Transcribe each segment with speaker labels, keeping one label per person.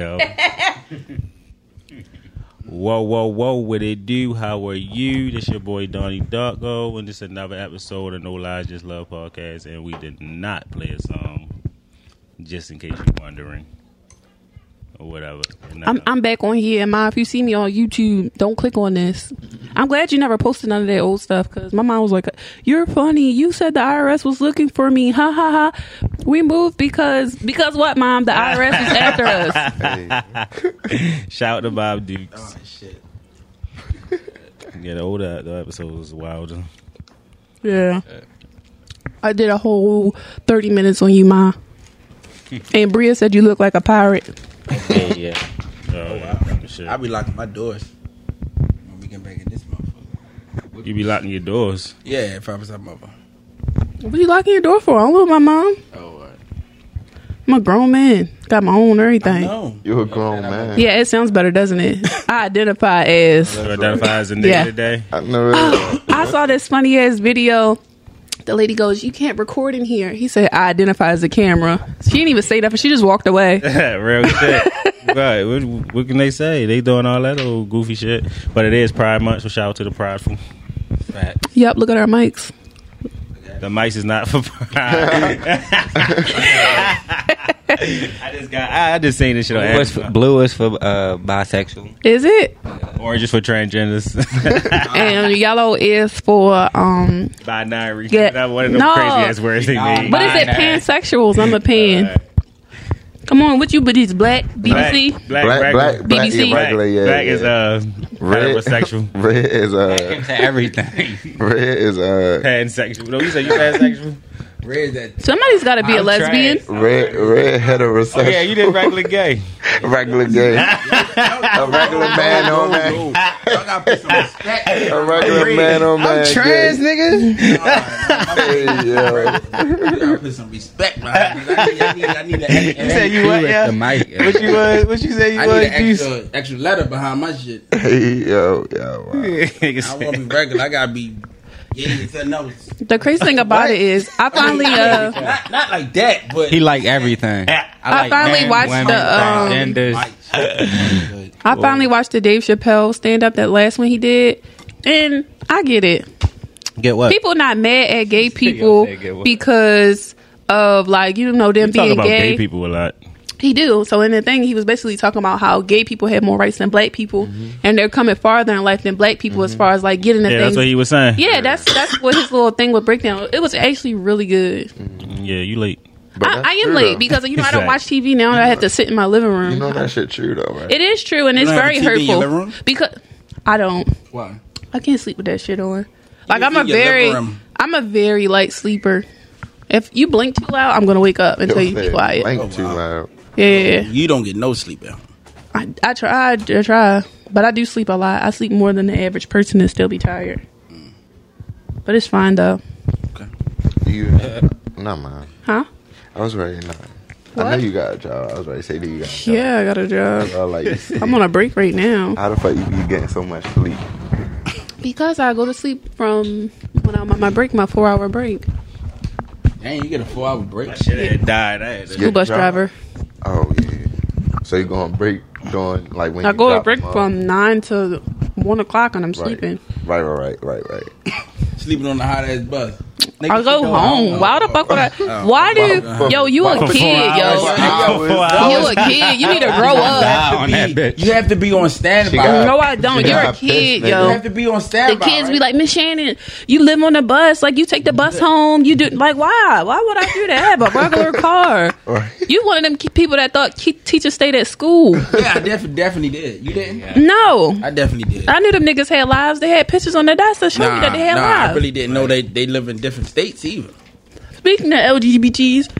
Speaker 1: Yo. whoa, whoa, whoa, what it do? How are you? This your boy Donnie Darko, and this is another episode of No Lies Just Love Podcast, and we did not play a song, just in case you're wondering. Or whatever. And uh,
Speaker 2: I'm,
Speaker 1: I-
Speaker 2: I'm back on here, and ma, if you see me on YouTube, don't click on this. I'm glad you never posted none of that old stuff because my mom was like, "You're funny. You said the IRS was looking for me. Ha ha ha. We moved because because what, mom? The IRS is after us.
Speaker 1: Shout to Bob Dukes.
Speaker 3: Oh, shit.
Speaker 1: Yeah, the older the episode was wilder.
Speaker 2: Yeah. I did a whole thirty minutes on you, ma. And Bria said you look like a pirate.
Speaker 1: Yeah, yeah. Oh, wow.
Speaker 3: I be locking my doors when we get back in this motherfucker.
Speaker 1: You be locking your doors.
Speaker 3: Yeah, if I was a mother.
Speaker 2: What you locking your door for? I love my mom.
Speaker 3: Oh, uh,
Speaker 2: I'm a grown man. Got my own and
Speaker 3: I
Speaker 2: everything.
Speaker 3: know.
Speaker 4: You a grown man.
Speaker 2: Yeah, it sounds better, doesn't it? I identify as.
Speaker 1: You identify as a nigga
Speaker 2: Yeah.
Speaker 1: today.
Speaker 4: I know it.
Speaker 2: I saw this funny ass video. The lady goes, "You can't record in here." He said, "I identify as a camera." She didn't even say nothing. She just walked away.
Speaker 1: Real shit. right. What, what can they say? They doing all that old goofy shit. But it is Pride Month, so shout out to the prideful.
Speaker 3: Fact.
Speaker 2: yep, look at our mics.
Speaker 1: The mice is not for pride. I just got. I, I just seen this shit on
Speaker 5: Blue is for,
Speaker 1: Amazon.
Speaker 5: blue is for uh, bisexual.
Speaker 2: Is it?
Speaker 1: Orange is for transgenders.
Speaker 2: And yellow is for um.
Speaker 1: Binary.
Speaker 2: Yeah.
Speaker 1: That one of them
Speaker 2: No.
Speaker 1: crazy ass words they made.
Speaker 2: What is it? Pansexuals. I'm a pan. Come on, what you? But he's black. BBC.
Speaker 1: Black, black,
Speaker 4: Black, black, black,
Speaker 2: BBC.
Speaker 4: yeah, regular, yeah,
Speaker 1: black
Speaker 4: yeah.
Speaker 1: is uh,
Speaker 4: Red-
Speaker 1: heterosexual.
Speaker 4: Red is uh,
Speaker 5: to everything.
Speaker 4: red is uh,
Speaker 1: pansexual. No, you said you pansexual.
Speaker 3: Where is that?
Speaker 2: Somebody's got to be a
Speaker 5: I'm
Speaker 2: lesbian.
Speaker 5: trash.
Speaker 4: red, red heterosexual.
Speaker 1: yeah, you did regular gay.
Speaker 4: regular gay, a regular man on man,
Speaker 3: Y'all gotta put some respect.
Speaker 4: a regular man on man. I'm trans, nigga. Hey, yo.
Speaker 3: Y'all gotta put some respect behind this. I need, I need, I need an extra,
Speaker 1: You said you what? Yeah.
Speaker 5: The mic.
Speaker 1: What you was? What you say you
Speaker 3: I need an
Speaker 1: was?
Speaker 3: extra, extra letter behind my shit.
Speaker 4: Hey, yo, yo, wow.
Speaker 3: I
Speaker 1: Nigga
Speaker 3: won't
Speaker 1: said-
Speaker 3: be regular. I gotta be yeah, it's something else.
Speaker 2: The crazy thing about it is, I finally uh,
Speaker 3: Not, not like that, but
Speaker 5: He like everything.
Speaker 2: I finally watched the, um,
Speaker 5: genders.
Speaker 3: like, shit.
Speaker 2: I finally watched the Dave Chappelle stand up that last one he did, and I get it.
Speaker 5: Get what?
Speaker 2: people not mad at gay people
Speaker 5: said gay what?
Speaker 2: because of like you know them
Speaker 1: Talk
Speaker 2: being
Speaker 1: about
Speaker 2: gay.
Speaker 1: gay people a lot.
Speaker 2: He do so in the thing he was basically talking about how gay people had more rights than black people,
Speaker 4: Mm-hmm.
Speaker 2: and they're coming farther in life than black people as far as like getting the
Speaker 1: Yeah,
Speaker 2: things.
Speaker 1: that's what he was saying.
Speaker 2: yeah, that's that's what his little thing with breakdown. It was actually really good.
Speaker 1: Mm, Yeah, you late.
Speaker 4: But
Speaker 2: I,
Speaker 4: that's
Speaker 2: I am
Speaker 4: true,
Speaker 2: late
Speaker 4: though.
Speaker 2: because you know I don't
Speaker 1: Exactly.
Speaker 2: watch TV now. and I have to sit in my living room.
Speaker 4: you know that shit true though, right?
Speaker 2: it is true, and it's
Speaker 3: don't have
Speaker 2: very
Speaker 3: a TV in your living
Speaker 2: hurtful
Speaker 3: room?
Speaker 2: because I don't.
Speaker 3: Why?
Speaker 2: I can't sleep with that shit on. Like
Speaker 3: You
Speaker 2: I'm a
Speaker 3: think your
Speaker 2: very,
Speaker 3: liver, um,
Speaker 2: I'm a very light sleeper. If you blink too loud, I'm gonna wake up and tell you be quiet.
Speaker 4: Thank
Speaker 1: Oh,
Speaker 4: you too loud.
Speaker 2: Yeah, yeah, yeah.
Speaker 3: You don't get no sleep out.
Speaker 2: I, I try, I try, but I do sleep a lot. I sleep more than the average person and still be tired. But it's fine though,
Speaker 4: You, nah, man.
Speaker 2: huh?
Speaker 4: I was ready. Nah. I know
Speaker 2: What?
Speaker 4: you got a job. I was ready to say that you got a job.
Speaker 2: Yeah, I got a job.
Speaker 4: I like,
Speaker 2: I'm on a break right now
Speaker 4: how the fuck you be getting so much sleep?
Speaker 2: because I go to sleep from when I'm on my break, my four hour break.
Speaker 3: Dang, you get a four hour break.
Speaker 1: Should have died. I had to-
Speaker 2: School bus
Speaker 4: job.
Speaker 2: driver.
Speaker 4: Oh yeah. So you going break going like when
Speaker 2: I
Speaker 4: you
Speaker 2: go to
Speaker 4: drop
Speaker 2: break
Speaker 4: them off?
Speaker 2: from nine to one o'clock, and I'm
Speaker 4: right.
Speaker 2: sleeping.
Speaker 4: Right, right, right, right, right.
Speaker 3: Sleeping on the hot ass bus. Nigga,
Speaker 2: I go
Speaker 3: you
Speaker 2: home. Why the fuck would I?
Speaker 3: Oh.
Speaker 2: Why do
Speaker 4: fuck.
Speaker 2: yo? You a
Speaker 1: Fuck.
Speaker 2: kid, yo?
Speaker 1: Fuck.
Speaker 2: You a kid. You need to grow up.
Speaker 5: on that bitch.
Speaker 3: You have to be on standby.
Speaker 4: got-
Speaker 2: No, I don't.
Speaker 4: Yeah,
Speaker 2: You're
Speaker 4: I
Speaker 2: a
Speaker 4: pissed,
Speaker 2: kid,
Speaker 4: nigga.
Speaker 3: You
Speaker 2: yo.
Speaker 3: have to be on
Speaker 2: The
Speaker 3: standby.
Speaker 2: kids
Speaker 3: right?
Speaker 2: be like, Miss Shannon, you live on the bus. Like you take the bus home. You do like why? Why would I do that? I have a regular car. You one of them ki- people that thought ki- teachers stayed at school.
Speaker 3: yeah, I def- definitely did. You didn't?
Speaker 2: No,
Speaker 3: I definitely did.
Speaker 2: I knew them niggas had lives. They had pictures on their desk that showed you that they had
Speaker 3: nah, I
Speaker 2: lives.
Speaker 3: really didn't know they, they live in different states either.
Speaker 2: Speaking of LGBTs,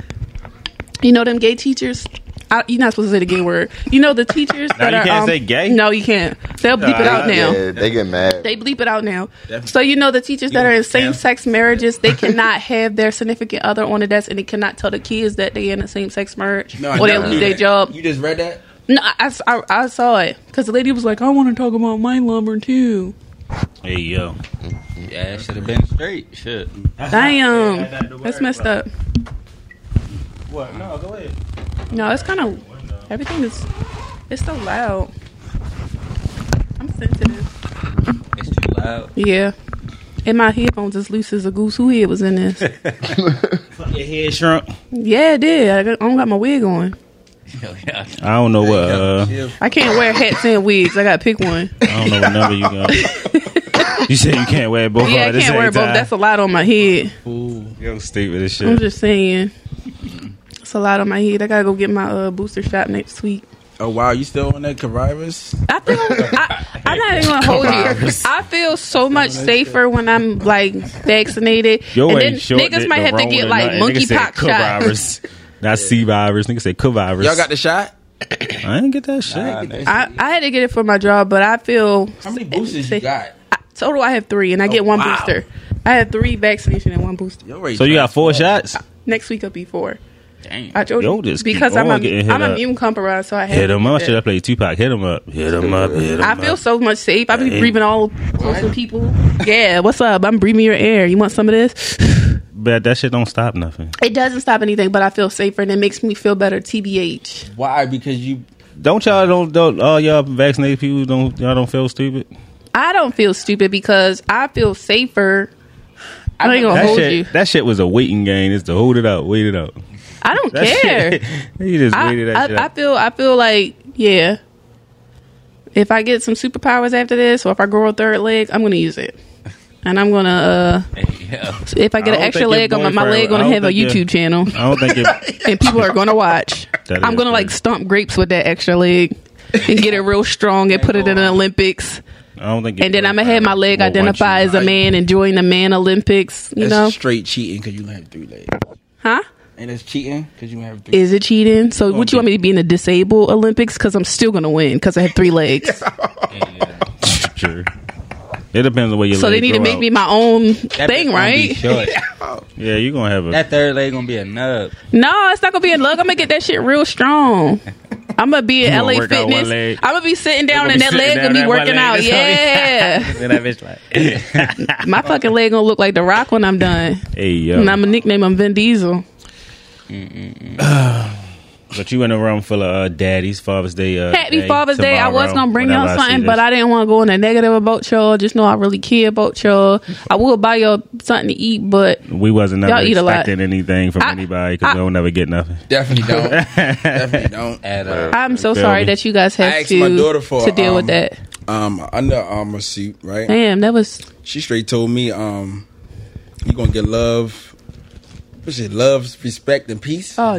Speaker 2: you know them gay teachers. I, you're not supposed to say the gay word. You know the teachers that
Speaker 1: you
Speaker 2: are.
Speaker 1: can't
Speaker 2: um,
Speaker 1: say gay.
Speaker 2: No, you can't. They'll bleep it out now.
Speaker 4: Yeah, they get mad.
Speaker 2: They bleep it out now.
Speaker 3: Definitely.
Speaker 2: So you know the teachers that are in
Speaker 3: Yeah.
Speaker 2: same-sex marriages, they cannot have their significant other on the desk, and they cannot tell the kids that they in a same-sex marriage,
Speaker 3: No, I
Speaker 2: or they
Speaker 3: never
Speaker 2: lose
Speaker 3: knew
Speaker 2: their
Speaker 3: that.
Speaker 2: job.
Speaker 3: You just read that?
Speaker 2: No, I, I, I saw it because the lady was like, "I want to talk about my lumber too."
Speaker 1: Hey yo,
Speaker 5: Yeah, it should have been straight. Shit.
Speaker 2: Damn,
Speaker 1: Yeah, that- the
Speaker 2: that's
Speaker 1: word,
Speaker 2: messed
Speaker 1: but-
Speaker 2: up.
Speaker 1: What? No, go ahead.
Speaker 2: No, it's kind of everything is It's so loud. I'm sensitive.
Speaker 5: It's too loud.
Speaker 2: Yeah. And my headphones as loose as a goose. Who head was in this?
Speaker 1: Your head shrunk.
Speaker 2: yeah, it did. I, got, I don't got my wig on.
Speaker 5: Hell yeah.
Speaker 1: I don't know what. Uh,
Speaker 2: I can't wear hats and wigs. I got to pick one.
Speaker 1: I don't know what number you got. you said you can't wear both.
Speaker 2: Yeah, I
Speaker 1: at the
Speaker 2: can't
Speaker 1: same
Speaker 2: wear both.
Speaker 1: time.
Speaker 2: That's a lot on my head.
Speaker 1: Yo, stupid as
Speaker 2: I'm
Speaker 1: shit.
Speaker 2: just saying. It's a lot on my head. I gotta go get my uh, booster shot next week.
Speaker 3: Oh wow, you still on that Caribus?
Speaker 2: I feel I, I'm not even gonna hold you. I feel so much safer when I'm like vaccinated.
Speaker 1: Yo,
Speaker 2: and
Speaker 1: ain't
Speaker 2: then
Speaker 1: short
Speaker 2: niggas
Speaker 1: that
Speaker 2: might
Speaker 1: the
Speaker 2: have to
Speaker 1: wrong
Speaker 2: get
Speaker 1: one
Speaker 2: like
Speaker 1: or not. Nigga said
Speaker 2: monkeypox shots.
Speaker 1: co-virus. Not C virus. Nigga said co-virus.
Speaker 3: Y'all got the shot?
Speaker 1: I didn't get that shit.
Speaker 2: I, I had to get it for my job, but I feel
Speaker 3: How many boosters you
Speaker 2: safe.
Speaker 3: got?
Speaker 2: I- total. I have three, and I get
Speaker 3: Oh,
Speaker 2: one
Speaker 3: wow.
Speaker 2: booster. I had three vaccination and one booster.
Speaker 3: Yo, Ray,
Speaker 1: so you got four shots.
Speaker 2: Next week I'll be four.
Speaker 5: Damn.
Speaker 2: I told
Speaker 1: Yo,
Speaker 2: you
Speaker 1: just keep
Speaker 2: because I'm
Speaker 1: on
Speaker 2: I'm,
Speaker 1: getting hit
Speaker 2: I'm
Speaker 1: up.
Speaker 2: immune compromised, so I had
Speaker 1: Hit
Speaker 2: to
Speaker 1: him
Speaker 2: do
Speaker 1: up.
Speaker 2: that.
Speaker 1: Should I play Tupac? Hit him up. Hit him up. Hit him
Speaker 2: I
Speaker 1: up.
Speaker 2: feel so much safe. I be
Speaker 1: Dang.
Speaker 2: breathing all close to people. Yeah, what's up? I'm breathing your air. You want some of this?
Speaker 1: But that shit don't stop nothing.
Speaker 2: It doesn't stop anything, but I feel safer and it makes me feel better. TBH.
Speaker 3: Why? Because you
Speaker 1: Don't y'all don't don't all y'all vaccinated people don't y'all don't feel stupid.
Speaker 2: I don't feel stupid because I feel safer. I ain't gonna
Speaker 1: That
Speaker 2: hold
Speaker 1: shit
Speaker 2: you.
Speaker 1: that shit was a waiting game. It's to hold it out, wait it out.
Speaker 2: I don't
Speaker 1: That
Speaker 2: care.
Speaker 1: shit, you just
Speaker 2: I,
Speaker 1: waited that shit.
Speaker 2: I, I
Speaker 1: out.
Speaker 2: feel I feel like yeah. If I get some superpowers after this, or if I grow a third leg, I'm gonna use it. And I'm gonna uh
Speaker 5: Yeah.
Speaker 2: if I
Speaker 1: I don't
Speaker 2: get an extra
Speaker 1: think your
Speaker 2: leg on my, my
Speaker 1: boyfriend-
Speaker 2: leg, gonna
Speaker 1: I don't
Speaker 2: have a
Speaker 1: think your-
Speaker 2: YouTube channel.
Speaker 1: I, don't think it,
Speaker 2: and people are going to watch.
Speaker 1: That
Speaker 2: I'm
Speaker 1: is
Speaker 2: going to like
Speaker 1: crazy.
Speaker 2: stomp grapes with that extra leg and get it real strong and put it in the Olympics.
Speaker 1: I don't think.
Speaker 2: And then I'm going to have my leg identify as a man and join the man Olympics, you
Speaker 3: that's
Speaker 2: know?
Speaker 3: straight cheating because you don't have three legs.
Speaker 2: Huh?
Speaker 3: And that's cheating because you don't have three.
Speaker 2: Is it cheating? So would you want me to be in the disabled Olympics? Because I'm still going to win because I have three legs.
Speaker 1: Sure. It depends on where you.
Speaker 2: so they need to make me my own thing, right?
Speaker 1: Yeah, you're gonna have a.
Speaker 5: That third leg gonna be a nub.
Speaker 2: No, it's not gonna be a lug. I'm gonna get that shit real strong. I'm gonna be
Speaker 1: You
Speaker 2: at
Speaker 1: gonna
Speaker 2: LA
Speaker 1: work out one
Speaker 2: Fitness.
Speaker 1: leg.
Speaker 2: I'm gonna be sitting down
Speaker 1: gonna
Speaker 2: and
Speaker 1: be
Speaker 2: that
Speaker 1: sitting
Speaker 2: leg
Speaker 1: down
Speaker 2: gonna be
Speaker 1: that one
Speaker 2: working
Speaker 1: leg.
Speaker 2: out.
Speaker 1: That's how
Speaker 2: Yeah,
Speaker 1: Then that bitch like,
Speaker 2: my fucking leg gonna look like the Rock when I'm done.
Speaker 1: hey yo.
Speaker 2: And I'm gonna nickname him Vin Diesel.
Speaker 1: But you in a room full of uh, daddies, Father's Day. Uh,
Speaker 2: Happy Father's Day. I was
Speaker 1: tomorrow,
Speaker 2: gonna bring y'all
Speaker 1: whenever I see
Speaker 2: something, but
Speaker 1: this.
Speaker 2: I didn't want to go in a negative about y'all. Just know I really care about y'all. I will buy y'all something to eat, but
Speaker 1: we wasn't never
Speaker 2: Y'all eat a lot.
Speaker 1: expecting anything from
Speaker 2: I-
Speaker 1: anybody because
Speaker 2: I-
Speaker 1: we don't never get nothing.
Speaker 3: Definitely don't. Definitely don't.
Speaker 5: At uh,
Speaker 2: I'm so
Speaker 1: Feel
Speaker 2: sorry
Speaker 1: me.
Speaker 2: that you guys
Speaker 3: I
Speaker 2: have
Speaker 3: asked my
Speaker 2: to
Speaker 3: daughter for,
Speaker 2: to deal with
Speaker 3: um,
Speaker 2: that.
Speaker 3: Um, a Under Armour suit, right?
Speaker 2: Damn, that was
Speaker 3: She straight told me, um, you gonna get love. What's it? Love, respect, and peace.
Speaker 2: oh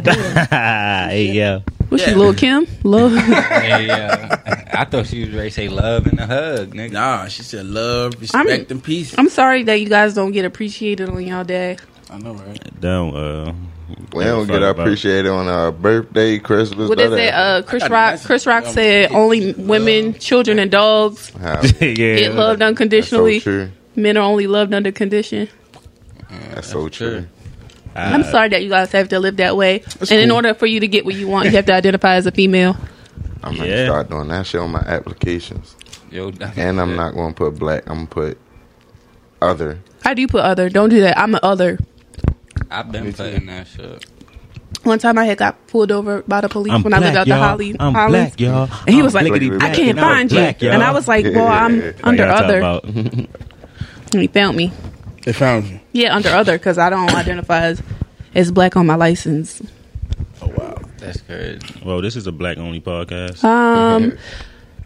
Speaker 2: damn.
Speaker 1: hey yo.
Speaker 2: What's she,
Speaker 3: Yeah.
Speaker 2: Lil Kim? Lil.
Speaker 5: yeah, yeah. I thought she was ready to say love and a hug, nigga.
Speaker 3: Nah, she said love,
Speaker 2: Ah.
Speaker 3: respect, and peace.
Speaker 2: I'm sorry that you guys don't get appreciated on y'all day.
Speaker 3: I know, right?
Speaker 1: Don't. Uh,
Speaker 4: We don't
Speaker 1: fuck
Speaker 4: get
Speaker 1: about it.
Speaker 4: appreciated on our birthday, Christmas.
Speaker 2: What
Speaker 4: none
Speaker 2: is
Speaker 4: of
Speaker 2: it? Uh, Chris
Speaker 3: I got
Speaker 2: Rock.
Speaker 3: nothing.
Speaker 2: Chris Rock
Speaker 3: Um,
Speaker 2: said
Speaker 3: it's-
Speaker 2: only women, children, and dogs
Speaker 4: How-
Speaker 1: yeah.
Speaker 2: get loved
Speaker 4: That's so
Speaker 2: unconditionally.
Speaker 4: true.
Speaker 2: Men are only loved under condition.
Speaker 4: That's so true.
Speaker 2: I'm sorry that you guys have to live that way. And
Speaker 3: That's
Speaker 2: in
Speaker 3: cool.
Speaker 2: order for you to get what you want, you have to identify as a female.
Speaker 4: I'm gonna
Speaker 1: Yeah.
Speaker 4: start doing that shit on my applications,
Speaker 5: Yo,
Speaker 4: and I'm not gonna put black. I'm gonna put other.
Speaker 2: I do put other. Don't do that. I'm an other.
Speaker 5: I've been putting that shit.
Speaker 2: One time I had got pulled over by the police
Speaker 1: I'm
Speaker 2: when I
Speaker 1: black,
Speaker 2: lived out
Speaker 1: y'all.
Speaker 2: the Holly.
Speaker 1: I'm
Speaker 2: Hollins.
Speaker 1: black, y'all.
Speaker 2: And he was
Speaker 1: I'm
Speaker 2: like,
Speaker 1: blackity
Speaker 4: I
Speaker 2: I
Speaker 1: black,
Speaker 2: can't
Speaker 1: and I'm
Speaker 2: find you.
Speaker 1: black, y'all.
Speaker 2: And I was like, well, I'm
Speaker 1: Like,
Speaker 2: under
Speaker 1: y'all talk
Speaker 2: other.
Speaker 1: about- hmm,
Speaker 2: And he found me.
Speaker 3: They found you.
Speaker 2: Yeah, under other because I don't identify as, as black on my license.
Speaker 3: Oh wow.
Speaker 5: That's crazy.
Speaker 1: Well, this is a black only podcast.
Speaker 2: Um,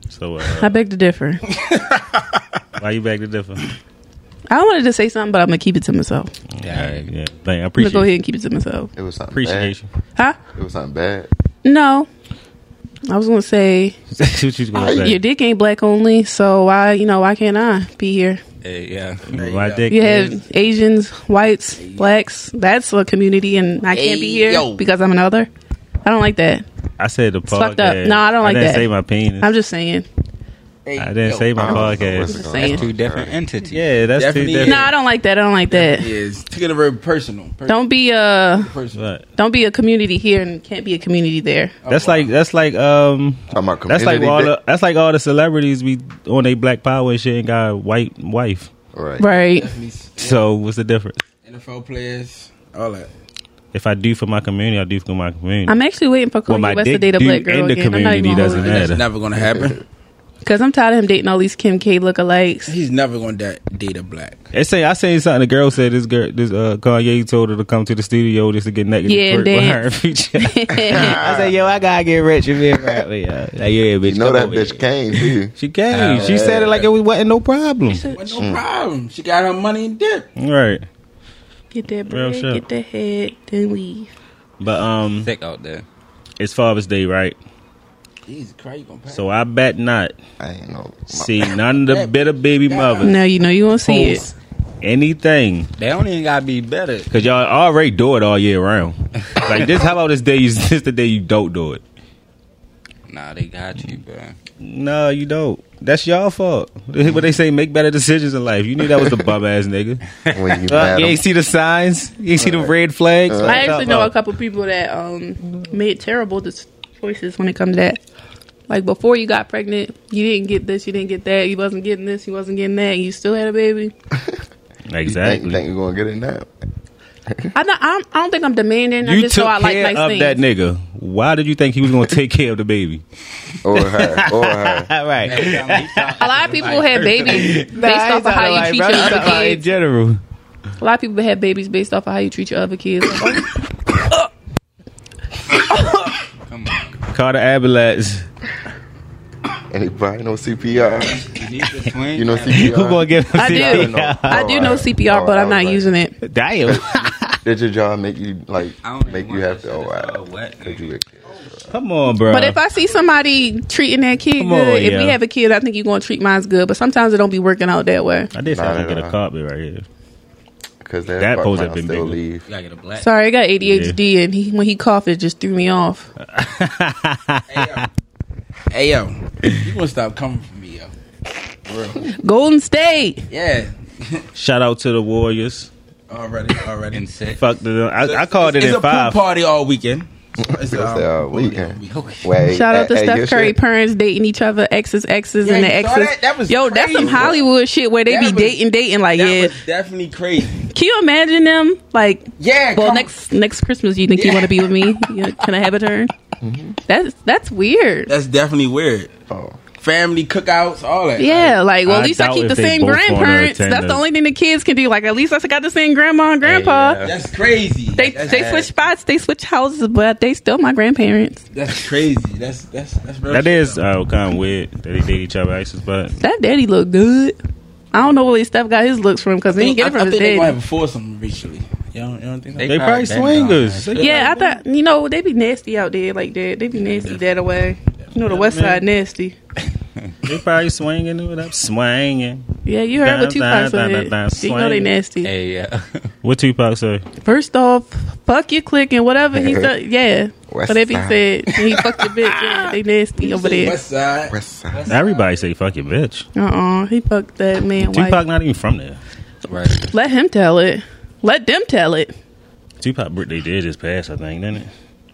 Speaker 1: So
Speaker 2: I
Speaker 1: uh,
Speaker 2: beg to differ.
Speaker 1: why you back to differ?
Speaker 2: I wanted to say something, but I'm gonna keep it to myself.
Speaker 5: Yeah.
Speaker 1: Alright, yeah. Thank. I
Speaker 2: I'm gonna
Speaker 1: appreciate.
Speaker 2: go
Speaker 1: you.
Speaker 2: ahead and keep it to myself.
Speaker 4: It was something.
Speaker 1: Appreciate you.
Speaker 2: Huh?
Speaker 4: bad. It was something bad.
Speaker 2: No, I was gonna say
Speaker 1: That's what you was gonna say.
Speaker 2: your dick ain't black only, so why you know why can't I be here?
Speaker 5: Hey, yeah.
Speaker 1: My dick
Speaker 2: You
Speaker 1: is-
Speaker 2: have Asians, whites, blacks. That's a community, and I can't be here
Speaker 3: Ayo.
Speaker 2: because I'm another. I don't like that.
Speaker 1: I said the podcast.
Speaker 2: fucked up. No, I don't like
Speaker 1: didn't
Speaker 2: that.
Speaker 1: say my penis.
Speaker 2: I'm just saying.
Speaker 1: I didn't say my podcast.
Speaker 2: Just
Speaker 4: going
Speaker 2: saying.
Speaker 4: on.
Speaker 5: Two different
Speaker 4: Alright.
Speaker 5: entities.
Speaker 1: Yeah, that's
Speaker 3: Definitely
Speaker 1: too
Speaker 3: is.
Speaker 2: No, I don't like that. I don't like that.
Speaker 3: Is taking the word personal. Per-
Speaker 2: Don't be a
Speaker 3: personal.
Speaker 1: But
Speaker 2: don't be a community here and can't be a community there.
Speaker 1: that's
Speaker 3: wow.
Speaker 1: like that's like um
Speaker 4: Talking about
Speaker 1: that's like
Speaker 4: community
Speaker 1: all
Speaker 4: day-
Speaker 1: the, that's like all the celebrities be on they black power and shit and got a white wife.
Speaker 4: Right.
Speaker 2: Right.
Speaker 3: Definitely s-
Speaker 1: So what's the difference?
Speaker 3: NFL players, all that.
Speaker 1: If I do for my community, I do for my community.
Speaker 2: I'm actually waiting for
Speaker 1: Well,
Speaker 2: Kanye
Speaker 1: my
Speaker 2: West to
Speaker 1: dick
Speaker 2: date a
Speaker 1: do
Speaker 2: black girl
Speaker 1: in the
Speaker 2: again.
Speaker 1: community
Speaker 2: I'm not
Speaker 1: doesn't
Speaker 2: even
Speaker 1: matter.
Speaker 2: going
Speaker 3: That's never gonna happen.
Speaker 2: because I'm tired of him dating all these Kim K lookalikes.
Speaker 3: He's never gonna da- date a black.
Speaker 5: Mm.
Speaker 1: They say I seen something. The girl said this girl, this uh, Kanye told her to come to the studio just to get naked.
Speaker 2: Yeah,
Speaker 1: and
Speaker 2: and
Speaker 1: twerk with
Speaker 2: dance.
Speaker 1: her and feature.
Speaker 5: I say, yo, I gotta get rich and be a rapper. Yeah, like, yeah, bitch.
Speaker 4: You know
Speaker 5: come
Speaker 4: that
Speaker 5: over
Speaker 4: bitch
Speaker 5: here.
Speaker 4: came, Oh, do you?
Speaker 1: She came. she said it like it was, wasn't no problem.
Speaker 3: Well, no problem. She got her money and dip.
Speaker 1: Right.
Speaker 2: get that
Speaker 1: Real
Speaker 2: bread,
Speaker 1: shit.
Speaker 2: get that head, then leave.
Speaker 1: But um,
Speaker 5: Thick out there.
Speaker 1: it's Father's Day, right?
Speaker 3: Jesus Christ, you gonna pass?
Speaker 1: So I bet not
Speaker 4: I ain't know.
Speaker 1: see none of the bitter baby mothers
Speaker 2: Now you know you gonna see it.
Speaker 1: post anything
Speaker 5: They don't even gotta be better.
Speaker 1: because y'all already do it all year round. Like this, how about this day? You, this the day you don't do it.
Speaker 5: Nah, they got you, bro.
Speaker 1: No, you don't. That's y'all fault. What they say, make better decisions in life. You knew that was the bum ass nigga.
Speaker 4: When you
Speaker 1: Uh,
Speaker 4: mad,
Speaker 1: you
Speaker 4: I'm-
Speaker 1: ain't see the signs. You ain't see the red flags.
Speaker 4: Uh,
Speaker 2: I actually know a couple people that um made terrible dis- choices when it comes to that. Like before you got pregnant, you didn't get this, you didn't get that, you wasn't getting this, you wasn't getting that, and you still had a baby.
Speaker 4: You think,
Speaker 1: Exactly.
Speaker 4: you think you're gonna get it now?
Speaker 2: I'm not, I'm, I don't think I'm demanding. I
Speaker 1: You
Speaker 2: just
Speaker 1: took
Speaker 2: know I like
Speaker 1: care
Speaker 2: nice
Speaker 1: of
Speaker 2: things.
Speaker 1: that nigga. Why did you think he was going to take care of the baby?
Speaker 4: Or her? Or her?
Speaker 1: All right.
Speaker 2: a lot of people had babies based off of how you treat your
Speaker 1: Brother,
Speaker 2: other
Speaker 1: in
Speaker 2: kids.
Speaker 1: general.
Speaker 2: A lot of people had babies based off of how you treat your other kids.
Speaker 1: Carter Abilats.
Speaker 4: And he probably no CPR. You know
Speaker 1: Who
Speaker 4: CPR.
Speaker 1: going to give him
Speaker 2: I do.
Speaker 1: CPR?
Speaker 2: I do know CPR,
Speaker 3: Oh,
Speaker 2: but I'm not using it.
Speaker 1: Damn.
Speaker 4: Did your job make you like
Speaker 5: I don't even
Speaker 4: make you
Speaker 5: want
Speaker 4: have
Speaker 5: that
Speaker 4: to? Oh
Speaker 5: shit. It's all
Speaker 4: wow.
Speaker 5: wet,
Speaker 4: Did you?
Speaker 1: Come on, bro.
Speaker 2: But if I see somebody treating that kid
Speaker 1: Come
Speaker 2: good,
Speaker 1: on,
Speaker 2: if we
Speaker 1: yeah.
Speaker 2: have a kid, I think you're going to treet mine's good. But sometimes it don't be working out that way.
Speaker 1: I did say I
Speaker 4: Nah,
Speaker 1: was gonna
Speaker 4: nah,
Speaker 1: get a
Speaker 4: nah.
Speaker 1: carpet right here.
Speaker 4: Because that,
Speaker 1: That
Speaker 4: part
Speaker 1: pose
Speaker 4: might
Speaker 1: had been
Speaker 4: still
Speaker 1: bigger.
Speaker 4: leave.
Speaker 5: gotta get a black.
Speaker 2: Sorry, I got ADHD, and he, when he coughed, it just threw me off.
Speaker 3: Hey yo, you gonna stop coming for me, yo? For Real.
Speaker 2: Golden State.
Speaker 3: Yeah.
Speaker 1: Shout out to the Warriors.
Speaker 3: Already, already.
Speaker 5: And sick.
Speaker 1: Fuck the. I, I called it in
Speaker 3: it's a pool
Speaker 1: five.
Speaker 3: party all weekend. It's um,
Speaker 4: It's all weekend. Wait,
Speaker 2: Shout out to
Speaker 4: hey, hey, your
Speaker 2: Steph Curry
Speaker 4: shit-
Speaker 2: parents dating each other, exes, exes,
Speaker 3: Yeah,
Speaker 2: and the
Speaker 3: you saw
Speaker 2: exes.
Speaker 3: that? That was
Speaker 2: Yo, that's some
Speaker 3: crazy.
Speaker 2: Hollywood shit where they
Speaker 3: That
Speaker 2: be
Speaker 3: was-
Speaker 2: dating, dating. Like,
Speaker 3: That
Speaker 2: yeah,
Speaker 3: was definitely crazy.
Speaker 2: can you imagine them? Like,
Speaker 3: Yeah.
Speaker 2: well,
Speaker 3: come-
Speaker 2: next next Christmas, you think you want to be with me? You- Can I have a turn? That's that's weird.
Speaker 3: That's definitely weird.
Speaker 4: Oh,
Speaker 3: Family cookouts, all that.
Speaker 2: Yeah, like well, at
Speaker 1: I
Speaker 2: least I
Speaker 1: doubt
Speaker 2: keep
Speaker 1: if
Speaker 2: the
Speaker 1: they
Speaker 2: same
Speaker 1: both wanna
Speaker 2: grandparents.
Speaker 1: attend
Speaker 2: That's the
Speaker 1: those.
Speaker 2: only thing the kids can do. Like at least I got the same grandma and grandpa.
Speaker 5: Yeah.
Speaker 3: That's crazy.
Speaker 2: They
Speaker 3: that's,
Speaker 2: they switch spots, they switch houses, but they still my grandparents.
Speaker 3: That's crazy. That's that's that's real
Speaker 1: That
Speaker 3: shit,
Speaker 1: is uh, kind of weird that they date each other exes, but
Speaker 2: That daddy look good. I don't know where his stuff got his looks from because
Speaker 3: though.
Speaker 2: he didn't get
Speaker 3: I,
Speaker 2: it from
Speaker 3: I
Speaker 2: his
Speaker 3: think they're gonna
Speaker 2: daddy.
Speaker 3: have a foursome eventually. You don't, you don't think
Speaker 5: They
Speaker 1: they probably
Speaker 5: probably been
Speaker 1: swingers. They-
Speaker 2: Yeah, I thought you know they be nasty out there like that. They be nasty that away. You know the West Side nasty.
Speaker 1: They probably swinging it up, swinging.
Speaker 2: Yeah, you heard what
Speaker 1: Dun, dun,
Speaker 2: Tupac
Speaker 1: dun, dun, dun,
Speaker 2: said. You know they
Speaker 1: swing.
Speaker 2: nasty.
Speaker 5: Hey, yeah.
Speaker 1: What Tupac say?
Speaker 2: First off, fuck your click and whatever he said. Yeah.
Speaker 4: West
Speaker 2: Whatever he
Speaker 4: Side.
Speaker 2: said. And he fucked your bitch. Yeah, they nasty over
Speaker 3: Say
Speaker 2: there.
Speaker 3: West Side.
Speaker 4: West Side.
Speaker 1: Everybody say fucking bitch.
Speaker 2: Uh uh He fucked that man
Speaker 1: Tupac
Speaker 2: wife.
Speaker 1: not even from there.
Speaker 5: right.
Speaker 2: Let him tell it. Let them tell it.
Speaker 1: Tupac birthday did just pass, I think, didn't it?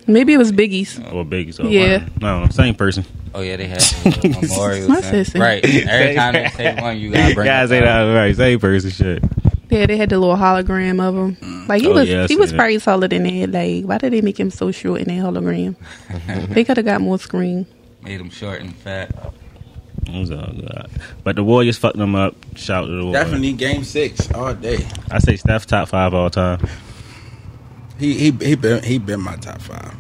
Speaker 2: Maybe it was Biggie's.
Speaker 1: Or Biggie's. Or
Speaker 2: Yeah.
Speaker 1: one. No, same person.
Speaker 5: Oh yeah, they had uh, memorials.
Speaker 2: My
Speaker 5: and-
Speaker 2: sister.
Speaker 5: Right. Every time they say one, you gotta bring.
Speaker 1: Guys
Speaker 5: it
Speaker 1: say
Speaker 5: up.
Speaker 1: that right. Same person. Shit.
Speaker 2: Yeah, they had the little hologram of him. Like he
Speaker 1: Oh,
Speaker 2: was,
Speaker 1: yeah, I
Speaker 2: he
Speaker 1: seen
Speaker 2: was
Speaker 1: that.
Speaker 2: probably taller than that. Like, why did they make him so short in that hologram? they could have got more screen.
Speaker 5: Made them short and fat.
Speaker 1: It was all good. But the Warriors fucked them up. Shout to the Warriors.
Speaker 3: Definitely game six all day.
Speaker 1: I say Steph top five all time.
Speaker 3: He he he been he been my top five.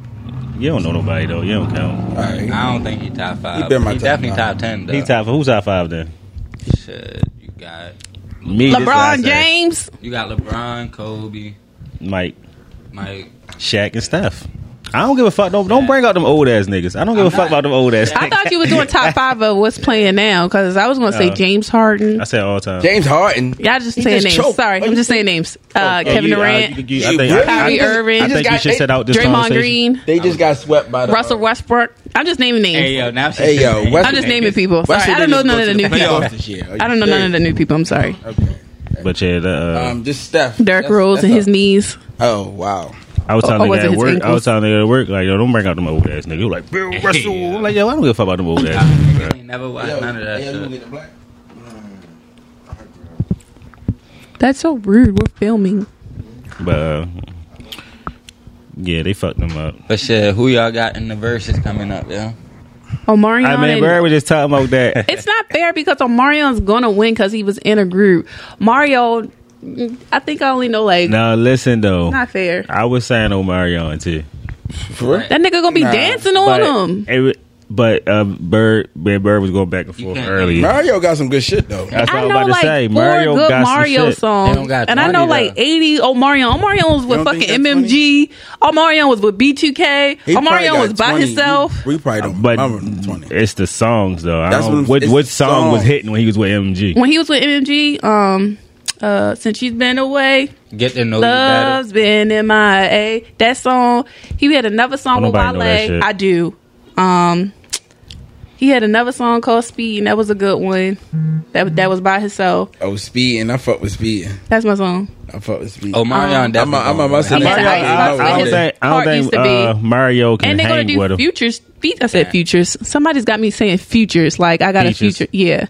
Speaker 1: You don't know nobody though. You don't count.
Speaker 3: All right.
Speaker 5: I don't think he top five.
Speaker 3: He been my
Speaker 5: He
Speaker 3: top
Speaker 5: definitely
Speaker 3: five.
Speaker 5: top ten. Though.
Speaker 1: He top. Who's top five then?
Speaker 5: Shit, you got
Speaker 1: Me. this is what I
Speaker 2: LeBron
Speaker 1: say.
Speaker 2: James.
Speaker 5: you got LeBron, Kobe,
Speaker 1: Mike,
Speaker 5: Mike.
Speaker 1: Shaq, and Steph. I don't give a fuck. Don't don't bring out them old ass niggas. I don't give a fuck about them old ass.
Speaker 2: I
Speaker 1: niggas.
Speaker 2: thought you was doing top five of what's playing now because I was going to say
Speaker 1: Oh.
Speaker 2: James Harden.
Speaker 1: I said all time.
Speaker 3: James Harden.
Speaker 2: Y'all just
Speaker 3: He
Speaker 2: saying names.
Speaker 3: just choked.
Speaker 2: Sorry,
Speaker 3: What
Speaker 2: I'm
Speaker 3: you
Speaker 2: just saying
Speaker 3: think?
Speaker 2: names. Uh,
Speaker 1: Oh,
Speaker 2: Kevin
Speaker 1: you- I-
Speaker 2: Durant,
Speaker 1: you- you- I think- I-
Speaker 2: Kyrie
Speaker 1: I-
Speaker 2: Irving,
Speaker 1: I think you should set out this
Speaker 2: Draymond
Speaker 1: conversation.
Speaker 2: Green,
Speaker 3: They just got swept by the
Speaker 2: Russell Westbrook. I'm just naming names.
Speaker 5: Hey yo, now she
Speaker 3: Uh, Hey, yo,
Speaker 5: said-
Speaker 3: West-
Speaker 2: I'm just
Speaker 3: hey,
Speaker 2: naming people. Sorry,
Speaker 3: Westbrook
Speaker 2: I don't know
Speaker 3: didn't
Speaker 2: none
Speaker 3: go
Speaker 2: of the
Speaker 3: to
Speaker 2: new people.
Speaker 3: playoffs this year. Are you
Speaker 2: I don't know none of the
Speaker 3: serious?
Speaker 2: new people. I'm sorry.
Speaker 3: Okay.
Speaker 1: But yeah, the, uh,
Speaker 3: Um, just Steph.
Speaker 2: Derrick
Speaker 3: That's-
Speaker 2: Rose
Speaker 3: that's
Speaker 2: and
Speaker 3: a-
Speaker 2: his knees.
Speaker 3: Oh wow.
Speaker 1: I was
Speaker 2: Or-
Speaker 1: telling
Speaker 2: or oh, was
Speaker 1: nigga
Speaker 2: it
Speaker 1: at
Speaker 2: his
Speaker 1: work. I
Speaker 2: ankles?
Speaker 1: was telling nigga at work, like, yo, don't bring out them old ass nigga. He was like, Bill Russell. I'm like, yo, I don't give a fuck about them old ass. niggas,
Speaker 5: Niggas
Speaker 1: bruh.
Speaker 5: ain't never watched
Speaker 3: Yo,
Speaker 5: none of that
Speaker 3: yeah, you gonna
Speaker 5: shit.
Speaker 3: get the black?
Speaker 2: That's so rude. We're filming.
Speaker 1: But uh, Yeah, they fucked them up.
Speaker 5: But shit, who y'all got in the verses coming up, yo?
Speaker 2: Omarion.
Speaker 1: I mean,
Speaker 2: and-
Speaker 1: Bird was just talking about that.
Speaker 2: it's not fair because Omarion's gonna win because he was in a group. Mario, mm, I think I only know like
Speaker 1: now listen though,
Speaker 2: not fair.
Speaker 1: I was saying Omarion too.
Speaker 3: For real?
Speaker 2: That nigga gonna be
Speaker 3: Nah,
Speaker 2: dancing on
Speaker 1: But
Speaker 2: him.
Speaker 1: it wa- but uh, Bird, man, Bird was going back and forth
Speaker 5: can't-
Speaker 1: earlier.
Speaker 3: Mario got some good shit though.
Speaker 1: That's what
Speaker 2: I
Speaker 1: I'm
Speaker 2: know
Speaker 1: about to
Speaker 2: like
Speaker 1: say.
Speaker 2: four
Speaker 1: Mario
Speaker 2: good
Speaker 1: got some
Speaker 2: Mario
Speaker 1: shit.
Speaker 5: They don't
Speaker 2: songs,
Speaker 5: got
Speaker 2: and I know
Speaker 5: 20
Speaker 2: like
Speaker 5: though.
Speaker 2: eighty. oh, Omarion, Omarion was with
Speaker 3: don't think
Speaker 2: fucking
Speaker 3: that's 20?
Speaker 2: MMG. Omarion Oh, was with B2K.
Speaker 3: He probably
Speaker 2: Omarion
Speaker 3: got
Speaker 2: Oh, was by
Speaker 3: 20.
Speaker 2: himself.
Speaker 3: We, we probably don't.
Speaker 1: But
Speaker 3: remember 20.
Speaker 1: it's the songs though. I
Speaker 3: That's
Speaker 1: don't,
Speaker 3: what I'm-
Speaker 1: what,
Speaker 3: it's
Speaker 1: what
Speaker 3: the
Speaker 1: song, was
Speaker 3: song.
Speaker 1: hitting when he was with MG?
Speaker 2: When he was with MMG, um, uh, since she's been away,
Speaker 5: Get to know you better.
Speaker 2: Love's been in my A. That song. He had another song
Speaker 1: Don't
Speaker 2: with
Speaker 1: nobody know that
Speaker 2: Wale.
Speaker 1: shit.
Speaker 2: I do. Um, he had another song called Speed, and that was a good one. That that was by himself.
Speaker 3: Oh, speed and I fuck with speed.
Speaker 2: That's my song.
Speaker 3: I fuck with speed.
Speaker 5: Oh, Marion,
Speaker 3: I'm a, I'm a must
Speaker 2: He had
Speaker 3: Mario,
Speaker 2: the ice
Speaker 1: I, I
Speaker 2: box with
Speaker 1: don't
Speaker 2: his
Speaker 1: think, I
Speaker 2: heart
Speaker 1: don't
Speaker 2: used
Speaker 1: think
Speaker 2: to be.
Speaker 1: uh, Mario can
Speaker 2: and they're gonna
Speaker 1: hang with
Speaker 2: do
Speaker 1: him.
Speaker 2: futures. Fe- I said futures. Somebody's got me saying futures. Like I got
Speaker 1: Features.
Speaker 2: a future. Yeah.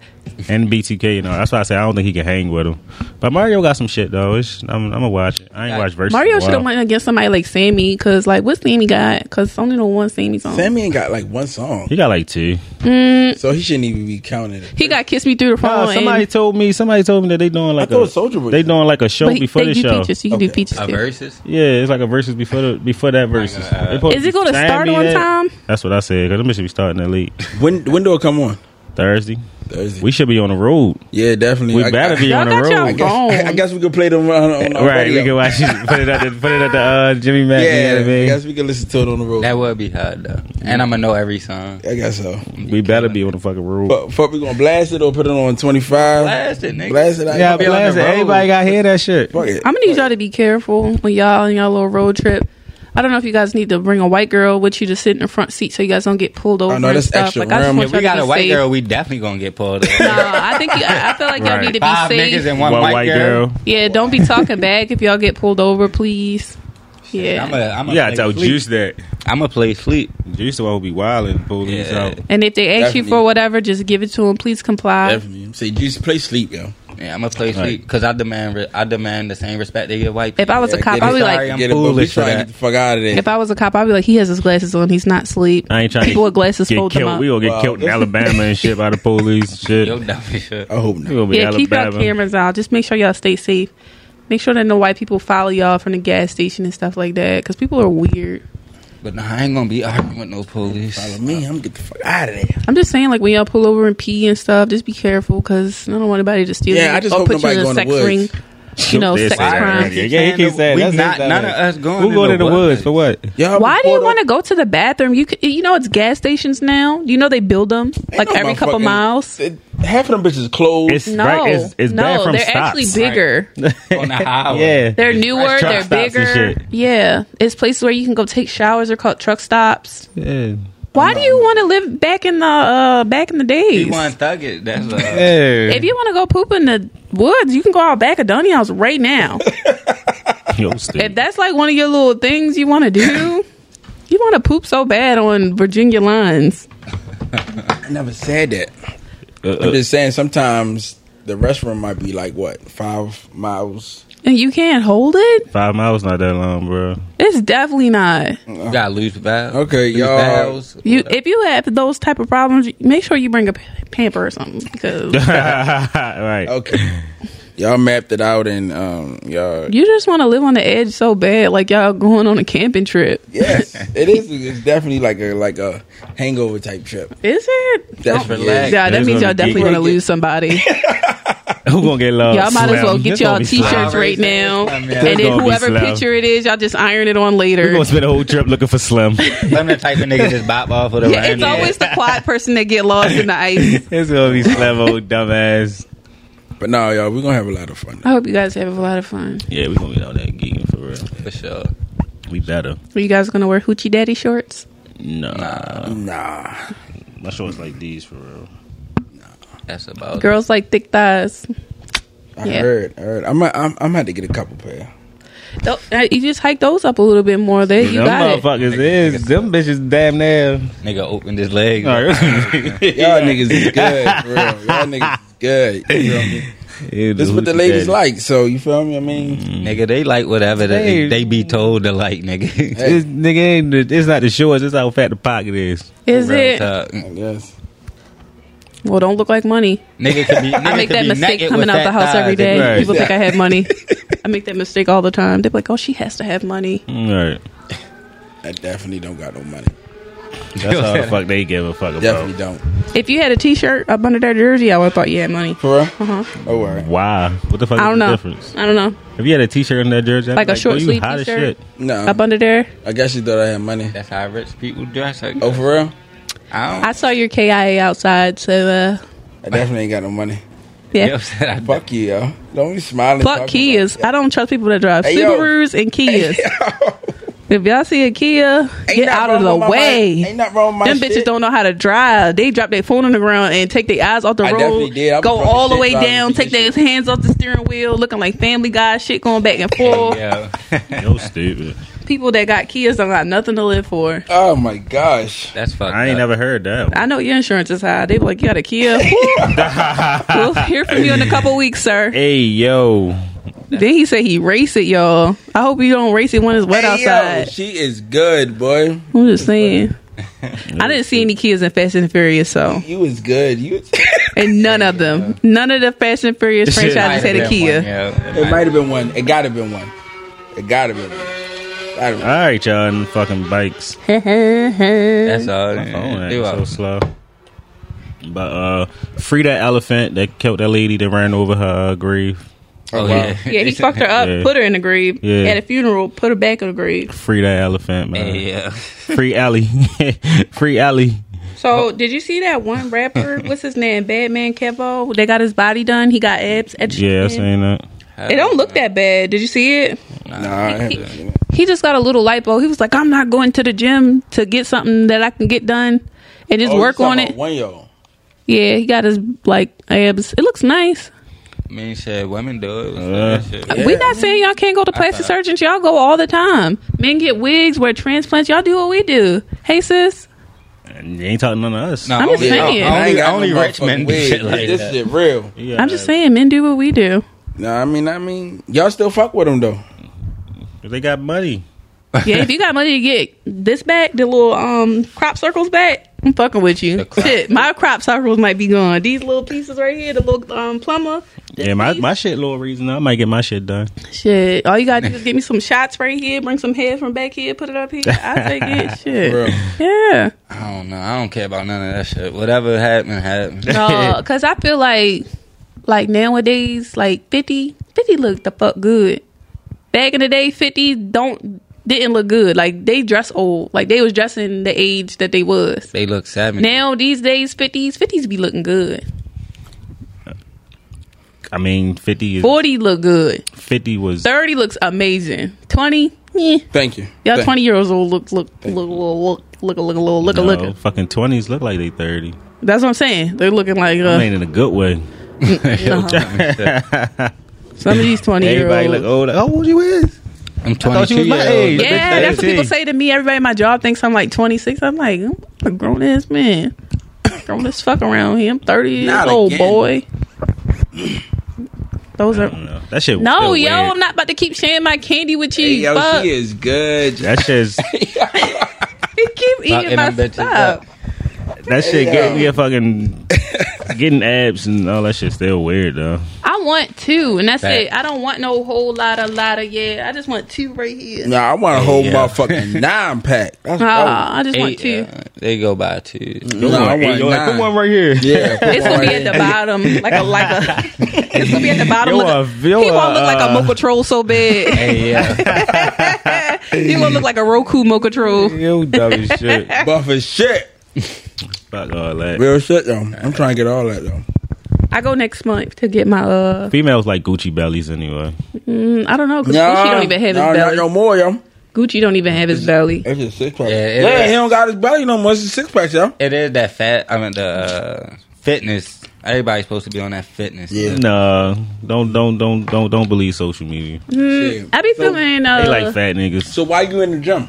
Speaker 1: and BTK, you know. That's why I say I don't think he can hang with him. But Mario got some shit though. It's, I'm, I'm gonna watch it. I ain't
Speaker 5: Yeah.
Speaker 1: watched versus. in
Speaker 2: Mario
Speaker 1: a
Speaker 2: should have
Speaker 1: while.
Speaker 2: went against somebody like Sammy, cause like what's Sammy got? Cause only the one Sammy song.
Speaker 3: Sammy ain't got like one song,
Speaker 1: He got like two.
Speaker 3: so he shouldn't even be counted.
Speaker 2: He got kiss me through the phone.
Speaker 1: Oh, somebody
Speaker 2: and,
Speaker 1: told me. Somebody told me that they doing like
Speaker 3: thought
Speaker 1: a
Speaker 3: Soulja Boy
Speaker 1: They
Speaker 3: did.
Speaker 1: doing like a show
Speaker 2: but he,
Speaker 1: before
Speaker 2: they
Speaker 1: the
Speaker 2: do
Speaker 1: show.
Speaker 2: features. So you can do
Speaker 3: Okay.
Speaker 2: features.
Speaker 5: A
Speaker 2: too.
Speaker 5: verses?
Speaker 1: Yeah, it's like a versus before the before that versus.
Speaker 5: uh,
Speaker 1: They supposed
Speaker 2: Is
Speaker 1: to
Speaker 2: it gonna
Speaker 1: slam
Speaker 2: start
Speaker 1: me
Speaker 2: on
Speaker 1: that.
Speaker 2: time?
Speaker 1: That's what I said. Cause them bitches be starting at late
Speaker 3: When when do it come on?
Speaker 1: Thursday.
Speaker 3: Thursday.
Speaker 1: We should be on the road.
Speaker 3: yeah, definitely.
Speaker 1: We
Speaker 3: I-
Speaker 1: better
Speaker 3: I-
Speaker 1: be
Speaker 2: Y'all
Speaker 1: on the
Speaker 2: got y'all
Speaker 1: road.
Speaker 3: I guess,
Speaker 2: Wrong.
Speaker 3: I guess we could play them on, on our
Speaker 1: Right, we
Speaker 3: radio.
Speaker 1: can watch it. Put it at the put it at the uh, Jimmy Mac.
Speaker 3: Yeah,
Speaker 1: you know what I
Speaker 3: I
Speaker 1: mean?
Speaker 3: guess we could listen to it on the road.
Speaker 5: That would be hard though. And I'm gonna know every song.
Speaker 3: I guess so.
Speaker 1: we better be on the fucking road.
Speaker 3: But fuck, we gonna blast it or put it on twenty five.
Speaker 5: Blast it, nigga.
Speaker 3: Blast it. out.
Speaker 1: Yeah,
Speaker 5: be on the
Speaker 1: blast it.
Speaker 5: road.
Speaker 1: Everybody got to hear that shit.
Speaker 3: Fuck it.
Speaker 2: I'm gonna need y'all to be careful when y'all on y'all little road trip. I don't know if you guys need to bring a white girl with you to sit in the front seat so you guys don't get pulled over
Speaker 3: know,
Speaker 2: and
Speaker 3: Oh, that's
Speaker 2: stuff.
Speaker 3: extra
Speaker 2: like I just
Speaker 3: room.
Speaker 2: want
Speaker 5: If
Speaker 2: y'all
Speaker 5: we got
Speaker 2: to
Speaker 5: a
Speaker 2: be
Speaker 5: white
Speaker 2: safe.
Speaker 5: girl, we definitely gonna get pulled. up.
Speaker 2: No, I think you, I, I feel like y'all
Speaker 1: Right.
Speaker 2: need to be
Speaker 5: Five
Speaker 2: safe.
Speaker 5: niggas and one, white, girl.
Speaker 2: Yeah, don't be talking back if y'all get pulled over, please. Yeah.
Speaker 5: I'm a, I'm a
Speaker 1: You gotta tell
Speaker 5: play sleep.
Speaker 1: Juice that
Speaker 5: I'm gonna play sleep.
Speaker 1: Juice the one who be wild and police
Speaker 5: Yeah.
Speaker 1: out.
Speaker 2: and if they ask you
Speaker 3: Definitely.
Speaker 2: for whatever, just give it to them. Please comply.
Speaker 3: Definitely. Say, juice, play sleep, yo.
Speaker 5: Yeah, I'm gonna play
Speaker 1: Right.
Speaker 5: sleep because I demand re- I demand the same respect they give white.
Speaker 2: If I was a
Speaker 3: Yeah,
Speaker 2: cop,
Speaker 3: get it.
Speaker 2: I'd be
Speaker 5: Sorry,
Speaker 2: like,
Speaker 5: I'm
Speaker 3: Get it, but we
Speaker 5: foolish for
Speaker 3: trying to
Speaker 5: that.
Speaker 3: get the fuck out of there.
Speaker 2: if I was a cop, I'd be like, he has his glasses on. He's not asleep.
Speaker 1: I ain't trying
Speaker 2: People
Speaker 1: to
Speaker 2: with glasses
Speaker 1: get
Speaker 2: fold them
Speaker 1: killed.
Speaker 2: up.
Speaker 1: We gonna get
Speaker 3: Wow.
Speaker 1: killed in Alabama and shit by the police. and Shit,
Speaker 5: Yo, dumb as shit.
Speaker 3: I hope
Speaker 1: we
Speaker 3: not.
Speaker 1: gonna be
Speaker 2: Yeah, keep y'all
Speaker 1: Alabama.
Speaker 2: cameras out. Just make sure y'all stay safe. Make sure that no white people follow y'all from the gas station and stuff like that because people are weird.
Speaker 5: But nah, I ain't gonna be arguing with no police.
Speaker 3: Follow me. I'm gonna get the fuck out of there.
Speaker 2: I'm just saying, like when y'all pull over and pee and stuff, just be careful because I don't want anybody to steal.
Speaker 3: Yeah,
Speaker 2: you
Speaker 3: I just
Speaker 2: or
Speaker 3: hope
Speaker 2: put you
Speaker 3: nobody
Speaker 2: in
Speaker 3: go
Speaker 2: a
Speaker 3: in the
Speaker 2: sex
Speaker 3: woods.
Speaker 2: ring. You know,
Speaker 1: They
Speaker 2: sex
Speaker 1: said that.
Speaker 2: crimes.
Speaker 1: Yeah, he keeps saying
Speaker 5: We
Speaker 1: that's
Speaker 5: not-
Speaker 1: that's
Speaker 5: none of
Speaker 1: like-
Speaker 5: us going
Speaker 1: Who
Speaker 5: in
Speaker 1: going
Speaker 5: the
Speaker 1: in the woods for what?
Speaker 3: Y'all
Speaker 2: Why do you
Speaker 3: pulled
Speaker 2: want to
Speaker 3: up-
Speaker 2: go to the bathroom? You c you know it's gas stations now. You know they build them like
Speaker 3: Ain't no
Speaker 2: every couple
Speaker 3: motherfucking-
Speaker 2: miles.
Speaker 3: It- Half of them bitches closed.
Speaker 1: It's
Speaker 2: No,
Speaker 1: right. It's, it's
Speaker 2: no,
Speaker 1: bad from
Speaker 2: they're
Speaker 1: stops.
Speaker 2: actually bigger.
Speaker 5: on the highway.
Speaker 1: Yeah,
Speaker 2: They're newer.
Speaker 5: truck
Speaker 2: They're
Speaker 1: stops and
Speaker 2: bigger.
Speaker 1: shit.
Speaker 2: Yeah, it's places where you can go take showers. They're called truck stops.
Speaker 1: yeah.
Speaker 2: Why do you want to live back in the uh, back in the days?
Speaker 5: He want thug it. That's a,
Speaker 1: Hey.
Speaker 2: if you want to go poop in the woods, you can go out back of Dunny House right now.
Speaker 1: Yo, stupid.
Speaker 2: if that's like one of your little things you want to do, you want to poop so bad on Virginia lines.
Speaker 3: I never said that.
Speaker 1: Uh,
Speaker 3: I'm
Speaker 1: uh,
Speaker 3: just saying sometimes the restroom might be like what five miles.
Speaker 2: And you can't hold it?
Speaker 1: Five miles not that long, bro.
Speaker 2: It's definitely not.
Speaker 1: Oh.
Speaker 5: you got loose valves.
Speaker 3: Okay,
Speaker 5: loose
Speaker 3: y'all-
Speaker 5: valves.
Speaker 2: You if you have those type of problems, make sure you bring a p- pamper or something because
Speaker 1: right.
Speaker 3: Okay, y'all mapped it out and um y'all.
Speaker 2: you just want to live on the edge so bad like y'all going on a camping trip.
Speaker 3: Yes, it is. It's definitely like a like a hangover type trip.
Speaker 2: Is it?
Speaker 3: That's
Speaker 2: Don't-
Speaker 5: relaxed.
Speaker 2: Yeah, that
Speaker 1: It's
Speaker 2: means
Speaker 1: gonna
Speaker 2: y'all
Speaker 1: be
Speaker 2: definitely
Speaker 1: deep.
Speaker 2: want to lose somebody.
Speaker 1: Who gonna get love?
Speaker 2: y'all might as well
Speaker 1: Slim.
Speaker 2: get
Speaker 1: It's
Speaker 2: y'all
Speaker 1: gonna be Slim.
Speaker 2: t-shirts right
Speaker 5: Slim.
Speaker 2: now,
Speaker 5: Slim, yeah.
Speaker 2: and
Speaker 1: It's
Speaker 2: then
Speaker 1: gonna be
Speaker 2: whoever
Speaker 1: Slim.
Speaker 2: picture it is, y'all just iron it on
Speaker 1: We
Speaker 2: later.
Speaker 1: gonna spend a whole trip looking for Slim.
Speaker 5: I'm the type of nigga just bop off with a
Speaker 2: Yeah, it's
Speaker 5: random.
Speaker 2: always the quiet person that get lost in the ice.
Speaker 1: it's gonna be Slim, old dumbass.
Speaker 3: But no, y'all, we're gonna have a lot of fun.
Speaker 2: I hope you guys have a lot of fun.
Speaker 1: Yeah, we gonna be out there geeking for real.
Speaker 5: for sure.
Speaker 1: We better.
Speaker 2: Are you guys gonna wear hoochie daddy shorts?
Speaker 1: No,
Speaker 2: Oh.
Speaker 3: Nah,
Speaker 1: my shorts like these for real.
Speaker 5: That's about
Speaker 2: Girls like thick thighs.
Speaker 3: I
Speaker 2: Yeah.
Speaker 3: heard, I heard. I'm I'm I'm had to get a couple pair.
Speaker 2: Tho- uh, You just hike those up a little bit more. There, you
Speaker 1: them
Speaker 2: got it.
Speaker 1: motherfuckers is them bitches damn near.
Speaker 5: it. Nigga opened his legs.
Speaker 1: All right.
Speaker 3: Y'all niggas is good, for real. Y'all niggas is good. You feel me? This what the ladies like. So you feel me? I
Speaker 2: Mm-hmm.
Speaker 3: mean,
Speaker 5: Nigga, they like whatever they,
Speaker 1: Hey.
Speaker 5: they be told to like, nigga.
Speaker 1: This nigga, ain't the- it's not the shorts. It's how fat the pocket is.
Speaker 2: Is
Speaker 5: Real
Speaker 2: it?
Speaker 5: talk.
Speaker 3: I guess.
Speaker 2: Well, don't look like money.
Speaker 5: Nigga could be. Nigga
Speaker 2: I make
Speaker 5: could
Speaker 2: that
Speaker 5: be
Speaker 2: mistake
Speaker 5: naked
Speaker 2: coming
Speaker 5: with
Speaker 2: out the
Speaker 5: fat
Speaker 2: house
Speaker 5: thighs.
Speaker 2: every day.
Speaker 1: Right.
Speaker 2: People think I have money. I make that mistake all the time. They're like, "Oh, she has to have money."
Speaker 1: All right,
Speaker 3: I definitely don't got no money.
Speaker 1: that's all the fuck they give a fuck about.
Speaker 3: Definitely don't.
Speaker 2: If you had a T-shirt up under that jersey, I would have thought you had money.
Speaker 3: For real?
Speaker 2: Uh-huh.
Speaker 3: Oh, all right.
Speaker 1: Why? What the fuck
Speaker 2: I
Speaker 1: is
Speaker 2: don't
Speaker 1: the
Speaker 2: know.
Speaker 1: difference?
Speaker 2: I don't know.
Speaker 1: If you had a T-shirt in that jersey, I'd be
Speaker 2: Like a
Speaker 1: "Boy,
Speaker 2: short
Speaker 1: you
Speaker 2: sleeve
Speaker 1: hot as
Speaker 2: T-shirt?
Speaker 1: shit.
Speaker 3: No.
Speaker 2: Up under there,
Speaker 3: I guess you thought I had money.
Speaker 5: That's how rich people dress. I
Speaker 3: Oh,
Speaker 5: guess.
Speaker 3: for real?
Speaker 5: I
Speaker 2: I
Speaker 5: don't.
Speaker 2: saw your KIA outside. So uh,
Speaker 3: I definitely ain't got no money.
Speaker 2: yeah.
Speaker 5: You know what I'm saying? I-
Speaker 3: Fuck you, yo. Don't be smiling.
Speaker 2: Fuck Kias. I don't trust people that drive
Speaker 3: Hey, yo.
Speaker 2: Subarus and Kias. If y'all see a Kia, get out of the way.
Speaker 3: Ain't nothing wrong with my
Speaker 2: Them bitches
Speaker 3: shit.
Speaker 2: don't know how to drive. They drop their phone on the ground and take their eyes off the
Speaker 3: I definitely
Speaker 2: road,
Speaker 3: did. I was
Speaker 2: go
Speaker 3: drunk
Speaker 2: all
Speaker 3: as
Speaker 2: the
Speaker 3: shit
Speaker 2: way
Speaker 3: driving
Speaker 2: down,
Speaker 3: to
Speaker 2: take their
Speaker 3: this
Speaker 2: hands off the steering wheel, looking like Family Guy shit going back and forth.
Speaker 5: Yeah.
Speaker 1: Yo, stupid.
Speaker 2: People that got Kias don't got nothing to live for.
Speaker 3: Oh my gosh.
Speaker 5: That's fucked
Speaker 1: I ain't
Speaker 5: up.
Speaker 1: never heard that. One.
Speaker 2: I know your insurance is high. They be like, you got a Kia. we'll hear from you in a couple weeks, sir.
Speaker 1: Hey yo,
Speaker 2: Then he said he race it, y'all. I hope you don't race it when it's wet
Speaker 3: Hey, yo,
Speaker 2: outside.
Speaker 3: she is good, boy.
Speaker 2: I'm just saying. I didn't see any kids in Fast and Furious, so
Speaker 3: You is good. You. Was
Speaker 2: and none of them, none of the Fast and Furious franchises had a Kia.
Speaker 3: it might have been one. It gotta been one. It gotta been one. Gotta
Speaker 1: all
Speaker 3: been.
Speaker 1: right, y'all, and fucking bikes.
Speaker 5: That's all.
Speaker 1: My phone
Speaker 5: They
Speaker 1: acting so
Speaker 5: were-
Speaker 1: slow. But uh, free that elephant that killed that lady that ran over her uh, grave.
Speaker 5: Oh,
Speaker 3: wow.
Speaker 5: yeah.
Speaker 2: Yeah, he fucked her up,
Speaker 1: Yeah.
Speaker 2: put her in the grave
Speaker 1: Yeah.
Speaker 2: at a funeral, put her back in the grave.
Speaker 1: Free that elephant, man.
Speaker 5: Yeah.
Speaker 1: Free Alley. free Alley. Oh.
Speaker 2: So, did you see that one rapper? What's his name? Badman Kevo. They got his body done. He got abs. etched
Speaker 1: Yeah, I
Speaker 2: in.
Speaker 1: seen that.
Speaker 2: It don't look that bad. Did you see it?
Speaker 3: Nah, I haven't seen it.
Speaker 2: He just got a little lipo. He was like, "I'm not going to the gym to get something that I can get done and just
Speaker 3: Oh, you
Speaker 2: work
Speaker 3: talking
Speaker 2: on
Speaker 3: about
Speaker 2: it."
Speaker 3: One yo.
Speaker 2: Yeah, he got his like abs. It looks nice.
Speaker 5: mean shit. Women do it.
Speaker 1: Uh.
Speaker 5: Shit.
Speaker 2: We're not saying y'all can't go to plastic surgeons. Y'all go all the time. Men get wigs, wear transplants. Y'all do what we do. Hey, sis.
Speaker 1: And you ain't talking none of us.
Speaker 5: No,
Speaker 2: I'm just
Speaker 5: only-
Speaker 2: saying.
Speaker 5: Only,
Speaker 3: I ain't got
Speaker 5: only
Speaker 3: no
Speaker 5: rich men do
Speaker 3: motherfucking wig.
Speaker 5: shit like
Speaker 3: This
Speaker 5: that.
Speaker 3: shit real.
Speaker 1: Yeah,
Speaker 2: I'm just saying, men do what we do.
Speaker 3: Nah, I mean, I mean, y'all still fuck with them though.
Speaker 1: They got money.
Speaker 2: Yeah, if you got money to get this back, the little um crop circles back, I'm fucking with you.
Speaker 5: crop-
Speaker 2: Shit, my crop circles might be gone. These little pieces right here, the little um plumber. this
Speaker 1: Yeah, my,
Speaker 2: piece.
Speaker 1: my shit low reason. I might get my shit done.
Speaker 2: shit. All you gotta do is get me some shots right here, bring some hair from back here, put it up here. I take it. Shit.
Speaker 3: Bro.
Speaker 2: Yeah.
Speaker 5: I don't know. I don't care about none of that shit. Whatever happened, happened.
Speaker 2: No, because I feel like like nowadays, like 50, 50 look the fuck good. Back in the day, 50 don't didn't look good. Like they dress old. Like they was dressing the age that they was.
Speaker 5: they look savage.
Speaker 2: Now these days, 50s, 50s be looking good.
Speaker 1: I mean, 50, is,
Speaker 2: 40 look good.
Speaker 1: 50 was.
Speaker 2: 30 looks amazing. 20, eh.
Speaker 3: Thank you.
Speaker 2: Y'all
Speaker 3: Thank-
Speaker 2: 20 year olds old look look look look look look look look look
Speaker 1: no,
Speaker 2: look.
Speaker 1: fucking 20s look like they 30.
Speaker 2: That's what I'm saying. They're looking like
Speaker 1: I
Speaker 2: uh,
Speaker 1: mean, in a good way.
Speaker 2: some of these 20 year
Speaker 1: Everybody
Speaker 2: olds.
Speaker 1: look old. Like, oh, what you is?
Speaker 5: I'm 22
Speaker 1: thought you was my
Speaker 5: years
Speaker 1: age.
Speaker 5: old.
Speaker 2: Yeah, that's what people
Speaker 1: 18.
Speaker 2: say to me. Everybody at my job thinks I'm like 26. I'm like, I'm a grown ass man. Grown as fuck around here. I'm 30 years
Speaker 3: Not
Speaker 2: old,
Speaker 3: again.
Speaker 2: boy. Those
Speaker 1: I
Speaker 2: are.
Speaker 1: don't know. That shit. was
Speaker 2: No,
Speaker 1: still
Speaker 2: yo,
Speaker 1: weird.
Speaker 2: I'm not about to keep sharing my candy with you.
Speaker 3: Hey, yo,
Speaker 2: fuck.
Speaker 3: she is good.
Speaker 1: That shit's
Speaker 2: He keep eating
Speaker 5: Fucking
Speaker 2: my
Speaker 5: them bitches
Speaker 2: stuff.
Speaker 5: up.
Speaker 1: that shit getting me a fucking getting abs and all that shit still weird though.
Speaker 2: I want two, and that's
Speaker 5: Back.
Speaker 2: it. I don't want no whole lot of lot of yeah. I just want two right here.
Speaker 3: Nah, I want a whole
Speaker 5: Yeah.
Speaker 3: motherfucking nine pack. That's
Speaker 1: Oh,
Speaker 2: Nah, Ah, I just want
Speaker 5: Eight,
Speaker 2: two.
Speaker 5: uh, they go by two.
Speaker 3: no, I want
Speaker 1: Yo,
Speaker 3: nine.
Speaker 1: come on right here.
Speaker 3: Yeah,
Speaker 1: uh,
Speaker 3: come
Speaker 2: It's gonna
Speaker 3: on
Speaker 2: be
Speaker 3: right
Speaker 2: at the
Speaker 3: here.
Speaker 2: bottom, like a like a. It's gonna be at the bottom.
Speaker 1: Yo,
Speaker 2: look,
Speaker 1: uh, yo,
Speaker 2: he won't look like a
Speaker 1: uh,
Speaker 2: mocha troll so bad.
Speaker 5: Hey, yeah.
Speaker 2: you gonna look like a Roku mocha troll.
Speaker 1: You dumb as shit.
Speaker 3: But for shit,
Speaker 1: Fuck all that.
Speaker 3: real shit though. I'm trying to get all that though.
Speaker 2: I go next month to get my uh.
Speaker 1: Females like Gucci bellies anyway.
Speaker 2: mm, I don't know because
Speaker 3: Nah,
Speaker 2: Gucci don't even have his
Speaker 3: nah,
Speaker 2: belly.
Speaker 3: Not no more, yo.
Speaker 2: Gucci don't even have his belly.
Speaker 3: That's his six pack.
Speaker 5: Yeah,
Speaker 3: Yeah,
Speaker 5: it is.
Speaker 3: he don't got his belly no more. It's his six pack, yo.
Speaker 5: it is that fat. I mean, the uh, fitness. Everybody's supposed to be on that fitness.
Speaker 3: Yeah.
Speaker 1: Nah, don't don't don't don't don't believe social media.
Speaker 3: Shit.
Speaker 2: Mm, I be
Speaker 3: So-
Speaker 2: feeling uh.
Speaker 1: They like fat niggas.
Speaker 3: So why you in the gym?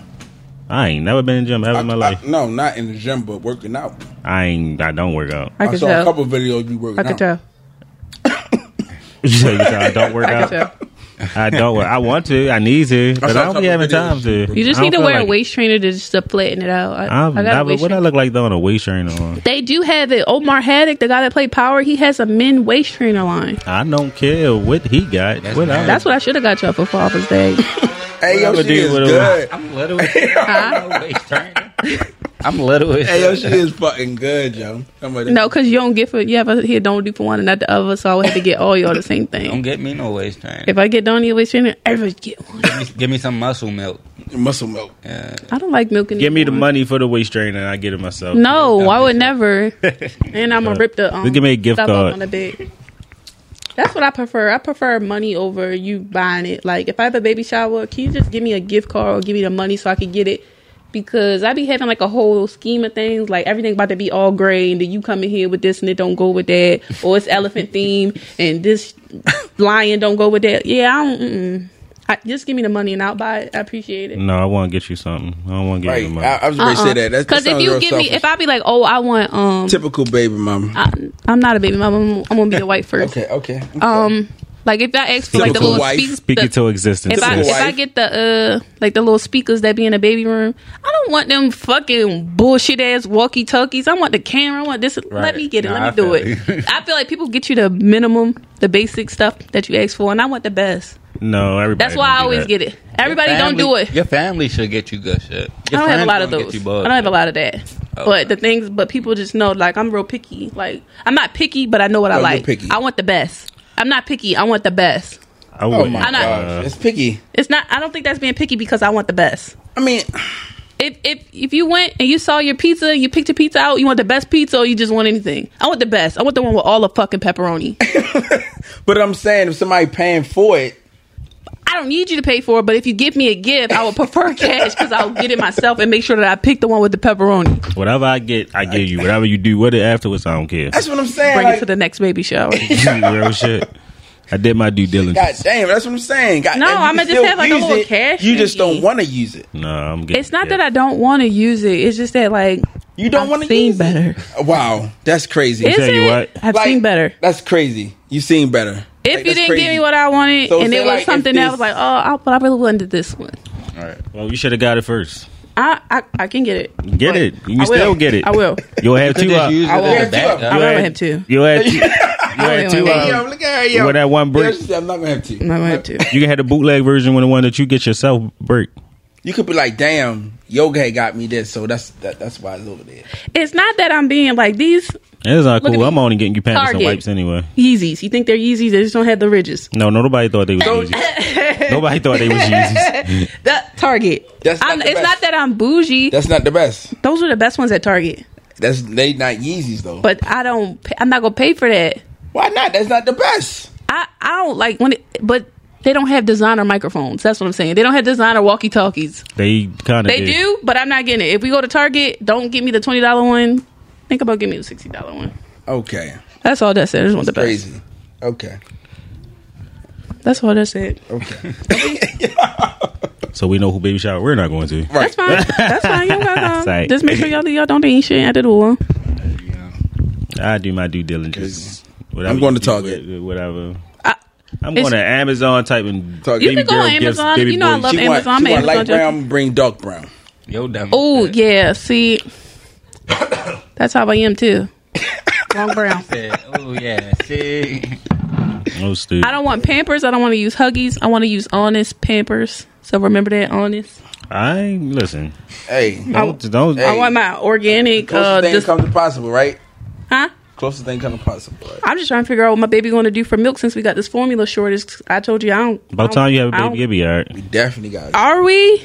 Speaker 1: I ain't never been in gym ever
Speaker 3: I-
Speaker 1: in my
Speaker 3: I-
Speaker 1: life.
Speaker 3: no, not in the gym, but working out.
Speaker 1: I ain't. I don't work out.
Speaker 2: I
Speaker 3: I,
Speaker 2: could
Speaker 3: saw a
Speaker 2: tell.
Speaker 3: couple videos you working
Speaker 2: I could tell.
Speaker 3: out.
Speaker 1: So you said I don't work
Speaker 2: I can
Speaker 1: out.
Speaker 2: tell.
Speaker 1: I don't. work. I want to. I need to, but I
Speaker 3: saw a
Speaker 1: don't be
Speaker 3: couple
Speaker 1: having
Speaker 3: videos.
Speaker 1: time to.
Speaker 2: You just
Speaker 1: I don't
Speaker 2: need to
Speaker 1: feel
Speaker 2: wear
Speaker 1: like
Speaker 2: a waist trainer to just to flatten it out. I,
Speaker 1: I'm
Speaker 2: I got a
Speaker 1: not,
Speaker 2: waist
Speaker 1: what I
Speaker 2: trainer.
Speaker 1: look like though on a waist trainer on.
Speaker 2: They do have it. Omar Haddock, the guy that played Power, he has a men waist trainer line.
Speaker 1: I don't care what he got.
Speaker 5: That's
Speaker 1: what
Speaker 5: mad.
Speaker 1: I,
Speaker 2: That's what I should have got y'all for Father's Day.
Speaker 3: Hey, yo,
Speaker 1: I'ma
Speaker 3: she
Speaker 1: do
Speaker 3: is
Speaker 1: with a-
Speaker 3: good.
Speaker 5: I'm little. I'm little.
Speaker 3: Hey, yo, she is fucking good, yo. Somebody-
Speaker 2: no, because you don't get for you have a he don't do for one and not the other, so I would have to get all y'all the same
Speaker 5: Don't
Speaker 2: thing.
Speaker 5: get me no waist trainer.
Speaker 2: If I get Donnie a waist trainer, everybody get one.
Speaker 5: Give me, give me some muscle milk.
Speaker 3: muscle milk.
Speaker 5: Yeah.
Speaker 2: I don't like milking.
Speaker 1: give me the money for the waist trainer. and I get it myself.
Speaker 2: No, I would never. and I'm gonna rip the. Um,
Speaker 1: Just give me a gift
Speaker 2: stuff up
Speaker 1: card.
Speaker 2: on the bed. That's what I prefer. I prefer money over you buying it. Like if I have a baby shower, can you just give me a gift card or give me the money so I can get it? Because I be having like a whole scheme of things, like everything about to be all gray, and then you come in here with this and it don't go with that, or it's elephant theme and this lion don't go with that. Yeah, I don't. Mm-mm. I, just give me the money and I'll buy it. I appreciate it.
Speaker 1: No, I want to get you something. I don't want to get
Speaker 3: Right.
Speaker 1: you money.
Speaker 3: I, I was going to say that. That's
Speaker 2: Because Uh-uh. if you give me, if I be like, oh, I want um,
Speaker 3: Typical baby mama.
Speaker 2: I, I'm not a baby mama. I'm, I'm gonna be a wife first.
Speaker 3: okay, okay.
Speaker 2: Um, like if I ask for like the
Speaker 1: Typical
Speaker 2: little
Speaker 3: wife.
Speaker 2: speak,
Speaker 1: Speak
Speaker 2: the-
Speaker 1: it to existence.
Speaker 2: if I
Speaker 1: sis.
Speaker 2: if
Speaker 3: Typical
Speaker 2: I
Speaker 3: wife.
Speaker 2: get the uh like the little speakers that be in the baby room, I don't want them fucking bullshit ass walkie talkies. I want the camera. I want this. Let
Speaker 5: Right.
Speaker 2: me get it.
Speaker 5: Nah,
Speaker 2: let me
Speaker 5: I
Speaker 2: do
Speaker 5: feel you.
Speaker 2: it. I feel like people get you the minimum, the basic stuff that you ask for, and I want the best.
Speaker 1: no, everybody.
Speaker 2: That's why I
Speaker 1: don't do
Speaker 2: always
Speaker 1: that.
Speaker 2: get it. Everybody
Speaker 5: Your
Speaker 2: don't do
Speaker 5: family-
Speaker 2: it.
Speaker 5: Your family should get you good shit.
Speaker 2: I
Speaker 5: Your
Speaker 2: don't have a
Speaker 5: friends
Speaker 2: lot of
Speaker 5: gonna get
Speaker 2: those. I
Speaker 5: you
Speaker 2: don't
Speaker 5: bugs,
Speaker 2: have a
Speaker 5: shit.
Speaker 2: lot of that.
Speaker 5: Oh,
Speaker 2: But the things, but people just know like I'm real picky. Like I'm not picky, but I know
Speaker 5: Oh,
Speaker 2: what I
Speaker 3: No, you're
Speaker 2: like.
Speaker 3: picky.
Speaker 2: I want the best. I'm not picky. I want the best.
Speaker 1: I
Speaker 3: oh,
Speaker 1: wouldn't. Uh,
Speaker 3: my
Speaker 2: I know.
Speaker 3: gosh. It's picky.
Speaker 2: It's not. I don't think that's being picky because I want the best.
Speaker 3: I mean,
Speaker 2: If if if you went and you saw your pizza, you picked your pizza out. You want the best pizza, or you just want anything? I want the best. I want the one with all the fucking pepperoni.
Speaker 3: but I'm saying if somebody paying for it,
Speaker 2: I don't need you to pay for it, but if you give me a gift, I would prefer cash because I'll get it myself and make sure that I pick the one with the pepperoni.
Speaker 1: Whatever I get, I give you. Whatever you do with it afterwards, I don't care.
Speaker 3: that's what I'm saying.
Speaker 2: Bring
Speaker 3: like,
Speaker 2: it to the next baby shower.
Speaker 1: Real shit. I did my due diligence.
Speaker 3: God damn, that's what I'm saying. God,
Speaker 2: No,
Speaker 3: and you
Speaker 2: I'ma
Speaker 3: can
Speaker 2: just
Speaker 3: still
Speaker 2: have, like, a
Speaker 3: use
Speaker 2: little
Speaker 3: it,
Speaker 2: cash
Speaker 3: You just
Speaker 2: thingy.
Speaker 3: don't want to use it.
Speaker 1: No, I'm getting.
Speaker 2: It's not that I don't want to use it. It's just that like
Speaker 3: You don't
Speaker 2: I've
Speaker 3: want to
Speaker 2: seen
Speaker 3: use it.
Speaker 2: better.
Speaker 3: Wow, that's crazy.
Speaker 2: Is
Speaker 1: tell you
Speaker 2: it?
Speaker 1: what.
Speaker 2: I've
Speaker 3: Like,
Speaker 2: seen better.
Speaker 3: That's crazy. You've seen better.
Speaker 2: If
Speaker 3: Like,
Speaker 2: you
Speaker 3: that's
Speaker 2: didn't
Speaker 3: crazy.
Speaker 2: give me what I wanted
Speaker 3: So
Speaker 2: and
Speaker 3: say,
Speaker 2: it was
Speaker 3: like, if
Speaker 2: something that I
Speaker 3: this-
Speaker 2: was like, oh, I, but I really wanted this one.
Speaker 1: Well, you should have got it first.
Speaker 2: I I, I can get it.
Speaker 1: Get
Speaker 2: But
Speaker 1: it. You
Speaker 2: I
Speaker 1: can still
Speaker 2: will.
Speaker 1: get it.
Speaker 2: I will.
Speaker 1: You'll have
Speaker 5: Could
Speaker 1: two.
Speaker 5: just
Speaker 1: Uh,
Speaker 5: use it
Speaker 2: I will.
Speaker 5: as a
Speaker 3: Yeah,
Speaker 5: back
Speaker 3: too.
Speaker 2: I
Speaker 1: you'll
Speaker 2: will
Speaker 1: have-
Speaker 2: have two.
Speaker 1: You'll have two. You had
Speaker 2: Wait,
Speaker 1: two.
Speaker 2: wait,
Speaker 3: Hey, yo,
Speaker 1: Um,
Speaker 3: look at her, yo.
Speaker 1: with that one
Speaker 3: Yeah,
Speaker 1: brick.
Speaker 3: she said, I'm not gonna have to.
Speaker 2: I'm gonna have two.
Speaker 1: you can have the bootleg version with the one that you get yourself brick.
Speaker 3: You could be like, damn, yoga got me this, so that's that, that's why it's over there.
Speaker 2: It's not that I'm being like these
Speaker 1: It's not
Speaker 2: Look at
Speaker 1: cool.
Speaker 2: me.
Speaker 1: I'm only getting you pants and
Speaker 2: Target.
Speaker 1: wipes anyway.
Speaker 2: Yeezys. You think they're Yeezys? They just don't have the ridges.
Speaker 1: No, nobody thought they was Yeezys. nobody thought they was Yeezys.
Speaker 2: The Target.
Speaker 3: That's not
Speaker 2: I'm-
Speaker 3: the
Speaker 2: it's
Speaker 3: best.
Speaker 2: not that I'm bougie.
Speaker 3: That's not the best.
Speaker 2: Those are the best ones at Target.
Speaker 3: That's they not Yeezys though.
Speaker 2: But I don't. pay- I'm not gonna pay for that.
Speaker 3: why not? That's not the best.
Speaker 2: I, I don't like when it, but they don't have designer microphones. That's what I'm saying. They don't have designer walkie talkies.
Speaker 1: They kind of
Speaker 2: They do, but I'm not getting it. If we go to Target, don't give me the twenty dollar one. Think about giving me the sixty dollar one.
Speaker 3: Okay,
Speaker 2: That's all that said. I just want the best.
Speaker 3: crazy. Okay,
Speaker 2: That's all that said.
Speaker 3: okay.
Speaker 1: So we know who baby shower we're not going to.
Speaker 2: That's fine. That's fine. You don't gotta come.
Speaker 1: That's right.
Speaker 2: Just make sure y'all y'all don't do any shit at the door.
Speaker 1: I do my due diligence. Whatever
Speaker 3: I'm going
Speaker 1: you
Speaker 3: to
Speaker 1: do,
Speaker 3: Target.
Speaker 1: wh- Whatever.
Speaker 2: I-
Speaker 1: I'm
Speaker 2: It's-
Speaker 1: going to Amazon type and
Speaker 3: Target. You
Speaker 1: baby
Speaker 2: can go
Speaker 1: girl
Speaker 2: on
Speaker 1: gifts,
Speaker 2: Amazon.
Speaker 1: baby
Speaker 2: You know I
Speaker 1: boy
Speaker 2: love
Speaker 3: She
Speaker 1: gifts.
Speaker 3: want,
Speaker 2: Amazon,
Speaker 3: she want
Speaker 2: Amazon
Speaker 3: light
Speaker 2: dress.
Speaker 3: brown, I'm bring dark brown.
Speaker 5: Yo, dumb.
Speaker 2: Oh
Speaker 5: shit.
Speaker 2: yeah. See, that's how I am too. Long brown.
Speaker 5: Said, Oh yeah. See.
Speaker 1: Oh, stupid.
Speaker 2: I don't want Pampers. I don't want to use Huggies. I want to use Honest Pampers. So remember that Honest.
Speaker 1: I ain't listen.
Speaker 3: Hey,
Speaker 1: Don't don't.
Speaker 2: I want my organic.
Speaker 3: closest
Speaker 2: Uh,
Speaker 3: thing
Speaker 2: dis-
Speaker 3: come to possible, right?
Speaker 2: huh?
Speaker 3: Closest thing come to possible. Right?
Speaker 2: I'm just trying to figure out what my baby going to do for milk since we got this formula shortage. 'Cause I told you I don't. I
Speaker 1: By the
Speaker 2: don't-
Speaker 1: time you have a
Speaker 2: I
Speaker 1: baby,
Speaker 2: don't-
Speaker 1: you'll be all right.
Speaker 3: We definitely got. it.
Speaker 2: are we?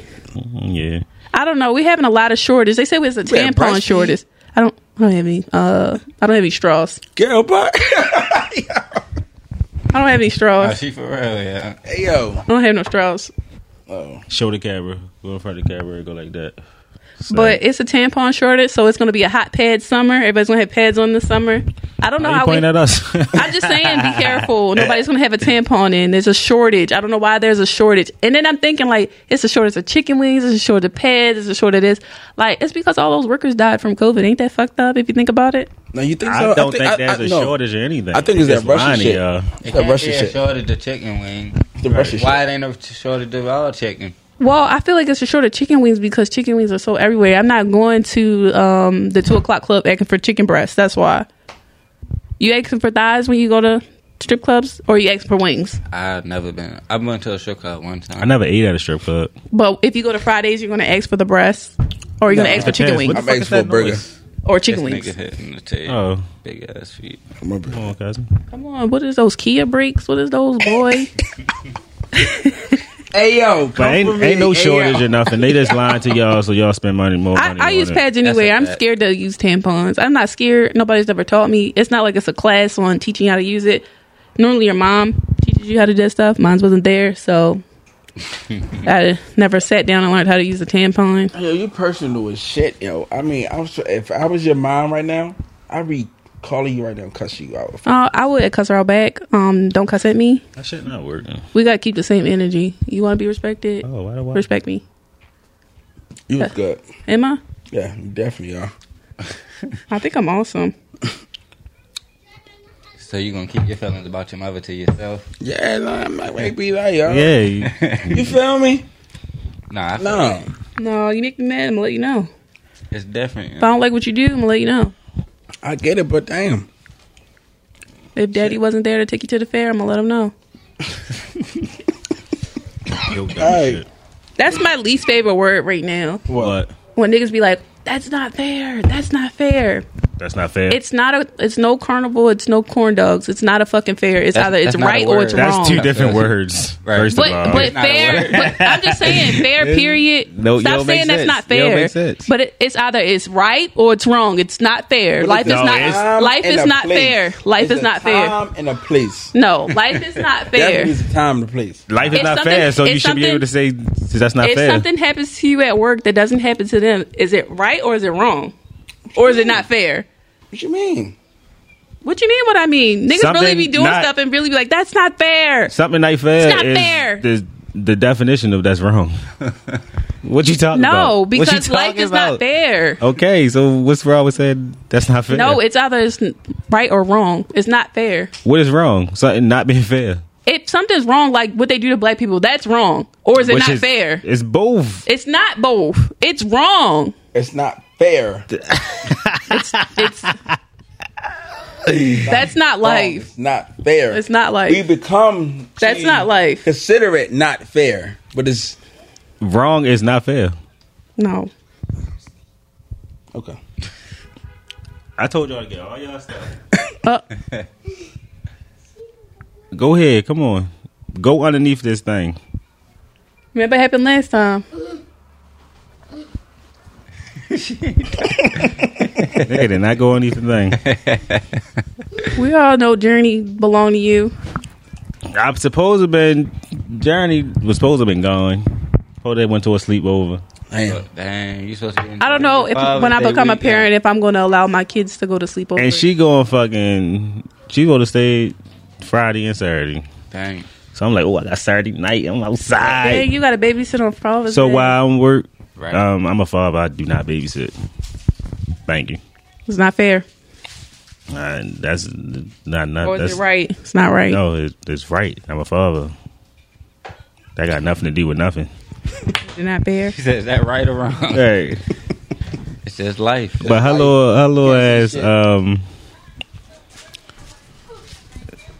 Speaker 1: Yeah.
Speaker 2: I don't know. We're having a lot of shortage. They say it's a
Speaker 3: Yeah, breastfeed.
Speaker 2: tampon shortage. I don't. I don't have any. Uh, I don't have any straws.
Speaker 3: Girl, but
Speaker 2: I don't have any
Speaker 5: Oh,
Speaker 2: straws.
Speaker 5: she for real. Yeah.
Speaker 3: hey yo,
Speaker 2: I don't have no straws.
Speaker 3: oh,
Speaker 1: Show the camera. Go in front of the camera and go like that. So,
Speaker 2: But it's a tampon shortage, so it's going to be a hot pad summer. Everybody's going to have pads on this summer. I don't know
Speaker 1: Why you
Speaker 2: how we.
Speaker 1: pointing at us?
Speaker 2: I'm just saying, be careful. Nobody's gonna have a tampon in. There's a shortage. I don't know why there's a shortage. And then I'm thinking like, it's a shortage of chicken wings. It's a shortage of pads. It's a shortage of this. Like, it's because all those workers died from COVID. Ain't that fucked up if you think about it?
Speaker 3: Now you think
Speaker 1: I
Speaker 3: so?
Speaker 1: don't think, there's
Speaker 3: a
Speaker 1: a shortage or anything.
Speaker 3: I think it's that Russian
Speaker 1: Lonnie,
Speaker 3: shit.
Speaker 1: uh,
Speaker 5: It
Speaker 3: That
Speaker 5: can't
Speaker 3: Russian
Speaker 5: be a
Speaker 3: shit.
Speaker 5: shortage of chicken wing.
Speaker 3: The Russian
Speaker 5: Why
Speaker 3: shit.
Speaker 5: it ain't a shortage of all chicken?
Speaker 2: Well, I feel like it's a short of chicken wings because chicken wings are so everywhere. I'm not going to um, the two o'clock club asking for chicken breasts. That's why. You asking for thighs when you go to strip clubs, or you asking for wings.
Speaker 5: I've never been. I went to a strip club one time.
Speaker 1: I never ate at a strip club.
Speaker 2: But if you go to Fridays, you're going to ask for the breasts, or you're
Speaker 3: No,
Speaker 2: going to ask for chicken
Speaker 1: Depends. What the
Speaker 2: wings
Speaker 3: I'm
Speaker 1: fuck
Speaker 3: asking
Speaker 1: is that
Speaker 3: for a burger.
Speaker 1: noise?
Speaker 2: or
Speaker 5: This
Speaker 2: chicken
Speaker 5: nigga
Speaker 2: wings.
Speaker 5: hitting the table.
Speaker 1: Oh.
Speaker 5: Big ass feet.
Speaker 3: Come on, bro.
Speaker 1: Come on, cousin.
Speaker 2: Come on, what is those Kia breaks? What is those boy?
Speaker 3: Hey yo,
Speaker 1: But ain't, ain't no shortage or nothing. They just lying to y'all so y'all spend money more.
Speaker 2: I,
Speaker 1: money
Speaker 2: I
Speaker 1: on
Speaker 2: use
Speaker 1: it.
Speaker 2: pads
Speaker 5: That's
Speaker 2: anyway.
Speaker 5: a
Speaker 2: I'm
Speaker 5: fact.
Speaker 2: scared to use tampons. I'm not scared. Nobody's ever taught me. It's not like it's a class on teaching how to use it. Normally, your mom teaches you how to do that stuff. Mine wasn't there, so I never sat down and learned how to use a tampon.
Speaker 3: Yo, you personal as shit, yo. I mean, I'm so, if I was your mom right now, I'd be calling you right now and cussing you out.
Speaker 2: Uh, I would cuss her out back. Um, don't cuss at me.
Speaker 1: That shit not working.
Speaker 2: We gotta keep the same energy. You want to be respected?
Speaker 1: Oh, why do I?
Speaker 2: Respect me.
Speaker 3: You was good.
Speaker 2: Am I?
Speaker 3: Yeah, you definitely are.
Speaker 2: I think I'm awesome.
Speaker 5: So you gonna keep your feelings about your mother to yourself?
Speaker 3: Yeah, nah, I'm not gonna be like, yo.
Speaker 1: Yeah, you-
Speaker 2: uh,
Speaker 3: You feel me?
Speaker 5: Nah, I feel
Speaker 3: No.
Speaker 5: you.
Speaker 2: No, you make me mad. I'm gonna let you know.
Speaker 5: it's different.
Speaker 2: If I don't like what you do, I'm gonna let you know.
Speaker 3: I get it, but damn.
Speaker 2: If Daddy wasn't there to take you to the fair, I'm gonna let him know.
Speaker 1: yo, dumb
Speaker 3: Alright.
Speaker 1: shit.
Speaker 2: That's my least favorite word right now.
Speaker 1: What?
Speaker 2: When niggas be like, "That's not fair. That's not fair."
Speaker 1: That's not fair.
Speaker 2: It's not a. It's no carnival. It's no corn dogs. It's not a fucking fair. It's
Speaker 5: That's-
Speaker 2: either it's
Speaker 5: that's not a
Speaker 2: right or it's
Speaker 5: word.
Speaker 1: That's
Speaker 2: wrong.
Speaker 1: two different
Speaker 5: That's-
Speaker 1: words.
Speaker 5: Right.
Speaker 1: First of
Speaker 2: but
Speaker 1: all,
Speaker 2: but
Speaker 5: not a
Speaker 2: fair.
Speaker 5: word.
Speaker 2: But I'm just saying fair. Period.
Speaker 1: No, you
Speaker 2: Stop
Speaker 1: don't make
Speaker 2: saying that's
Speaker 1: sense.
Speaker 2: not
Speaker 1: You don't
Speaker 2: fair.
Speaker 1: make sense.
Speaker 2: But it, it's either it's right or it's wrong. It's not fair. life is
Speaker 1: No,
Speaker 2: not.
Speaker 1: it's-
Speaker 2: life
Speaker 3: Time
Speaker 2: is
Speaker 3: and a
Speaker 2: not
Speaker 3: place.
Speaker 2: fair. Life
Speaker 3: It's
Speaker 2: is
Speaker 3: a
Speaker 2: not fair.
Speaker 3: Time and a place.
Speaker 2: No, life is not
Speaker 3: That
Speaker 2: fair.
Speaker 3: means a time and a place.
Speaker 1: life is
Speaker 2: It's
Speaker 1: not
Speaker 2: something-
Speaker 1: fair, so you
Speaker 2: it's
Speaker 1: should be able to say that's not
Speaker 2: if
Speaker 1: fair.
Speaker 2: something happens to you at work that doesn't happen to them, is it right or is it wrong, or is it not fair?
Speaker 3: What you mean?
Speaker 2: What you mean? What I mean? Niggas
Speaker 1: Something
Speaker 2: really be doing
Speaker 1: not-
Speaker 2: stuff and really be like, "That's not fair."
Speaker 1: Something not fair.
Speaker 2: It's not
Speaker 1: is
Speaker 2: fair.
Speaker 1: The, the definition of that's wrong. what you talking about?
Speaker 2: No,
Speaker 1: What you
Speaker 2: because life
Speaker 1: talking
Speaker 2: is
Speaker 1: about? Oh,
Speaker 2: not fair.
Speaker 1: Okay, so what's wrong with saying that's not fair?
Speaker 2: No, it's either it's n- right or wrong. It's not fair.
Speaker 1: what is wrong? Something not being fair.
Speaker 2: If something's wrong, like what they do to black people, that's wrong, or is it
Speaker 1: Which
Speaker 2: not
Speaker 1: is-
Speaker 2: fair?
Speaker 1: It's both.
Speaker 2: It's not both. It's wrong.
Speaker 3: It's not fair.
Speaker 2: It's that's not life.
Speaker 3: It's not fair.
Speaker 2: It's not life.
Speaker 3: We become.
Speaker 2: That's not life.
Speaker 3: Consider it not fair, but it's
Speaker 1: Wrong is not fair.
Speaker 2: No.
Speaker 3: okay.
Speaker 1: I told y'all to get all y'all stuff.
Speaker 2: Uh,
Speaker 1: Go ahead, come on. Go underneath this thing.
Speaker 2: remember what happened last time?
Speaker 1: Nigga did not go underneath the thing.
Speaker 2: We all know Journey belong to you.
Speaker 1: I'm supposed to have been Johnny was supposed to have been gone. Supposed they went to a sleepover.
Speaker 3: Damn.
Speaker 5: But Damn, you supposed to. Be
Speaker 2: I don't know if when I become a parent if I'm going to allow my kids to go to sleep over.
Speaker 1: And she going fucking she go to stay Friday and Saturday.
Speaker 5: Dang.
Speaker 1: So I'm like, oh I got Saturday night, I'm outside.
Speaker 2: Dang, you got to babysit on Father's
Speaker 1: so
Speaker 2: Day.
Speaker 1: while I'm work
Speaker 5: Right.
Speaker 1: um, I'm a father, I do not babysit. Thank you.
Speaker 2: It's not fair.
Speaker 1: Uh, that's not not
Speaker 2: Or
Speaker 1: that's
Speaker 2: is it right? It's not right.
Speaker 1: No, it, it's right. I'm a father. That got nothing to do with nothing.
Speaker 2: It's not fair.
Speaker 5: He said, "Is that right or wrong?"
Speaker 1: Hey,
Speaker 5: It's just life.
Speaker 1: but hello, hello,
Speaker 3: Yes,
Speaker 1: ass.
Speaker 3: shit.
Speaker 1: Um,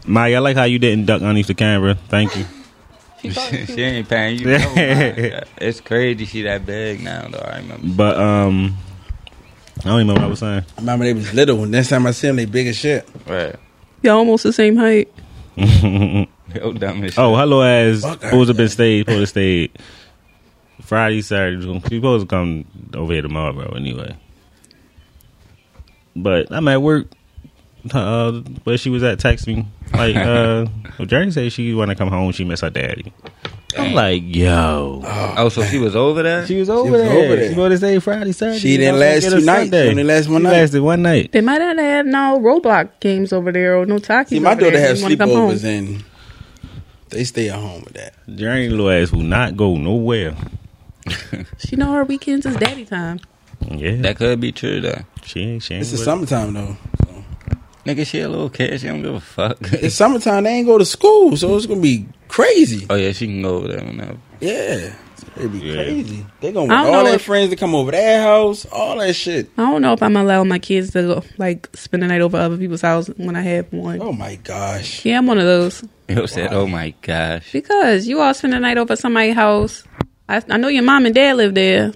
Speaker 1: Mike, I like how you didn't duck underneath the camera. Thank you.
Speaker 5: she ain't paying you. no mind. it's crazy. She that big now, though. I remember.
Speaker 1: But um, I don't even remember what I was saying.
Speaker 3: I remember they was little. and Next time I see them, they big as shit.
Speaker 5: Right.
Speaker 2: You're almost the same height.
Speaker 5: Yo, dumb as shit.
Speaker 1: Oh, hello, ass.
Speaker 3: Fuck her.
Speaker 1: Supposed to been stayed. Supposed to stayed Friday, Saturday. She supposed to come over here tomorrow, bro. Anyway, but I'm at work. Uh, where she was at texting like, uh, well, Journey said she want to come home. She miss her daddy. I'm like, yo,
Speaker 5: Oh, so she was over there.
Speaker 1: she was
Speaker 3: Uh, over there.
Speaker 1: She supposed to stay Friday, Saturday.
Speaker 3: She didn't
Speaker 1: Y'all gonna
Speaker 3: last
Speaker 1: get
Speaker 3: two
Speaker 1: a
Speaker 3: nights.
Speaker 1: Sunday.
Speaker 3: Only last one
Speaker 1: She
Speaker 3: night.
Speaker 1: Lasted one night.
Speaker 2: They might not have no Roblox games over there or no talkies.
Speaker 3: See, my
Speaker 2: over there.
Speaker 3: daughter has
Speaker 2: You wanna come home.
Speaker 3: sleepovers and they stay at home with that.
Speaker 1: Journey little ass will not go nowhere.
Speaker 2: She know her weekends is daddy time.
Speaker 1: Yeah,
Speaker 5: That could be true, though.
Speaker 1: she ain't. She ain't
Speaker 3: This is
Speaker 1: with-
Speaker 3: summertime though. So
Speaker 5: Nigga, she a little kid. She don't give a fuck.
Speaker 3: It's summertime. They ain't go to school, so it's gonna be crazy.
Speaker 5: oh yeah, she can go over there whenever.
Speaker 3: Yeah, it'd be
Speaker 1: Yeah.
Speaker 3: crazy. They gonna
Speaker 2: I
Speaker 3: want
Speaker 2: don't
Speaker 3: all
Speaker 2: know
Speaker 3: their
Speaker 2: if-
Speaker 3: friends to come over their house, all that shit.
Speaker 2: I don't know if I'm allowing my kids to go, like spend the night over other people's house when I have one.
Speaker 3: Oh my gosh.
Speaker 2: Yeah, I'm one of those
Speaker 5: Yo said, "Oh my gosh."
Speaker 2: because you all spend the night over somebody's house. I, I know your mom and dad live there,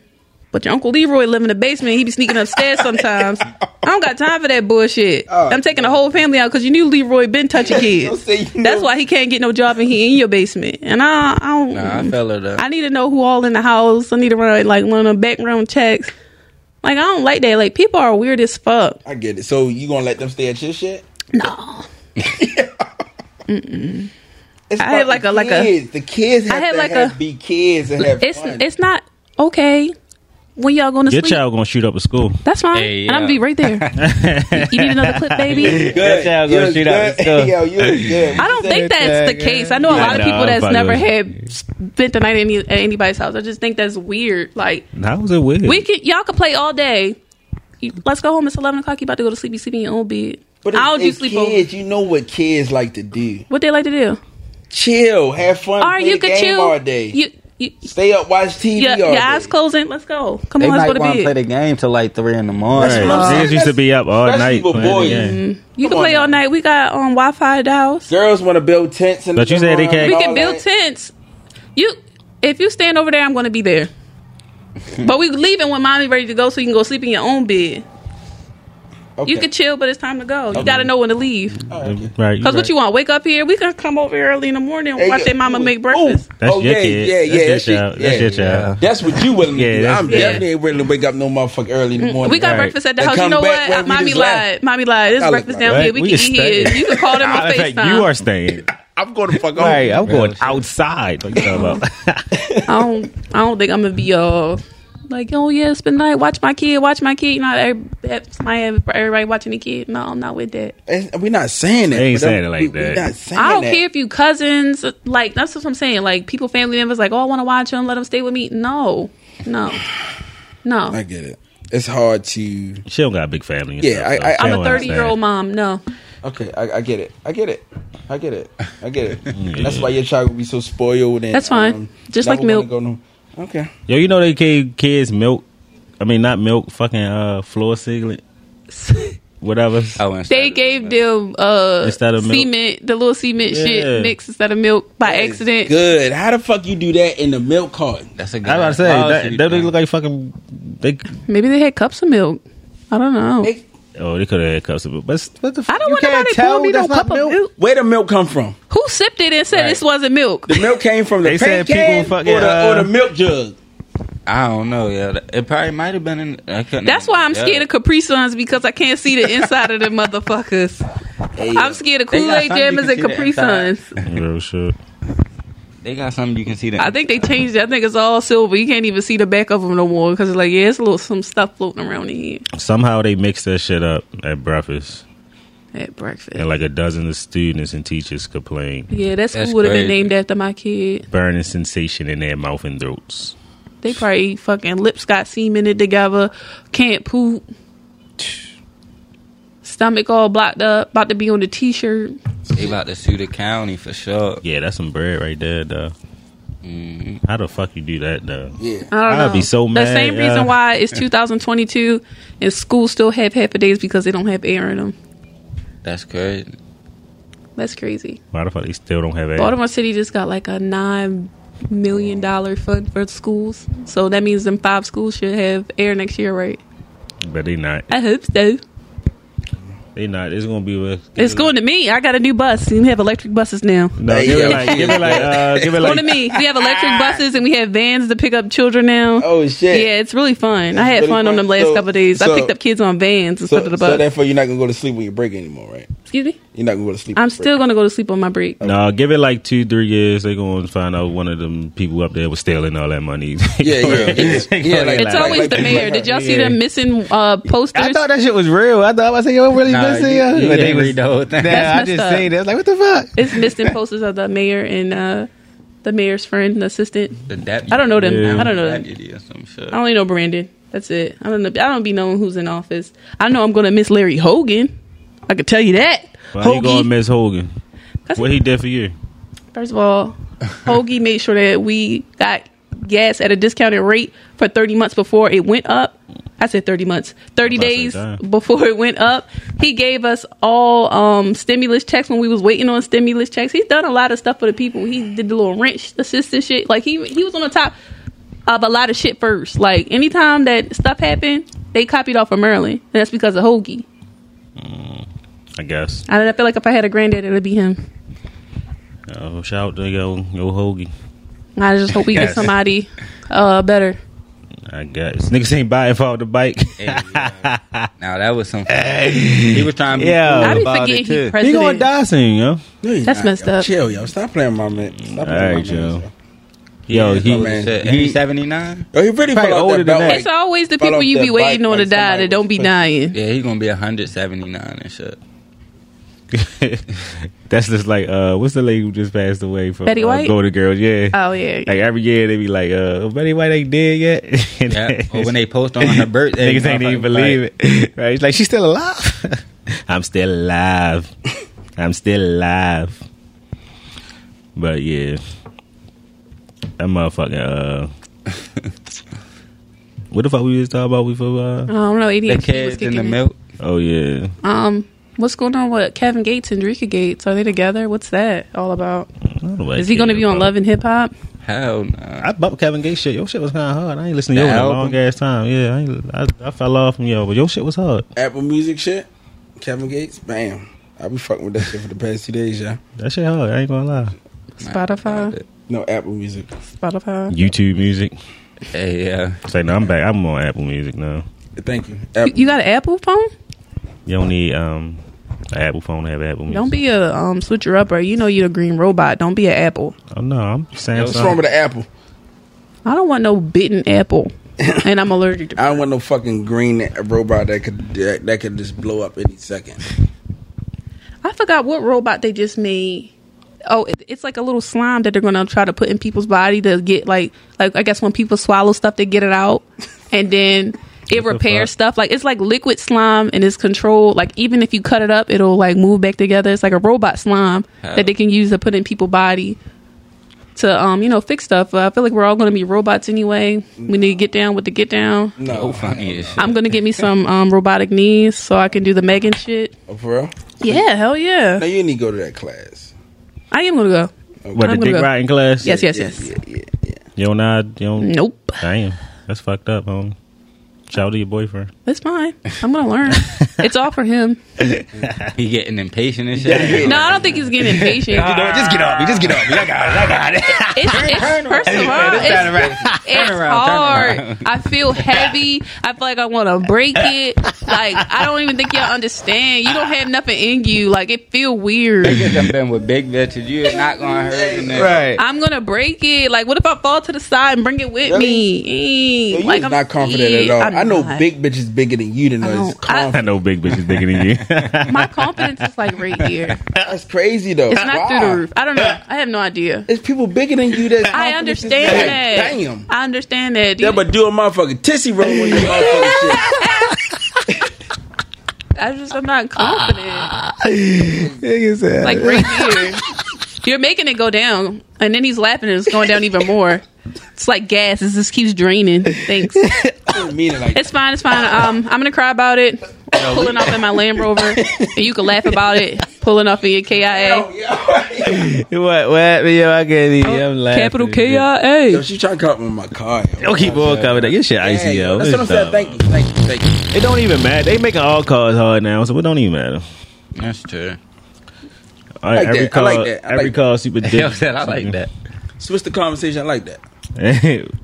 Speaker 2: but your uncle Leroy live in the basement. He be sneaking upstairs sometimes. I don't got time for that bullshit. I'm taking the whole family out because you knew Leroy been touching kids.
Speaker 3: say Oh, you
Speaker 2: That's
Speaker 3: know.
Speaker 2: why he can't get no job and he in your basement. And I, I don't.
Speaker 5: Nah, I fell her up.
Speaker 2: I need to know who all in the house. I need to run like one of them background checks. Like I don't like that. Like people are weird as fuck.
Speaker 3: I get it. So you gonna let them stay at your shit?
Speaker 2: No.
Speaker 3: It's
Speaker 2: I had
Speaker 3: about
Speaker 2: like
Speaker 3: the
Speaker 2: a- like a-
Speaker 3: kids. the kids have
Speaker 2: I had
Speaker 3: to
Speaker 2: like
Speaker 3: have-
Speaker 2: a-
Speaker 3: be kids and have
Speaker 2: It's
Speaker 3: fun.
Speaker 2: it's not okay when y'all going to
Speaker 1: Your
Speaker 2: sleep.
Speaker 1: child gonna shoot up a school.
Speaker 2: That's fine.
Speaker 5: Hey,
Speaker 2: And I'm gonna be
Speaker 5: yeah.
Speaker 2: right there. you need another clip, baby?
Speaker 1: Your child
Speaker 3: You
Speaker 1: gonna
Speaker 3: was
Speaker 1: shoot up a
Speaker 3: good.
Speaker 1: school.
Speaker 3: Yo, you was good.
Speaker 2: I don't think that's the case. I know a
Speaker 1: Yeah,
Speaker 2: lot of
Speaker 1: nah,
Speaker 2: people
Speaker 1: I'm
Speaker 2: that's
Speaker 1: about
Speaker 2: never
Speaker 1: to-
Speaker 2: had spent the night at, any, at anybody's house. I just think that's weird. Like
Speaker 1: That was a weird.
Speaker 2: we can y'all can play all day. You- Let's go home. It's eleven o'clock. You about to go to sleep. You sleep in your own bed.
Speaker 3: But
Speaker 2: How
Speaker 3: it's-
Speaker 2: would you
Speaker 3: it's
Speaker 2: sleep over?
Speaker 3: kids, You know what kids like to do?
Speaker 2: What they like to do?
Speaker 3: Chill, have fun,
Speaker 2: All right,
Speaker 3: play
Speaker 2: you
Speaker 3: the
Speaker 2: could
Speaker 3: game
Speaker 2: chill
Speaker 3: all day.
Speaker 2: You, you,
Speaker 3: Stay up, watch TV
Speaker 2: your,
Speaker 3: all
Speaker 2: your
Speaker 3: day.
Speaker 2: eyes closing. Let's go. Come
Speaker 5: They
Speaker 2: on, let's go
Speaker 5: might
Speaker 2: to
Speaker 5: want to play
Speaker 2: bed.
Speaker 5: the game till like three in the morning.
Speaker 3: That's what I'm saying.
Speaker 1: Niggas used to be up all
Speaker 3: Especially
Speaker 1: night.
Speaker 3: with
Speaker 1: playing the
Speaker 3: boys.
Speaker 1: game.
Speaker 2: You
Speaker 3: Come
Speaker 2: can
Speaker 3: on
Speaker 2: play
Speaker 3: now.
Speaker 2: all night. We got on um, Wi-Fi at the house.
Speaker 3: Girls want to build tents and
Speaker 1: But you said they can't-
Speaker 2: We
Speaker 1: and
Speaker 2: can build tents. You, if you stand over there, I'm going to be there. but we leaving when mommy's ready to go, so you can go sleep in your own bed. You can chill, but it's time to go. You got to know when to leave. Because
Speaker 1: Right. you
Speaker 2: Mm-hmm. what you want? Wake up here. We can come over here early in the morning and watch their mama make breakfast.
Speaker 1: That's
Speaker 3: oh,
Speaker 1: your
Speaker 3: yeah,
Speaker 1: kid.
Speaker 3: yeah, yeah,
Speaker 1: That's your
Speaker 3: that
Speaker 1: child.
Speaker 3: shit,
Speaker 1: That's your
Speaker 3: yeah.
Speaker 1: child.
Speaker 3: That's what you willing
Speaker 1: Yeah,
Speaker 3: to do.
Speaker 1: that's-
Speaker 3: I'm
Speaker 1: yeah.
Speaker 3: definitely ain't willing to wake up no motherfucker early in the morning.
Speaker 2: We got
Speaker 1: Right.
Speaker 2: breakfast at the
Speaker 3: They
Speaker 2: house. You
Speaker 3: come
Speaker 2: know what?
Speaker 3: back when
Speaker 2: I,
Speaker 3: we
Speaker 2: mommy
Speaker 3: just left.
Speaker 2: lied. Mommy lied. There's
Speaker 3: I
Speaker 2: breakfast
Speaker 3: like
Speaker 2: down
Speaker 1: Right,
Speaker 2: here. We,
Speaker 1: we
Speaker 2: can
Speaker 1: can
Speaker 2: eat here.
Speaker 1: stay.
Speaker 2: You can call them on
Speaker 1: Matter of fact,
Speaker 2: FaceTime.
Speaker 1: you are staying.
Speaker 3: I'm going to fuck off.
Speaker 1: Right, I'm
Speaker 5: Real
Speaker 1: going
Speaker 5: shit.
Speaker 1: outside. Like, you know about.
Speaker 2: I don't. I don't think I'm gonna be uh like oh yeah, spend the night, watch my kid, watch my kid. Not every, that's my everybody watching the kid. No, I'm not with that.
Speaker 3: It's- We're not saying that.
Speaker 1: They ain't
Speaker 3: but I'm-
Speaker 1: saying it like
Speaker 3: we- we
Speaker 1: that.
Speaker 3: not saying
Speaker 2: I don't
Speaker 3: that.
Speaker 2: care if you cousins. Like that's what I'm saying. Like people, family members, like oh I want to watch them, let them stay with me. No, no,
Speaker 3: I
Speaker 2: no.
Speaker 3: get it. It's hard to.
Speaker 1: She don't got a big family. and
Speaker 3: Yeah,
Speaker 1: stuff,
Speaker 3: I-
Speaker 1: so
Speaker 3: I-
Speaker 1: she
Speaker 2: I'm a
Speaker 1: don't
Speaker 2: 30 year old mom. No,
Speaker 3: Okay, I, I get it. I get it. I get it. I get it. That's why your child will be so spoiled. And, um,
Speaker 2: That's fine. Just
Speaker 3: never
Speaker 2: like milk.
Speaker 3: wanna Go no, okay.
Speaker 1: understand. Yo, you know they gave kids milk. I mean, not milk. Fucking uh, floor ceiling, whatever.
Speaker 3: Oh,
Speaker 5: I wouldn't
Speaker 2: they
Speaker 5: stop it.
Speaker 2: gave them uh
Speaker 1: Instead of milk.
Speaker 2: cement, the little cement
Speaker 1: Yeah.
Speaker 2: shit mixed instead of milk by accident.
Speaker 3: Good. How the fuck you do that in the milk carton?
Speaker 5: That's a good.
Speaker 1: I was about
Speaker 5: Why would
Speaker 1: to say
Speaker 5: she
Speaker 3: Oh,
Speaker 1: that, that they
Speaker 5: do
Speaker 1: look like fucking. They
Speaker 2: Maybe they had cups of milk. I don't know.
Speaker 3: They-
Speaker 1: oh they could have had cups of it, but what the
Speaker 2: I don't
Speaker 1: you
Speaker 2: want nobody
Speaker 1: can't tell
Speaker 2: pouring me no
Speaker 1: that's not
Speaker 2: cup of milk.
Speaker 3: Where the milk come from?
Speaker 2: Who sipped it and said
Speaker 5: Right.
Speaker 2: this wasn't milk?
Speaker 3: The milk came from the
Speaker 1: They said
Speaker 3: paint can
Speaker 1: people fucking,
Speaker 3: or, the, or
Speaker 1: uh,
Speaker 3: the milk jug.
Speaker 5: I don't know. Yeah, That- it probably might have been. In, I couldn't.
Speaker 2: That's why I'm
Speaker 5: yeah.
Speaker 2: scared of Capri Suns because I can't see the inside of them motherfuckers. I'm scared of
Speaker 5: They got
Speaker 2: Kool Aid
Speaker 5: something you
Speaker 2: Jammers
Speaker 5: can
Speaker 2: and
Speaker 5: see the
Speaker 2: Capri
Speaker 5: inside.
Speaker 2: Suns.
Speaker 1: Real shit.
Speaker 5: They got something you can see. That
Speaker 2: I think they changed it. I think it's all silver. You can't even see the back of them no more because it's like, yeah, it's a little some stuff floating around in here
Speaker 1: Somehow they mixed that shit up at breakfast,
Speaker 2: at breakfast.
Speaker 1: and like a dozen of students and teachers complained.
Speaker 2: yeah, that
Speaker 5: That's
Speaker 2: school would have been
Speaker 5: crazy.
Speaker 2: named after my kid.
Speaker 1: Burning sensation in their mouth and throats.
Speaker 2: They probably eat fucking lips got cemented together, can't poop, stomach all blocked up, about to be on the t shirt.
Speaker 5: they about to sue the county for sure. Mm-hmm.
Speaker 1: Yeah, that's some bread right there, though. How the fuck you do that, though?
Speaker 3: Yeah.
Speaker 2: I don't
Speaker 1: I'd
Speaker 2: know.
Speaker 1: be so mad,
Speaker 2: The same reason
Speaker 1: uh,
Speaker 2: why it's 2022 and schools still have half a days because they don't have air in them.
Speaker 5: That's crazy.
Speaker 2: That's crazy.
Speaker 1: Why the fuck they still don't have air?
Speaker 2: Baltimore City just got like a nine million dollar fund for schools, so that means them five schools should have air next year, right?
Speaker 1: But they not.
Speaker 2: I hope so.
Speaker 1: They not. It's gonna be. With,
Speaker 2: It's going to me. I got a new bus. We have electric buses now.
Speaker 1: No, give it like. Give it like. Uh, give it
Speaker 2: It's
Speaker 1: like.
Speaker 2: going to me. We have electric buses and we have vans to pick up children now.
Speaker 3: Oh shit.
Speaker 2: Yeah, it's really fun. I had
Speaker 3: really
Speaker 2: fun on
Speaker 3: fun.
Speaker 2: them last
Speaker 3: So-
Speaker 2: couple of days.
Speaker 3: so-
Speaker 2: I picked up kids on vans instead
Speaker 3: So,
Speaker 2: of the
Speaker 3: so
Speaker 2: bus.
Speaker 3: therefore, you're not gonna go to sleep when you break anymore, right?
Speaker 2: Excuse me.
Speaker 3: You're not gonna go to sleep.
Speaker 2: I'm still going to go to sleep on my break.
Speaker 1: No, give it like two, three years. They gonna find out one of them people up there was stealing all that money.
Speaker 3: Yeah, yeah.
Speaker 1: They gonna
Speaker 3: Yeah, like-
Speaker 1: be
Speaker 2: It's
Speaker 3: Like-
Speaker 2: always
Speaker 3: like
Speaker 2: the
Speaker 3: people
Speaker 2: mayor.
Speaker 3: like
Speaker 2: Did
Speaker 3: her.
Speaker 2: y'all see them missing uh, posters?
Speaker 6: I thought that shit was real. I thought I said, "Yo, really
Speaker 5: Nah, you,
Speaker 6: missing?"
Speaker 5: you
Speaker 6: yo?" But they
Speaker 5: didn't
Speaker 6: was
Speaker 5: read the whole thing.
Speaker 6: Nah, I
Speaker 2: messed
Speaker 6: just
Speaker 2: up.
Speaker 6: seen it. I was like, "What the fuck?"
Speaker 2: it's missing posters of the mayor and uh, the mayor's friend, the assistant.
Speaker 5: The deputy.
Speaker 2: I don't know them.
Speaker 1: Yeah.
Speaker 2: I don't know them.
Speaker 5: Deputy or some shit.
Speaker 2: I only know Brandon. That's it. I don't know. I don't be knowing who's in office. I know I'm going to miss Larry Hogan. I can tell you that.
Speaker 1: Why you going
Speaker 2: Hoagie.
Speaker 1: Miss Hogan?
Speaker 2: 'Cause
Speaker 1: What he did for you?
Speaker 2: First of all, Hoagie made sure that we got gas at a discounted rate for 30 months before it went up. I said 30 months,
Speaker 1: I'm
Speaker 2: 30
Speaker 1: about to say,
Speaker 2: days
Speaker 1: damn.
Speaker 2: before it went up. He gave us all um, stimulus checks when we was waiting on stimulus checks. He's done a lot of stuff for the people. He did the little wrench assistance shit. Like he he was on the top of a lot of shit first. Like anytime that stuff happened, they copied off of Maryland. And that's because of Hoagie.
Speaker 1: I guess.
Speaker 2: I, I feel like if I had a granddad, it'd be him.
Speaker 1: Oh, shout out to yo, yo Hoagie.
Speaker 2: I just hope we get
Speaker 1: Yes.
Speaker 2: somebody uh, better.
Speaker 1: I guess. Niggas ain't buying for the bike.
Speaker 5: Now that was some. he was trying to be
Speaker 1: Yeah.
Speaker 5: cool
Speaker 1: I
Speaker 2: I be
Speaker 5: about it
Speaker 2: forgetting
Speaker 5: too.
Speaker 2: he president.
Speaker 1: he gonna die soon, yo.
Speaker 3: No, you
Speaker 2: That's
Speaker 3: not,
Speaker 2: messed
Speaker 3: yo.
Speaker 2: up.
Speaker 3: Chill, yo. Stop playing my man. Stop playing
Speaker 1: All
Speaker 3: my
Speaker 1: right, yo.
Speaker 3: man.
Speaker 1: Yo,
Speaker 3: Yeah,
Speaker 1: he,
Speaker 3: my man.
Speaker 5: Shit,
Speaker 1: he
Speaker 5: He seventy nine.
Speaker 3: Yo, he really
Speaker 1: Probably
Speaker 3: fell off
Speaker 1: older
Speaker 3: that
Speaker 1: than
Speaker 3: belt.
Speaker 1: that.
Speaker 3: Like,
Speaker 2: It's always the
Speaker 3: fell
Speaker 2: people
Speaker 3: off
Speaker 2: you
Speaker 3: that
Speaker 2: be waiting
Speaker 3: bike
Speaker 2: on to
Speaker 3: like
Speaker 2: die
Speaker 3: somebody
Speaker 2: that don't
Speaker 3: was
Speaker 2: be
Speaker 3: pushing.
Speaker 2: dying.
Speaker 5: Yeah, he gonna be hundred seventy nine and shit.
Speaker 1: that's just like uh, what's the lady who just passed away from
Speaker 2: Betty
Speaker 1: uh,
Speaker 2: White?
Speaker 1: Golden Girls? Yeah.
Speaker 2: Oh yeah.
Speaker 1: like every year they be like, uh, Betty White ain't dead yet. And
Speaker 5: Yeah.
Speaker 1: then-
Speaker 5: Or when they post on her birthday,
Speaker 1: niggas ain't even
Speaker 5: motherfucker,
Speaker 1: believe
Speaker 5: like,
Speaker 1: it. Right? It's like she's still alive. I'm still alive. I'm still alive. But yeah, that motherfucker. Uh, what the fuck we was talking about? We for
Speaker 2: I
Speaker 1: uh,
Speaker 2: don't know.
Speaker 5: The
Speaker 2: ADHD was
Speaker 5: kids in
Speaker 2: kicking
Speaker 5: the
Speaker 2: in.
Speaker 5: milk.
Speaker 1: oh yeah,
Speaker 2: Um, what's going on with Kevin Gates and Drika Gates? Are they together? What's that all about? Is he going to be on Love and Hip Hop?
Speaker 5: Hell no.
Speaker 1: I bumped Kevin Gates shit. Your shit was kind of hard. I ain't listening to
Speaker 5: The
Speaker 1: you in a
Speaker 5: album?
Speaker 1: long ass time. Yeah, I, ain't, I, I fell off from yo, but your shit was hard.
Speaker 3: Apple Music shit. Kevin Gates. Bam. I be fucking with that shit for the past two days, yeah.
Speaker 1: That shit hard. I ain't gonna lie.
Speaker 2: Spotify,
Speaker 3: No Apple Music.
Speaker 2: Spotify.
Speaker 1: YouTube Music.
Speaker 5: Hey, yeah.
Speaker 1: Say no, I'm back. I'm on Apple Music now.
Speaker 3: Thank you.
Speaker 2: You,
Speaker 3: Apple.
Speaker 2: you got an Apple phone?
Speaker 1: You don't need um an Apple phone to have Apple Music.
Speaker 2: Don't be a um switcher upper. You know you're a green robot. Don't be an Apple.
Speaker 1: Oh no, I'm Samsung.
Speaker 3: What's wrong with the Apple?
Speaker 2: I don't want no bitten apple, and I'm allergic to.
Speaker 3: I don't want no fucking green robot that could that, that could just blow up any second.
Speaker 2: I forgot what robot they just made. Oh, it, it's like a little slime that they're gonna try to put in people's body to get like like I guess when people swallow stuff they get it out and then
Speaker 1: What
Speaker 2: it
Speaker 1: the
Speaker 2: repairs
Speaker 1: fuck?
Speaker 2: stuff. Like it's like liquid slime and it's controlled. Like even if you cut it up, it'll like move back together. It's like a robot slime that they can use to put in people's body to um you know fix stuff. But I feel like we're all gonna be robots anyway. We need to get down with the get down.
Speaker 5: Oh,
Speaker 3: No,
Speaker 5: funny as shit.
Speaker 2: I'm gonna get me some um robotic knees so I can do the Megan shit.
Speaker 3: Oh, for real.
Speaker 2: Yeah, hell
Speaker 3: No,
Speaker 2: yeah,
Speaker 3: you need to go to that class.
Speaker 2: I am gonna go.
Speaker 1: What the
Speaker 2: I'm gonna
Speaker 1: dick
Speaker 2: go.
Speaker 1: riding class?
Speaker 2: Yes, yes, Mm.
Speaker 3: Yeah,
Speaker 2: yes.
Speaker 3: Yeah, yeah, yeah.
Speaker 1: You don't know- you don't
Speaker 2: Nope,
Speaker 1: Damn. That's fucked up, homie. Shout out to your boyfriend.
Speaker 2: it's fine. I'm gonna learn. it's all for him.
Speaker 5: He getting impatient and shit.
Speaker 2: No, I don't think he's getting impatient.
Speaker 6: Just get off me. Just get off me. I got it. I got it.
Speaker 2: It's, it's first of all, it's, it's hard. I feel heavy. I feel like I want to break it. Like I don't even think y'all understand. You don't have nothing in you. Like it feel weird.
Speaker 5: Niggas done been with big bitches. You is not gonna hurt them.
Speaker 6: Right.
Speaker 2: I'm gonna break it. Like what if I fall to the side and bring it with me? Eh,
Speaker 3: Yo, you
Speaker 2: like
Speaker 3: is not confident at all.
Speaker 2: I'm
Speaker 3: i know
Speaker 2: not.
Speaker 3: big bitch is bigger than you. Than
Speaker 2: I
Speaker 3: know is
Speaker 2: don't- I-
Speaker 1: I
Speaker 3: confident.
Speaker 1: know big bitch is bigger than you.
Speaker 2: My confidence is like right here.
Speaker 3: That's crazy though.
Speaker 2: It's not
Speaker 3: Why?
Speaker 2: through the roof. I don't know. I have no idea.
Speaker 3: It's people bigger than you. That's
Speaker 2: I
Speaker 3: confidence is
Speaker 2: understand
Speaker 3: like,
Speaker 2: that.
Speaker 3: Damn.
Speaker 2: I understand that.
Speaker 3: Yeah, but do a motherfucking tissy roll on your motherfucking shit.
Speaker 2: I just I'm not confident.
Speaker 6: Nigga said,
Speaker 2: like right here, you're making it go down, and then he's laughing, and it's going down even more. It's like gas. It just keeps draining. Thanks.
Speaker 3: I didn't mean it like that.
Speaker 2: It's fine. It's fine. Um, I'm gonna cry about it. Pulling off in my Land Rover, and you can laugh about it. Pulling off in your
Speaker 3: Oh,
Speaker 2: KIA,
Speaker 6: what? What? Yo, I can't even. I'm laughing.
Speaker 2: Oh, capital
Speaker 3: Yo,
Speaker 2: KIA.
Speaker 3: she trying to come up with my car. Yo.
Speaker 6: Don't keep on coming up. Your shit
Speaker 3: Dang,
Speaker 6: icy, yo.
Speaker 3: That's what I'm saying. Thank you, thank you, thank you.
Speaker 6: It don't even matter. They making all cars hard now, so it don't even matter.
Speaker 5: That's true.
Speaker 1: All right,
Speaker 3: like
Speaker 1: every
Speaker 3: that. I
Speaker 1: call,
Speaker 3: like that. I
Speaker 1: every
Speaker 3: like-
Speaker 1: call, super dick.
Speaker 5: Yo, said I like that.
Speaker 3: Switch the conversation. I like that.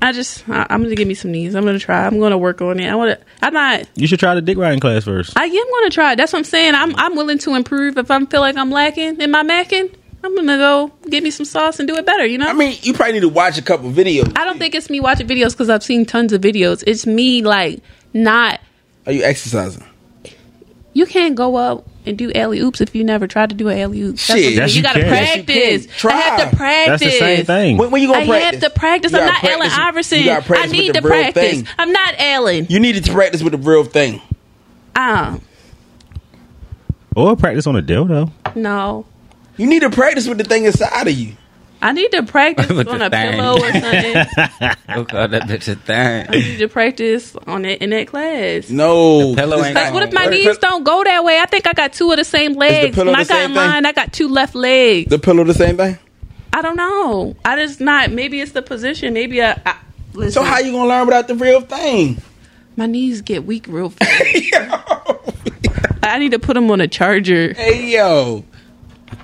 Speaker 2: I just I, I'm gonna give me some knees. I'm gonna try. I'm gonna work on it. I wanna. I'm not.
Speaker 1: you should try the dick riding class first.
Speaker 2: I am gonna try. it. That's what I'm saying. I'm I'm willing to improve. If I feel like I'm lacking in my macking, I'm gonna go get me some sauce and do it better. You know.
Speaker 3: I mean, you probably need to watch a couple videos.
Speaker 2: I don't think it's me watching videos because I've seen tons of videos. It's me like not.
Speaker 3: Are you exercising?
Speaker 2: You can't go up and do alley oops if you never tried to do an alley oops.
Speaker 3: Shit. Yes,
Speaker 2: you,
Speaker 1: you
Speaker 2: gotta
Speaker 1: can. Yes,
Speaker 3: you
Speaker 2: practice.
Speaker 3: can. Try.
Speaker 2: I have to practice.
Speaker 1: That's the same thing.
Speaker 3: When, when you gonna
Speaker 2: I
Speaker 3: practice?
Speaker 2: have to practice.
Speaker 3: You
Speaker 2: I'm
Speaker 3: gotta
Speaker 2: not Allen
Speaker 3: practice.
Speaker 2: Iverson.
Speaker 3: You gotta
Speaker 2: I
Speaker 3: practice
Speaker 2: need
Speaker 3: with
Speaker 2: to
Speaker 3: the real
Speaker 2: practice.
Speaker 3: thing.
Speaker 2: I'm not Allen. Uh,
Speaker 3: You need to practice with the real thing.
Speaker 2: Um,
Speaker 1: Or practice on a dildo.
Speaker 2: No.
Speaker 3: You need to practice with the thing inside of you.
Speaker 2: I need to practice
Speaker 5: With
Speaker 2: on
Speaker 5: the
Speaker 2: a
Speaker 5: thing.
Speaker 2: pillow or something.
Speaker 5: We'll call that bitch a thing.
Speaker 2: I need to practice on it in that class.
Speaker 3: No,
Speaker 5: The pillow
Speaker 3: it's-
Speaker 5: ain't
Speaker 2: Like, what if my
Speaker 3: Work.
Speaker 2: knees don't go that way? I think I got two of the same legs.
Speaker 3: pillow
Speaker 2: When I
Speaker 3: the
Speaker 2: got
Speaker 3: same thing?
Speaker 2: mine, I got two left legs.
Speaker 3: the pillow the same thing.
Speaker 2: I don't know. I just not. Maybe it's the position. Maybe I. I
Speaker 3: So
Speaker 2: listen,
Speaker 3: how you gonna learn without the real thing?
Speaker 2: my knees get weak real fast. I need to put them on a charger.
Speaker 3: Hey yo,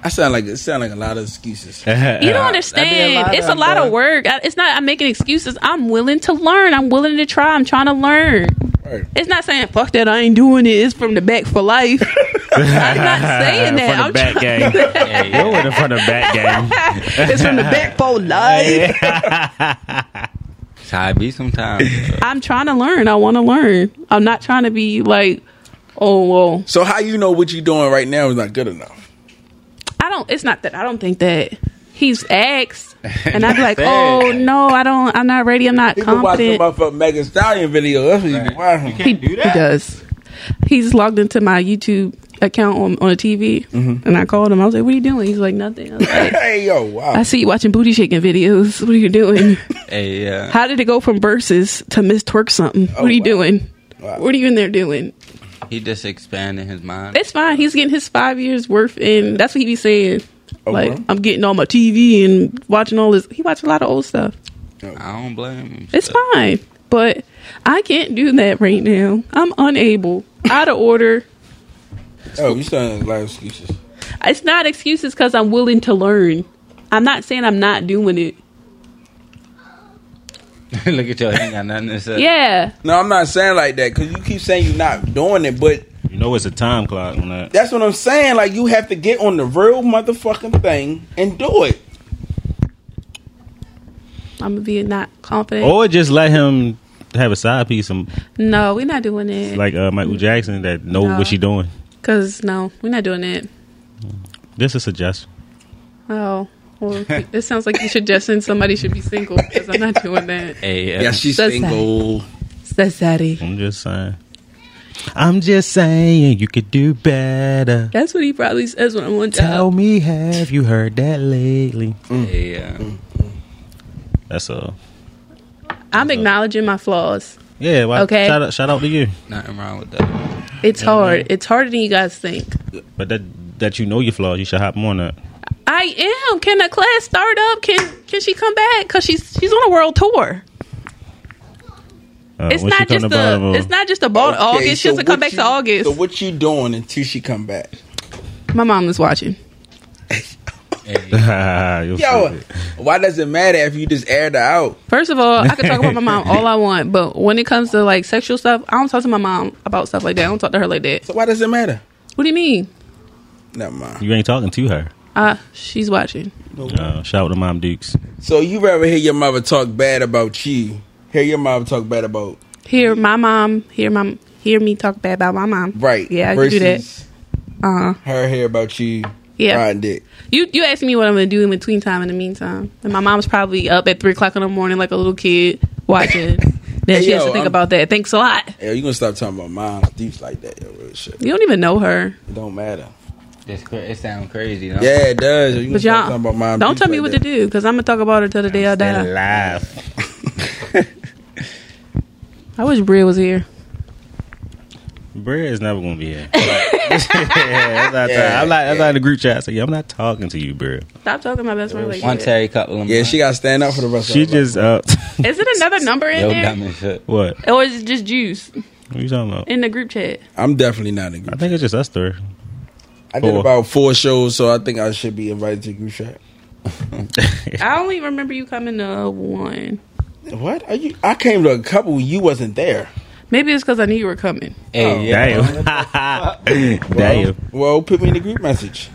Speaker 3: I sound like it sound like a lot of excuses.
Speaker 2: You don't understand. it's a lot of work. I, it's not. I'm making excuses. I'm willing to learn. I'm willing to try. I'm trying to learn.
Speaker 3: Right.
Speaker 2: It's not saying fuck that. I ain't doing it. It's from the back for life. I'm not saying that.
Speaker 1: From the
Speaker 2: I'm
Speaker 1: back
Speaker 2: trying-
Speaker 1: game. You're with it from the back game.
Speaker 2: it's from the back for life.
Speaker 5: It's how it be sometimes.
Speaker 2: I'm trying to learn. I want to learn. I'm not trying to be like, oh well.
Speaker 3: So how you know what you doing right now is not good enough?
Speaker 2: I don't. It's not that. I don't think that he's asked. And I'd be like, oh no, I don't. I'm not ready. I'm not
Speaker 3: You can watch the
Speaker 2: confident.
Speaker 3: motherfucking Megan Stallion video. That's what you can watch.
Speaker 2: He, he does. He's logged into my YouTube account on, on a TV,
Speaker 3: Mm-hmm.
Speaker 2: and I called him. I was like, "What are you doing?" He's like, "Nothing." I, was like,
Speaker 3: Hey yo, wow.
Speaker 2: I see you watching booty shaking videos. What are you doing?
Speaker 5: hey, yeah.
Speaker 2: How did it go from verses to Miss Twerk something? what are you
Speaker 3: Oh, wow.
Speaker 2: doing?
Speaker 3: Wow.
Speaker 2: What are you in there doing?
Speaker 5: He just expanding his mind.
Speaker 2: It's fine. He's getting his five years worth, and that's what he be saying. Like
Speaker 3: Oh, well.
Speaker 2: I'm getting on my TV and watching all this. He watch a lot of old stuff.
Speaker 5: I don't blame him.
Speaker 2: It's fine, but I can't do that right now. I'm unable. Out of order.
Speaker 3: Oh, you sound like a lot of excuses.
Speaker 2: It's not excuses because I'm willing to learn. I'm not saying I'm not doing it.
Speaker 5: Look at your ain't got nothing to say.
Speaker 2: Yeah,
Speaker 3: No, I'm not saying like that because you keep saying you're not doing it, but
Speaker 1: You know it's a time clock on that.
Speaker 3: that's what I'm saying. Like you have to get on the real motherfucking thing and do it.
Speaker 2: I'm gonna be not confident.
Speaker 1: Or just let him have a side piece, um,
Speaker 2: No, we're not doing it.
Speaker 1: like uh, Michael Jackson, that know
Speaker 2: No.
Speaker 1: what she doing.
Speaker 2: Cause no, we're not doing it.
Speaker 1: This is a suggestion.
Speaker 2: Oh, well, it sounds like you should just send somebody should be single. Cause I'm not doing that.
Speaker 5: Hey,
Speaker 1: uh,
Speaker 5: yeah.
Speaker 3: Yeah, she's
Speaker 2: That's
Speaker 3: single.
Speaker 2: That's daddy.
Speaker 1: I'm just saying. I'm just saying you could do better.
Speaker 2: That's what he probably says when I'm on
Speaker 1: Tell
Speaker 2: top.
Speaker 1: me, have you heard that lately?
Speaker 3: Mm.
Speaker 5: Hey, uh, yeah.
Speaker 1: That's all.
Speaker 2: I'm acknowledging my flaws.
Speaker 1: Yeah. Well,
Speaker 2: Okay.
Speaker 1: Shout out, shout out to you.
Speaker 5: Nothing wrong with that.
Speaker 2: It's hard. It's harder than you guys think.
Speaker 1: But that that you know your flaws, you should hop more on that.
Speaker 2: I am. Can the class start up? Can Can she come back? Cause she's she's on a world tour.
Speaker 1: Uh,
Speaker 2: It's
Speaker 1: when she uh, come
Speaker 2: not just
Speaker 1: to
Speaker 2: a.
Speaker 1: Baltimore,
Speaker 2: It's not just a ball
Speaker 3: Okay,
Speaker 2: August. She
Speaker 3: so
Speaker 2: doesn't come
Speaker 3: what
Speaker 2: back
Speaker 3: you-
Speaker 2: to August.
Speaker 3: So what you doing until she come back?
Speaker 2: My mom is watching.
Speaker 1: You'll
Speaker 3: Yo,
Speaker 1: see it.
Speaker 3: why does it matter if you just aired her out?
Speaker 2: First of all, I can talk about my mom all I want, but when it comes to like sexual stuff, I don't talk to my mom about stuff like that. I don't talk to her like that.
Speaker 3: So why does it matter?
Speaker 2: What do you mean?
Speaker 3: Never mind.
Speaker 1: you ain't talking to her.
Speaker 2: Uh, she's watching.
Speaker 1: Uh, shout out to Mom Dukes.
Speaker 3: So you rather hear your mother talk bad about you, hear your mom talk bad about
Speaker 2: Hear my mom. Hear my hear me talk bad about my mom.
Speaker 3: right?
Speaker 2: Yeah, I can do
Speaker 3: versus
Speaker 2: that. Uh,
Speaker 3: Her hear about you.
Speaker 2: Yeah.
Speaker 3: riding dick.
Speaker 2: you you asked me what I'm gonna do in between time. In the meantime, and my mom's probably up at three o'clock in the morning like a little kid watching. then
Speaker 3: Hey,
Speaker 2: she has
Speaker 3: yo,
Speaker 2: to think
Speaker 3: I'm-
Speaker 2: about that. Thanks a lot.
Speaker 3: Yo, you gonna stop talking about moms deeps like that? Yo, real shit.
Speaker 2: You don't even know her.
Speaker 3: It don't matter.
Speaker 5: It's cra- it sounds crazy, though.
Speaker 3: Yeah, it does. You gonna
Speaker 2: But
Speaker 3: stop
Speaker 2: y'all,
Speaker 3: talking about mom
Speaker 2: don't
Speaker 3: deeps
Speaker 2: tell me
Speaker 3: like
Speaker 2: what
Speaker 3: that.
Speaker 2: to do because I'm gonna talk about her till the day I die.
Speaker 1: Live.
Speaker 2: I wish Bria was here.
Speaker 1: Bria is never gonna be here. yeah, that's not I'm not. I'm not in the group chat. So yeah, I'm not talking to you, Bria.
Speaker 2: Stop talking to my best friend like
Speaker 5: One
Speaker 2: that.
Speaker 5: Terry couple of
Speaker 3: Yeah,
Speaker 5: months.
Speaker 3: she gotta stand up for the rest.
Speaker 1: She
Speaker 3: of her life.
Speaker 1: just uh,
Speaker 2: Is it another number in
Speaker 5: Yo,
Speaker 2: there,
Speaker 5: dumb as shit.
Speaker 1: what?
Speaker 2: or is it just Juice
Speaker 1: What you talking about?
Speaker 2: in the group chat?
Speaker 3: I'm definitely not in a
Speaker 1: I
Speaker 3: group.
Speaker 1: think it's just us three.
Speaker 3: I did
Speaker 1: Four.
Speaker 3: about four shows, so I think I should be invited to group chat.
Speaker 2: I only remember you coming to one.
Speaker 3: What are you? I came to a couple. You wasn't there.
Speaker 2: Maybe it's because I knew you were coming.
Speaker 3: Oh,
Speaker 5: Hey, yeah.
Speaker 1: Damn. Damn.
Speaker 3: Well, put me in the group message.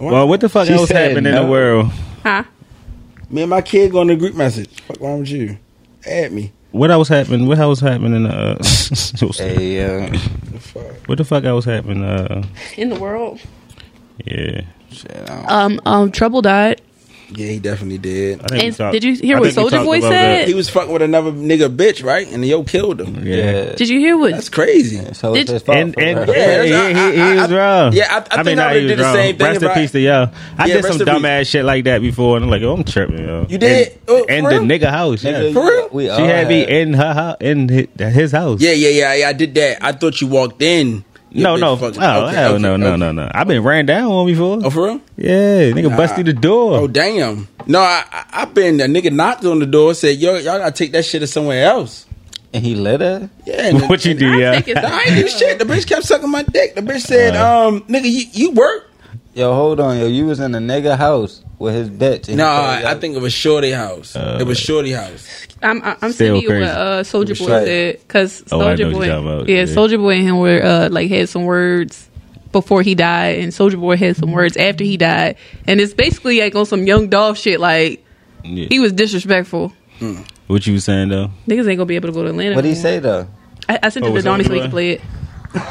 Speaker 1: Well, what the fuck
Speaker 5: She
Speaker 1: else
Speaker 5: said
Speaker 1: happened in
Speaker 5: no.
Speaker 1: the world?
Speaker 2: Huh?
Speaker 3: Me and my kid going to group message. Fuck wrong with you? Add me.
Speaker 1: What else happened? What else happened in the? Uh,
Speaker 5: Hey, yeah.
Speaker 3: The fuck?
Speaker 1: what the fuck else happened? Uh,
Speaker 2: In the world.
Speaker 1: yeah.
Speaker 5: Shit, I don't-
Speaker 2: Um, um, Trouble died.
Speaker 3: Yeah, he definitely did.
Speaker 1: I think we
Speaker 2: And
Speaker 1: talked-
Speaker 2: did you hear
Speaker 1: I
Speaker 2: what
Speaker 1: think we
Speaker 2: Soulja
Speaker 1: talked
Speaker 2: Boy
Speaker 1: about
Speaker 2: said?
Speaker 3: He was fucking with another nigga bitch, right? And yo killed him.
Speaker 1: that. Yeah.
Speaker 5: Yeah.
Speaker 2: Did you hear what?
Speaker 3: That's crazy.
Speaker 5: So it's
Speaker 2: Did-
Speaker 5: his fault
Speaker 1: And,
Speaker 5: for
Speaker 1: and
Speaker 5: that.
Speaker 3: Yeah,
Speaker 1: he,
Speaker 3: that's-
Speaker 1: he- he
Speaker 3: I- I-
Speaker 1: was wrong.
Speaker 3: yeah, I- I think I
Speaker 1: not he
Speaker 3: would've
Speaker 1: was
Speaker 3: did the
Speaker 1: wrong.
Speaker 3: same thing
Speaker 1: Rest
Speaker 3: if
Speaker 1: in
Speaker 3: I-
Speaker 1: peace to y'all. I
Speaker 3: Yeah,
Speaker 1: did some
Speaker 3: rest in peace.
Speaker 1: dumbass shit like that before, and I'm like, yo, I'm tripping, yo.
Speaker 3: You did? Oh,
Speaker 1: And,
Speaker 3: for
Speaker 1: and the
Speaker 3: real?
Speaker 1: nigga house, yeah.
Speaker 5: Nigga,
Speaker 3: For real?
Speaker 5: we all
Speaker 1: She had me
Speaker 5: had-
Speaker 1: in her house, in his, his house.
Speaker 3: Yeah, yeah, yeah, yeah. I did that. I thought you walked in. You
Speaker 1: No,
Speaker 3: bitch
Speaker 1: no,
Speaker 3: fucking-
Speaker 1: oh,
Speaker 3: okay,
Speaker 1: hell
Speaker 3: okay,
Speaker 1: no, no,
Speaker 3: okay.
Speaker 1: no, no. I've been ran down on before.
Speaker 3: Oh, for real?
Speaker 1: Yeah, nigga bust through the door.
Speaker 3: Oh, damn. No, I, I, I been a nigga knocked on the door, said, yo, y'all gotta take that shit to somewhere else.
Speaker 5: And he let her?
Speaker 3: Yeah. and then-
Speaker 1: what you
Speaker 3: and-
Speaker 1: do,
Speaker 2: I
Speaker 1: yeah?
Speaker 2: think it's-
Speaker 3: I ain't do shit. The bitch kept sucking my dick. The bitch said,
Speaker 1: Uh.
Speaker 3: um, nigga, you, you work?
Speaker 5: Yo, hold on, yo. You was in a nigga house with his bitch. and he
Speaker 3: No,
Speaker 5: told
Speaker 3: I
Speaker 5: y'all-
Speaker 3: think it was Shorty House.
Speaker 1: Uh.
Speaker 3: it was Shorty House.
Speaker 2: I'm I'm- I'm
Speaker 1: Still
Speaker 2: sending you what
Speaker 1: crazy.
Speaker 2: uh, Soldier Boy
Speaker 5: Right.
Speaker 2: said because
Speaker 1: Oh, I know
Speaker 2: Soldier
Speaker 1: what
Speaker 2: Boy,
Speaker 1: you're talking about,
Speaker 2: yeah,
Speaker 1: yeah.
Speaker 2: Soldier Boy and him were uh, like had some words before he died, and Soldier Boy had some words after he died, and it's basically like on some young Dolph shit. Like
Speaker 1: Yeah.
Speaker 2: he was disrespectful.
Speaker 1: What you was saying though?
Speaker 2: Niggas ain't gonna be able to go to Atlanta.
Speaker 5: What'd he
Speaker 2: no more.
Speaker 5: say, though?
Speaker 2: I, I sent
Speaker 1: Oh,
Speaker 2: it to
Speaker 1: was
Speaker 2: Donnie
Speaker 1: Soulja
Speaker 2: so he could
Speaker 1: Boy?
Speaker 2: play it.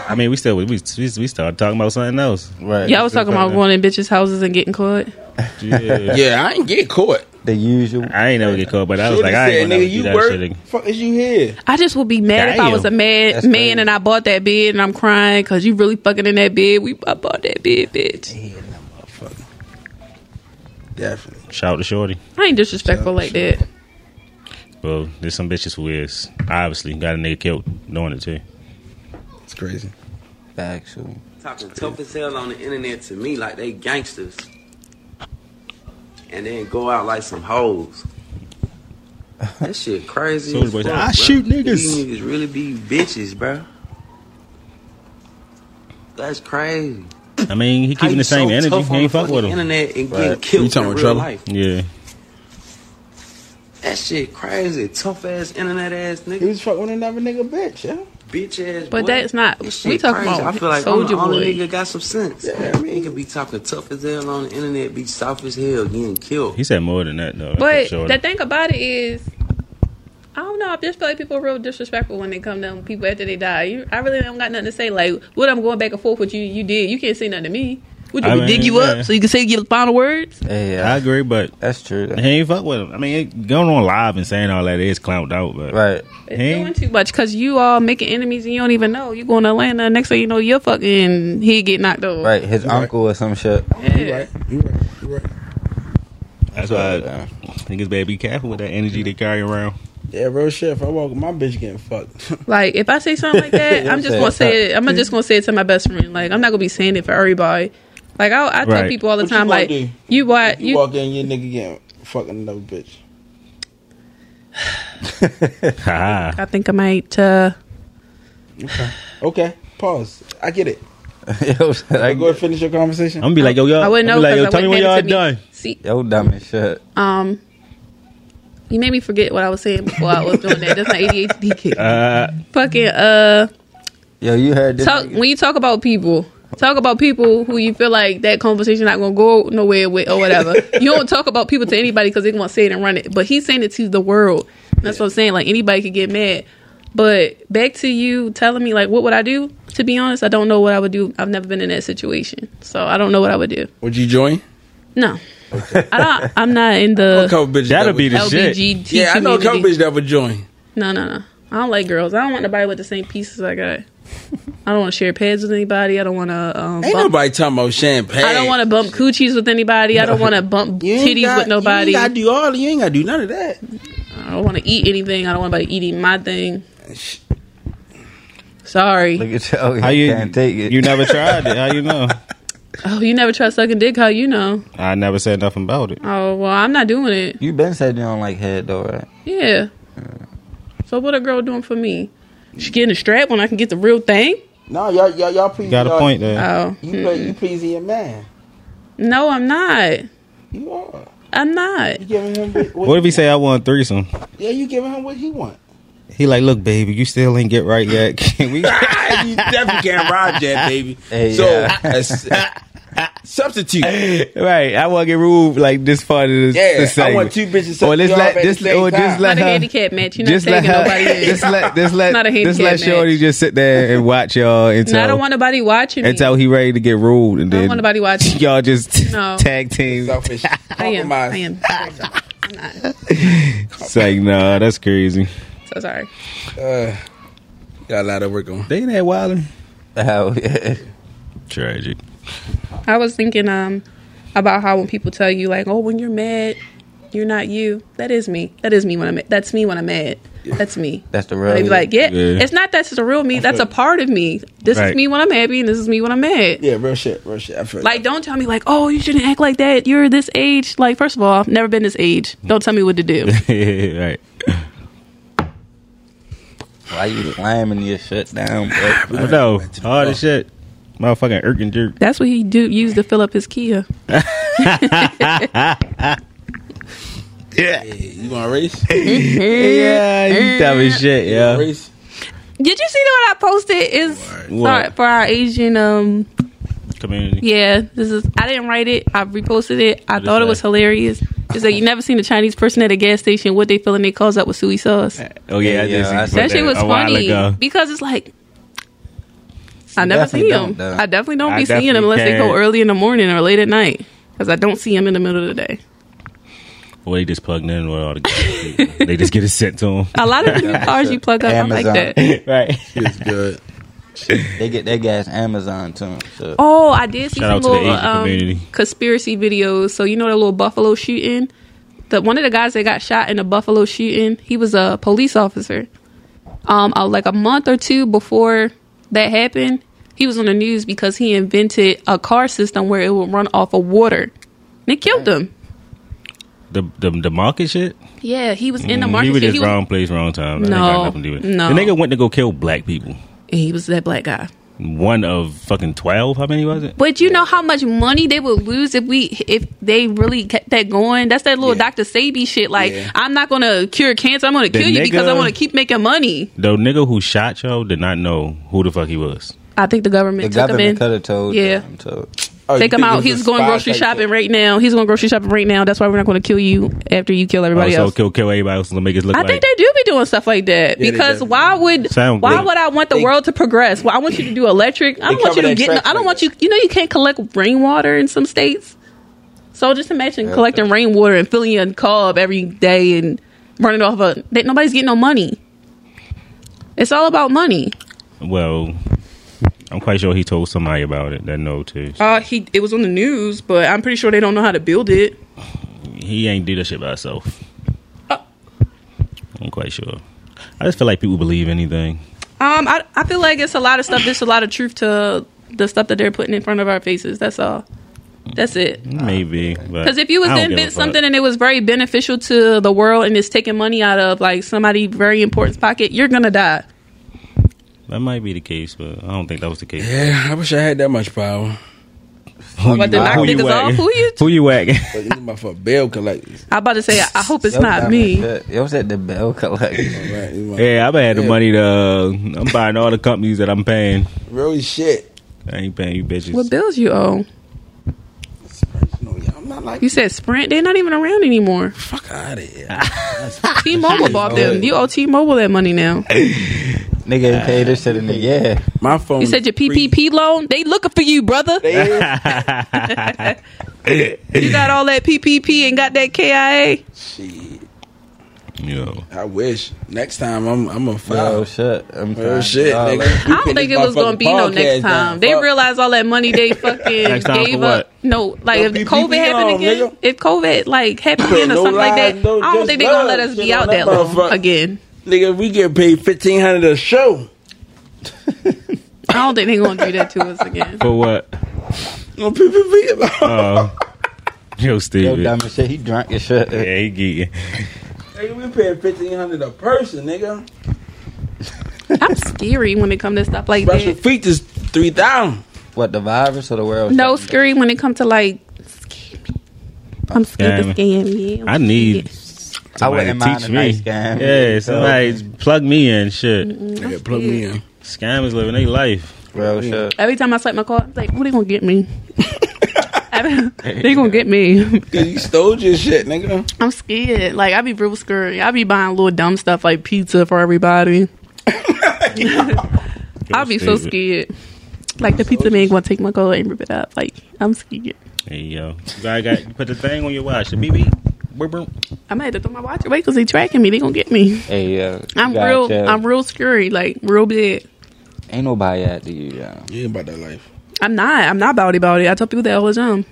Speaker 1: I mean, we still we we, we started talking about something else.
Speaker 5: Right.
Speaker 2: Yeah, I was talking about going in bitches' houses and getting caught.
Speaker 1: Yeah.
Speaker 3: Yeah, I ain't get caught.
Speaker 5: The usual.
Speaker 1: I ain't never get caught, but I was
Speaker 3: Shorty
Speaker 1: like, I ain't
Speaker 3: said,
Speaker 1: gonna never
Speaker 3: nigga,
Speaker 1: do
Speaker 3: you
Speaker 1: that
Speaker 3: work?
Speaker 1: shit again.
Speaker 3: Fuck is you here?
Speaker 2: I just would be mad if I
Speaker 1: Damn.
Speaker 2: was a mad
Speaker 5: That's
Speaker 2: man
Speaker 5: crazy.
Speaker 2: and I bought that bed and I'm crying because you really fucking in that bed. We I bought that bed, bitch.
Speaker 3: Definitely.
Speaker 1: Shout out to Shorty.
Speaker 2: I ain't disrespectful like that.
Speaker 1: Well, there's some bitches who is obviously got a nigga killed knowing it too.
Speaker 3: It's crazy.
Speaker 5: Factual.
Speaker 7: talking tough as hell on the internet to me like they gangsters and then go out like some hoes. That shit crazy.
Speaker 1: Soulja
Speaker 7: as
Speaker 1: Boy
Speaker 7: fuck,
Speaker 1: said, "I
Speaker 7: bruh.
Speaker 1: shoot niggas."
Speaker 7: These niggas really be bitches, bro. That's crazy.
Speaker 1: I mean, he
Speaker 7: How
Speaker 1: keeping
Speaker 7: you
Speaker 1: the same
Speaker 7: so
Speaker 1: energy.
Speaker 7: tough
Speaker 1: He
Speaker 7: on
Speaker 1: ain't
Speaker 7: the
Speaker 1: fuck with
Speaker 7: fucking
Speaker 1: him.
Speaker 7: Internet and
Speaker 5: Right.
Speaker 7: getting killed
Speaker 3: You talking
Speaker 7: in
Speaker 3: about
Speaker 7: real
Speaker 3: Trevor?
Speaker 7: life.
Speaker 1: Yeah,
Speaker 7: That shit crazy. Tough ass internet ass
Speaker 3: He
Speaker 7: nigga,
Speaker 3: was fucking with another nigga bitch, yeah?
Speaker 7: bitch ass.
Speaker 2: But
Speaker 7: boy.
Speaker 2: that's not.
Speaker 7: This shit
Speaker 2: We talking
Speaker 7: crazy.
Speaker 2: about
Speaker 7: I feel like I'm
Speaker 2: Soldier
Speaker 7: the only
Speaker 2: Boy.
Speaker 7: nigga got some sense.
Speaker 3: Yeah, I mean-
Speaker 7: nigga be talking tough as hell on the internet, be soft as hell, getting killed.
Speaker 1: he said more than that though.
Speaker 2: But
Speaker 1: Shorty.
Speaker 2: the thing about it is, I don't know. I just feel like people are real disrespectful when they come to people after they die. You, I really don't got nothing to say. Like what I'm going back and forth with you. You did. You can't say nothing to me. Would you
Speaker 1: I mean,
Speaker 2: dig you
Speaker 1: yeah.
Speaker 2: up so you can say your final words?
Speaker 5: Yeah,
Speaker 1: I agree, but
Speaker 5: that's true.
Speaker 1: he ain't fuck with him. I mean, it- going on live and saying all that is clowned out, but
Speaker 5: Right.
Speaker 2: It's
Speaker 1: Hey.
Speaker 2: doing too much because you all making enemies and you don't even know. You going to Atlanta. Next thing you know, you're fucking he get knocked over.
Speaker 5: Right. His uncle or some shit.
Speaker 2: Yeah.
Speaker 3: You right. You right.
Speaker 1: that's why I think it's bad. to Be careful with that energy they carry around.
Speaker 3: Yeah, real shit. If I walk with my bitch getting fucked.
Speaker 2: Like if I say something like that,
Speaker 5: Yeah,
Speaker 2: I'm just
Speaker 5: say
Speaker 2: gonna
Speaker 5: it.
Speaker 2: say it. I'm just gonna say it to my best friend. Like I'm not gonna be saying it for everybody. Like I, I tell
Speaker 1: Right.
Speaker 2: people all the
Speaker 3: What you
Speaker 2: time,
Speaker 3: gonna
Speaker 2: like
Speaker 3: do?
Speaker 2: you what
Speaker 3: you,
Speaker 2: you,
Speaker 3: walk in, your nigga getting fucking another bitch.
Speaker 1: Ha ha.
Speaker 2: I think I might. Uh,
Speaker 3: Okay, pause. I get it.
Speaker 5: yo,
Speaker 3: I
Speaker 5: like,
Speaker 3: go and finish your conversation.
Speaker 1: I'm gonna be like, yo, yo.
Speaker 2: I wouldn't know
Speaker 1: I'm gonna be
Speaker 2: because
Speaker 1: like, yo, tell
Speaker 2: I
Speaker 1: me
Speaker 2: wouldn't
Speaker 1: when
Speaker 2: have
Speaker 1: y'all
Speaker 2: it to me.
Speaker 1: done.
Speaker 2: See,
Speaker 5: yo, dumb as shit.
Speaker 2: um, you made me forget what I was saying before I was doing that. That's my ADHD kick.
Speaker 1: Uh,
Speaker 2: Fucking uh,
Speaker 5: Yo, you heard this?
Speaker 2: talk
Speaker 5: nigga?
Speaker 2: when you talk about people. Talk about people who you feel like that conversation not gonna go nowhere with or whatever. you don't talk about people to anybody because they gonna say it and run it. But he's saying it to the world. And That's what I'm saying. Like anybody could get mad. But back to you telling me like what would I do? To be honest, I don't know what I would do. I've never been in that situation, so I don't know what I would do.
Speaker 3: Would you join?
Speaker 2: No, I don't, I'm not in
Speaker 3: A
Speaker 2: Uh, the
Speaker 3: couple bitches.
Speaker 1: That'll
Speaker 3: that would-
Speaker 1: be the shit.
Speaker 2: LGBT
Speaker 3: Yeah, I know a couple
Speaker 2: community.
Speaker 3: bitches that would join.
Speaker 2: No, no, no. I don't like girls. I don't want nobody with the same pieces I got. I don't want to share pads with anybody. I don't want to. Um,
Speaker 3: Ain't
Speaker 2: bump-
Speaker 3: nobody talking about champagne.
Speaker 2: I don't want to bump coochies with anybody. I don't want to bump
Speaker 3: You ain't
Speaker 2: titties
Speaker 3: got-
Speaker 2: with nobody.
Speaker 3: You ain't
Speaker 2: I
Speaker 3: gotta do all. You ain't gotta do none of that.
Speaker 2: don't want to eat anything. I don't want anybody eating my thing.
Speaker 5: Look
Speaker 2: Sorry.
Speaker 5: at you. Oh,
Speaker 1: how you
Speaker 5: can't take it?
Speaker 1: You never tried it. How you know?
Speaker 2: Oh, you never try sucking dick? How you know?
Speaker 1: I never said nothing about it.
Speaker 2: Oh, well, I'm not doing it.
Speaker 5: You been said you don't like head though, right?
Speaker 2: Yeah. So what a girl doing for me? She getting a strap when I can get the real thing?
Speaker 3: No, y'all, y'all, y'all please.
Speaker 1: You
Speaker 7: Uh,
Speaker 1: got a
Speaker 3: y'all-
Speaker 1: point there.
Speaker 2: Oh,
Speaker 3: You, play, you pleasing your man.
Speaker 2: no, I'm not.
Speaker 3: You are.
Speaker 2: I'm not.
Speaker 3: You giving him what,
Speaker 1: What if he say I want a threesome?
Speaker 3: Yeah, you giving him what he want.
Speaker 1: He like, look, baby, you still ain't get right yet. Can we?
Speaker 3: you definitely can't ride that, baby.
Speaker 5: Hey,
Speaker 3: so
Speaker 5: yeah.
Speaker 3: as, Substitute.
Speaker 6: right. I want to get ruled like this part of this,
Speaker 3: Yeah,
Speaker 6: this
Speaker 3: I want
Speaker 6: segment.
Speaker 3: two bitches.
Speaker 6: Or let's
Speaker 3: substitute
Speaker 6: let
Speaker 3: at
Speaker 6: this
Speaker 3: the same
Speaker 6: or just
Speaker 3: time.
Speaker 6: let
Speaker 2: Not a
Speaker 6: her,
Speaker 2: handicap match. You're not
Speaker 6: just let
Speaker 2: taking
Speaker 6: her,
Speaker 2: nobody in.
Speaker 6: just let just let
Speaker 2: Not a
Speaker 6: just let
Speaker 2: handicap
Speaker 6: Shorty
Speaker 2: match.
Speaker 6: just sit there and watch y'all until
Speaker 2: No, I don't want nobody watching me.
Speaker 6: until he ready to get ruled and
Speaker 2: I don't
Speaker 6: then
Speaker 2: want nobody watching.
Speaker 6: y'all just
Speaker 2: No.
Speaker 6: tag team.
Speaker 3: Selfish.
Speaker 2: I am.
Speaker 3: Compromise.
Speaker 2: I am.
Speaker 6: It's like nah, that's crazy.
Speaker 2: So sorry.
Speaker 3: Uh, got a lot of work on.
Speaker 6: They ain't that wildin'.
Speaker 5: Hell yeah.
Speaker 6: Tragic.
Speaker 2: I was thinking um about how when people tell you like, oh, when you're mad, you're not you. That is me. That is me when I'm. Mad. That's me when I'm mad. That's me.
Speaker 5: That's the
Speaker 2: They
Speaker 5: real.
Speaker 2: be like, yeah,
Speaker 6: Yeah.
Speaker 2: it's not that's the real me. That's a part of me. This
Speaker 6: Right.
Speaker 2: is me when I'm happy, and this is me when I'm mad.
Speaker 3: Yeah, real shit, real shit. I feel
Speaker 2: Like, don't tell me like, oh, you shouldn't act like that. You're this age. Like, first of all, I've never been this age. Don't tell me what to do.
Speaker 6: right.
Speaker 5: why you slamming your shit down, bro?
Speaker 6: No, all this shit, motherfucking irk and jerk.
Speaker 2: That's what he do used to fill up his Kia.
Speaker 3: Hey, you want to race?
Speaker 6: Yeah, you dumb as shit. Yeah,
Speaker 3: Race?
Speaker 2: Did you see what I posted? Is
Speaker 6: What?
Speaker 2: for, for our Asian um
Speaker 1: community.
Speaker 2: Yeah, this is. I didn't write it. I reposted it. I
Speaker 1: it
Speaker 2: thought it
Speaker 1: say?
Speaker 2: was hilarious. It's like you never seen a Chinese person at a gas station. What they filling their cars up with suey sauce. That
Speaker 6: oh yeah, I
Speaker 5: Yeah,
Speaker 6: just
Speaker 5: I saw
Speaker 6: put
Speaker 2: shit was
Speaker 6: a while
Speaker 2: funny
Speaker 6: ago.
Speaker 2: because it's like I never
Speaker 5: definitely
Speaker 2: see them.
Speaker 5: don't, though.
Speaker 2: I definitely don't
Speaker 6: I
Speaker 2: be seeing them
Speaker 6: definitely
Speaker 2: unless they go
Speaker 6: can't.
Speaker 2: early in the morning or late at night because I don't see them in the middle of the day.
Speaker 1: Well, they just plugged in with all the people. they just get it sent to them.
Speaker 2: A lot of the new cars you plug up, I
Speaker 5: Amazon.
Speaker 2: like that.
Speaker 6: right.
Speaker 3: It's good.
Speaker 5: They get their gas Amazon to them. So.
Speaker 2: Oh, I did see
Speaker 1: Shout
Speaker 2: some
Speaker 1: out to the
Speaker 2: little
Speaker 1: Asian
Speaker 2: um,
Speaker 1: community.
Speaker 2: conspiracy videos. So you know the little buffalo shooting. The one of the guys that got shot in the buffalo shooting, he was a police officer. Um, uh, like a month or two before that happened, he was on the news because he invented a car system where it would run off of water. And it killed him.
Speaker 1: The, the the market shit.
Speaker 2: Yeah, he was in the
Speaker 1: Mm,
Speaker 2: market.
Speaker 1: He was just
Speaker 2: he,
Speaker 1: wrong place, wrong time. That ain't
Speaker 2: No,
Speaker 1: got nothing to do with it.
Speaker 2: no.
Speaker 1: The nigga went to go kill black people.
Speaker 2: he was that black guy.
Speaker 1: One of fucking twelve. How many was it?
Speaker 2: But you know how much money they would lose if we if they really kept that going. That's that little Dr. Sabi shit. Like
Speaker 3: Yeah.
Speaker 2: I'm not gonna cure cancer. I'm gonna
Speaker 1: The
Speaker 2: kill you because I
Speaker 1: nigga-
Speaker 2: want to keep making money.
Speaker 1: The nigga who shot y'all did not know who the fuck he was.
Speaker 2: I think the government
Speaker 5: The
Speaker 2: took him in.
Speaker 5: government could have told.
Speaker 2: Yeah.
Speaker 5: them, so-
Speaker 3: Oh, you
Speaker 2: Take him
Speaker 3: think
Speaker 2: out.
Speaker 3: it was
Speaker 2: He's
Speaker 3: a
Speaker 2: going
Speaker 3: spy
Speaker 2: grocery
Speaker 3: type
Speaker 2: shopping
Speaker 3: shit?
Speaker 2: right now. He's going grocery shopping right now. That's why we're not going to kill you after you kill
Speaker 3: Oh,
Speaker 2: everybody
Speaker 1: also,
Speaker 2: else.
Speaker 1: Oh, kill kill everybody else and make it look
Speaker 2: I
Speaker 1: like.
Speaker 2: think they do be doing stuff like that
Speaker 3: Yeah, they
Speaker 2: because
Speaker 3: do.
Speaker 2: why would
Speaker 1: Sound
Speaker 2: why
Speaker 1: good.
Speaker 2: would I want the world to progress? Well, I want you to do electric. I don't
Speaker 3: They
Speaker 2: want you
Speaker 3: cover
Speaker 2: to
Speaker 3: that
Speaker 2: get.
Speaker 3: track
Speaker 2: I don't
Speaker 3: like
Speaker 2: want you. You know, you can't collect rainwater in some states. So just imagine collecting rainwater and filling your car up every day and running off a. That nobody's getting no money. It's all about money.
Speaker 1: well, I'm quite sure he told somebody about it that no too.
Speaker 2: Uh, he it was on the news, but I'm pretty sure they don't know how to build it.
Speaker 1: He ain't do that shit by himself.
Speaker 2: Uh.
Speaker 1: I'm quite sure. I just feel like people believe anything.
Speaker 2: Um, I I feel like it's a lot of stuff. There's a lot of truth to the stuff that they're putting in front of our faces. That's all. That's it.
Speaker 5: Ah,
Speaker 1: Maybe because
Speaker 2: Because if you was to invent something and it was very beneficial to the world and it's taking money out of like somebody very important's pocket, you're gonna die.
Speaker 1: that might be the case, but I don't think that was the case.
Speaker 3: Yeah, I wish I had that much power.
Speaker 1: Who
Speaker 2: But to knock
Speaker 1: who
Speaker 2: niggas
Speaker 1: whacking?
Speaker 2: off, who you?
Speaker 1: Who you whacking?
Speaker 3: But this motherfucker bill collectors.
Speaker 2: I about to say, I hope it's
Speaker 5: Yo,
Speaker 2: not
Speaker 5: that
Speaker 2: me.
Speaker 5: was good. Yo, was at the bill collector.
Speaker 3: Right, this motherfucker-
Speaker 6: Yeah, I've had the
Speaker 3: Yeah.
Speaker 6: money to. Uh, I'm buying all the companies that I'm paying.
Speaker 3: Real shit.
Speaker 1: I ain't paying you bitches.
Speaker 2: What bills you owe?
Speaker 3: No, yeah, I'm not like
Speaker 2: You Ah. said Sprint. They're not even around anymore.
Speaker 3: fuck out of here.
Speaker 2: T-Mobile bought them. You owe T-Mobile that money now.
Speaker 5: Nigga ain't paid this shit in the year.
Speaker 3: My phone.
Speaker 2: You said your PPP loan. They looking for you, brother. you got all that PPP and got that KIA.
Speaker 3: Shit.
Speaker 1: Yo.
Speaker 3: I wish next time I'm I'm gonna
Speaker 5: Yo,
Speaker 2: Oh,
Speaker 3: file.
Speaker 5: shit. I'm
Speaker 3: Real
Speaker 5: trying
Speaker 3: shit,
Speaker 5: to dollar.
Speaker 3: nigga. We
Speaker 2: I
Speaker 3: pin
Speaker 2: don't think it
Speaker 3: this
Speaker 2: was gonna
Speaker 3: motherfucking
Speaker 2: be no
Speaker 3: podcast
Speaker 2: next
Speaker 3: down.
Speaker 2: time. They
Speaker 3: Fuck.
Speaker 2: realized all that money they fucking
Speaker 1: Next time
Speaker 2: gave
Speaker 1: for
Speaker 2: up.
Speaker 1: what?
Speaker 2: No, like
Speaker 3: Yo,
Speaker 2: if
Speaker 3: be-
Speaker 2: COVID
Speaker 3: be
Speaker 2: happened
Speaker 3: on,
Speaker 2: again,
Speaker 3: nigga.
Speaker 2: if COVID like happened again or
Speaker 3: No
Speaker 2: something like that,
Speaker 3: lies, no-
Speaker 2: I don't
Speaker 3: just
Speaker 2: think they gonna let
Speaker 3: lies.
Speaker 2: us be
Speaker 3: Shit on
Speaker 2: out that
Speaker 3: that
Speaker 2: long
Speaker 3: motherfucker.
Speaker 2: again.
Speaker 3: Nigga, we get paid fifteen hundred a show.
Speaker 2: I don't think they gonna do that to us again.
Speaker 1: For what?
Speaker 3: On PPP.
Speaker 1: Oh. Yo,
Speaker 5: Yo,
Speaker 1: Steven.
Speaker 5: dumb as shit. He drunk your shit.
Speaker 1: Yeah, he geeking.
Speaker 3: nigga, we paying fifteen hundred a person, nigga.
Speaker 2: I'm scary when it comes to stuff like
Speaker 3: Special
Speaker 2: that.
Speaker 3: features three thousand.
Speaker 5: What, the virus or the world?
Speaker 2: No
Speaker 5: shut
Speaker 2: scary when it comes to like scam. I'm scared to scam you.
Speaker 1: I need
Speaker 5: down? I
Speaker 1: somebody
Speaker 5: wouldn't
Speaker 1: to
Speaker 5: mind
Speaker 1: teach
Speaker 5: a nice
Speaker 1: me.
Speaker 5: game.
Speaker 1: Yeah, somebody plug me in. Shit.
Speaker 3: Nigga, plug me in.
Speaker 1: Scammers living their life.
Speaker 5: Real shit.
Speaker 2: Every time I swipe my card, I'm like, what they gonna get me? they gonna get me.
Speaker 3: Cause you stole your shit, nigga.
Speaker 2: I'm scared. Like I be real scared. I be buying little dumb stuff like pizza for everybody. I'll be so scared. Like the pizza man gonna take my gold and rip it up. Like I'm scared.
Speaker 1: Hey yo, you gotta got you put the thing on your watch. The BB. Boop, boop.
Speaker 2: I might have to throw my watch away because they tracking me. They gonna get me.
Speaker 5: Hey, yo.
Speaker 2: I'm real. I'm real scary. Like real bad.
Speaker 5: Ain't nobody after you, yo.
Speaker 3: You ain't about that life.
Speaker 2: I'm not. I'm not bowdy bowdy. I tell people that all the time.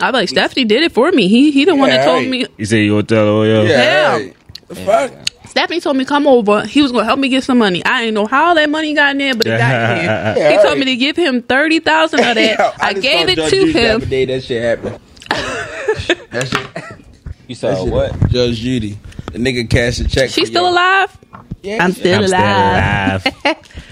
Speaker 2: I be like Stephanie did it for me. He he the one that
Speaker 3: Yeah,
Speaker 2: told
Speaker 3: right.
Speaker 2: me.
Speaker 1: You say you gonna tell her? Yo.
Speaker 2: Yeah.
Speaker 3: right. The fuck.
Speaker 2: Stephanie told me come over. He was gonna help me get some money. I ain't know how that money got in there, but it got in. there.
Speaker 3: Yeah,
Speaker 2: he
Speaker 3: right.
Speaker 2: told me to give him thirty thousand of that.
Speaker 3: Yo,
Speaker 2: I,
Speaker 3: just
Speaker 2: gave
Speaker 3: saw
Speaker 2: it to
Speaker 3: Judge Judy the other
Speaker 2: him.
Speaker 3: day that shit happened. that shit.
Speaker 5: You saw what?
Speaker 3: Judge Judy. The nigga cashed a check.
Speaker 2: She's
Speaker 3: for
Speaker 2: still
Speaker 3: y'all.
Speaker 2: alive.
Speaker 3: Yeah,
Speaker 2: I'm
Speaker 3: she-
Speaker 2: still
Speaker 1: I'm still
Speaker 2: alive.
Speaker 1: alive.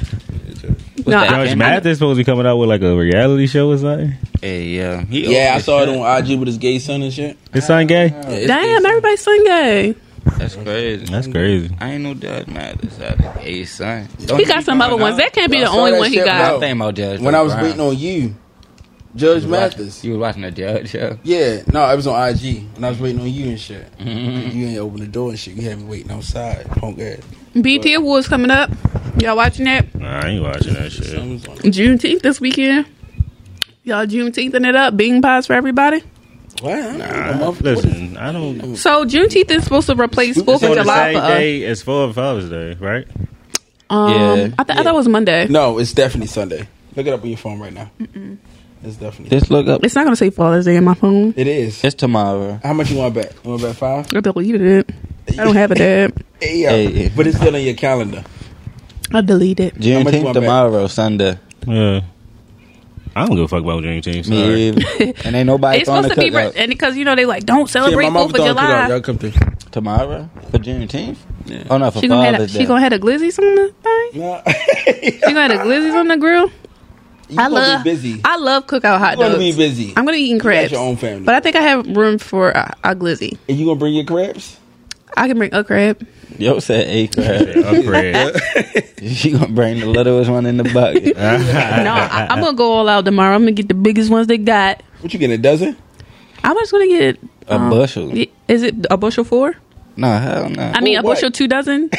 Speaker 2: No, I,
Speaker 5: that Judge
Speaker 1: Josh
Speaker 5: And-
Speaker 1: Math is supposed to be coming out with like a reality show or something.
Speaker 5: Hey, yo. He
Speaker 3: Yeah, I
Speaker 5: old
Speaker 3: saw
Speaker 5: as
Speaker 3: it on IG with his gay son and shit.
Speaker 1: His son gay?
Speaker 3: Yeah, it's
Speaker 2: damn,
Speaker 3: gay.
Speaker 2: everybody's Sunday.
Speaker 5: shit. That's crazy.
Speaker 1: That's crazy.
Speaker 5: I ain't no Judge Mathers out of Hey, son. Don't
Speaker 2: He
Speaker 5: you
Speaker 2: got
Speaker 5: be
Speaker 2: some
Speaker 5: going
Speaker 2: other ones.
Speaker 5: out?
Speaker 2: That can't be
Speaker 3: Yo,
Speaker 2: the
Speaker 3: I saw
Speaker 2: only
Speaker 3: that
Speaker 2: one he
Speaker 3: shit
Speaker 5: I
Speaker 2: got.
Speaker 5: think about Judge.
Speaker 3: Oh, When I was
Speaker 5: Brown.
Speaker 3: waiting on you, Judge Mathis.
Speaker 5: You was watching the Judge, yo.
Speaker 3: Yeah, no, I was on IG and I was waiting on you and shit. You ain't open the door and shit. You had me waiting outside, punk ass.
Speaker 2: BT Awards coming up. Y'all watching that?
Speaker 1: Nah, I ain't watching that shit.
Speaker 3: I was like,
Speaker 2: Juneteenth this weekend. Y'all Juneteenthing it up, bean pies for everybody.
Speaker 3: what? I don't know,
Speaker 1: Nah,
Speaker 3: motherfucker.
Speaker 1: listen, I don't.
Speaker 2: So Juneteenth is supposed to replace
Speaker 3: It's
Speaker 1: It's
Speaker 2: Fourth of
Speaker 1: on the
Speaker 2: July
Speaker 1: same
Speaker 2: for us.
Speaker 1: day as Fourth Father's Day, right?
Speaker 2: Um,
Speaker 5: Yeah.
Speaker 2: I, th- I thought it was Monday.
Speaker 3: No, it's definitely Sunday. Look it up on your phone right now. It's definitely.
Speaker 5: Just look up.
Speaker 2: It's not gonna say Father's Day in my phone.
Speaker 3: It is.
Speaker 5: It's tomorrow.
Speaker 3: How much you want back? You want back five?
Speaker 2: I deleted it. I don't have it. Dad.
Speaker 3: Hey, yo.
Speaker 5: Hey, yeah.
Speaker 3: But it's still on your calendar.
Speaker 2: I deleted. it.
Speaker 3: much you
Speaker 5: Juneteenth
Speaker 3: want back?
Speaker 5: tomorrow, Sunday.
Speaker 1: Yeah. I don't give a fuck about Juneteenth. Sorry.
Speaker 5: Me either. and ain't nobody
Speaker 2: It's
Speaker 5: throwing
Speaker 2: supposed
Speaker 5: the
Speaker 2: to be, re-
Speaker 5: cookout
Speaker 2: and because you know they like don't
Speaker 3: Yeah,
Speaker 2: celebrate Fourth of
Speaker 3: throwing it out.
Speaker 2: July.
Speaker 3: Y'all come through.
Speaker 5: tomorrow for Juneteenth. Oh no, for
Speaker 2: She gonna have a,
Speaker 5: Father's
Speaker 2: she
Speaker 5: Day.
Speaker 2: gonna have a glizzies on the thing.
Speaker 3: No.
Speaker 2: She gonna have the glizzies on the grill.
Speaker 3: you
Speaker 2: I
Speaker 3: gonna
Speaker 2: love
Speaker 3: be busy.
Speaker 2: I love cookout hot
Speaker 3: you gonna
Speaker 2: dogs.
Speaker 3: be busy.
Speaker 2: I'm gonna be eating crabs,
Speaker 3: your own family.
Speaker 2: but I think I have room for a, a glizzy.
Speaker 3: and you gonna bring your crabs?
Speaker 2: I can bring a crab.
Speaker 5: Yo said A crab.
Speaker 1: Yeah, I'm crazy.
Speaker 5: she gonna bring the littlest one in the bucket.
Speaker 2: No, I, I'm gonna go all out tomorrow. I'm gonna get the biggest ones they got.
Speaker 3: What you getting a dozen?
Speaker 2: I'm just gonna get
Speaker 5: A
Speaker 2: Um,
Speaker 5: bushel.
Speaker 2: y- Is it a bushel four?
Speaker 5: No, hell no.
Speaker 2: I mean, a
Speaker 3: what?
Speaker 2: bushel two dozen.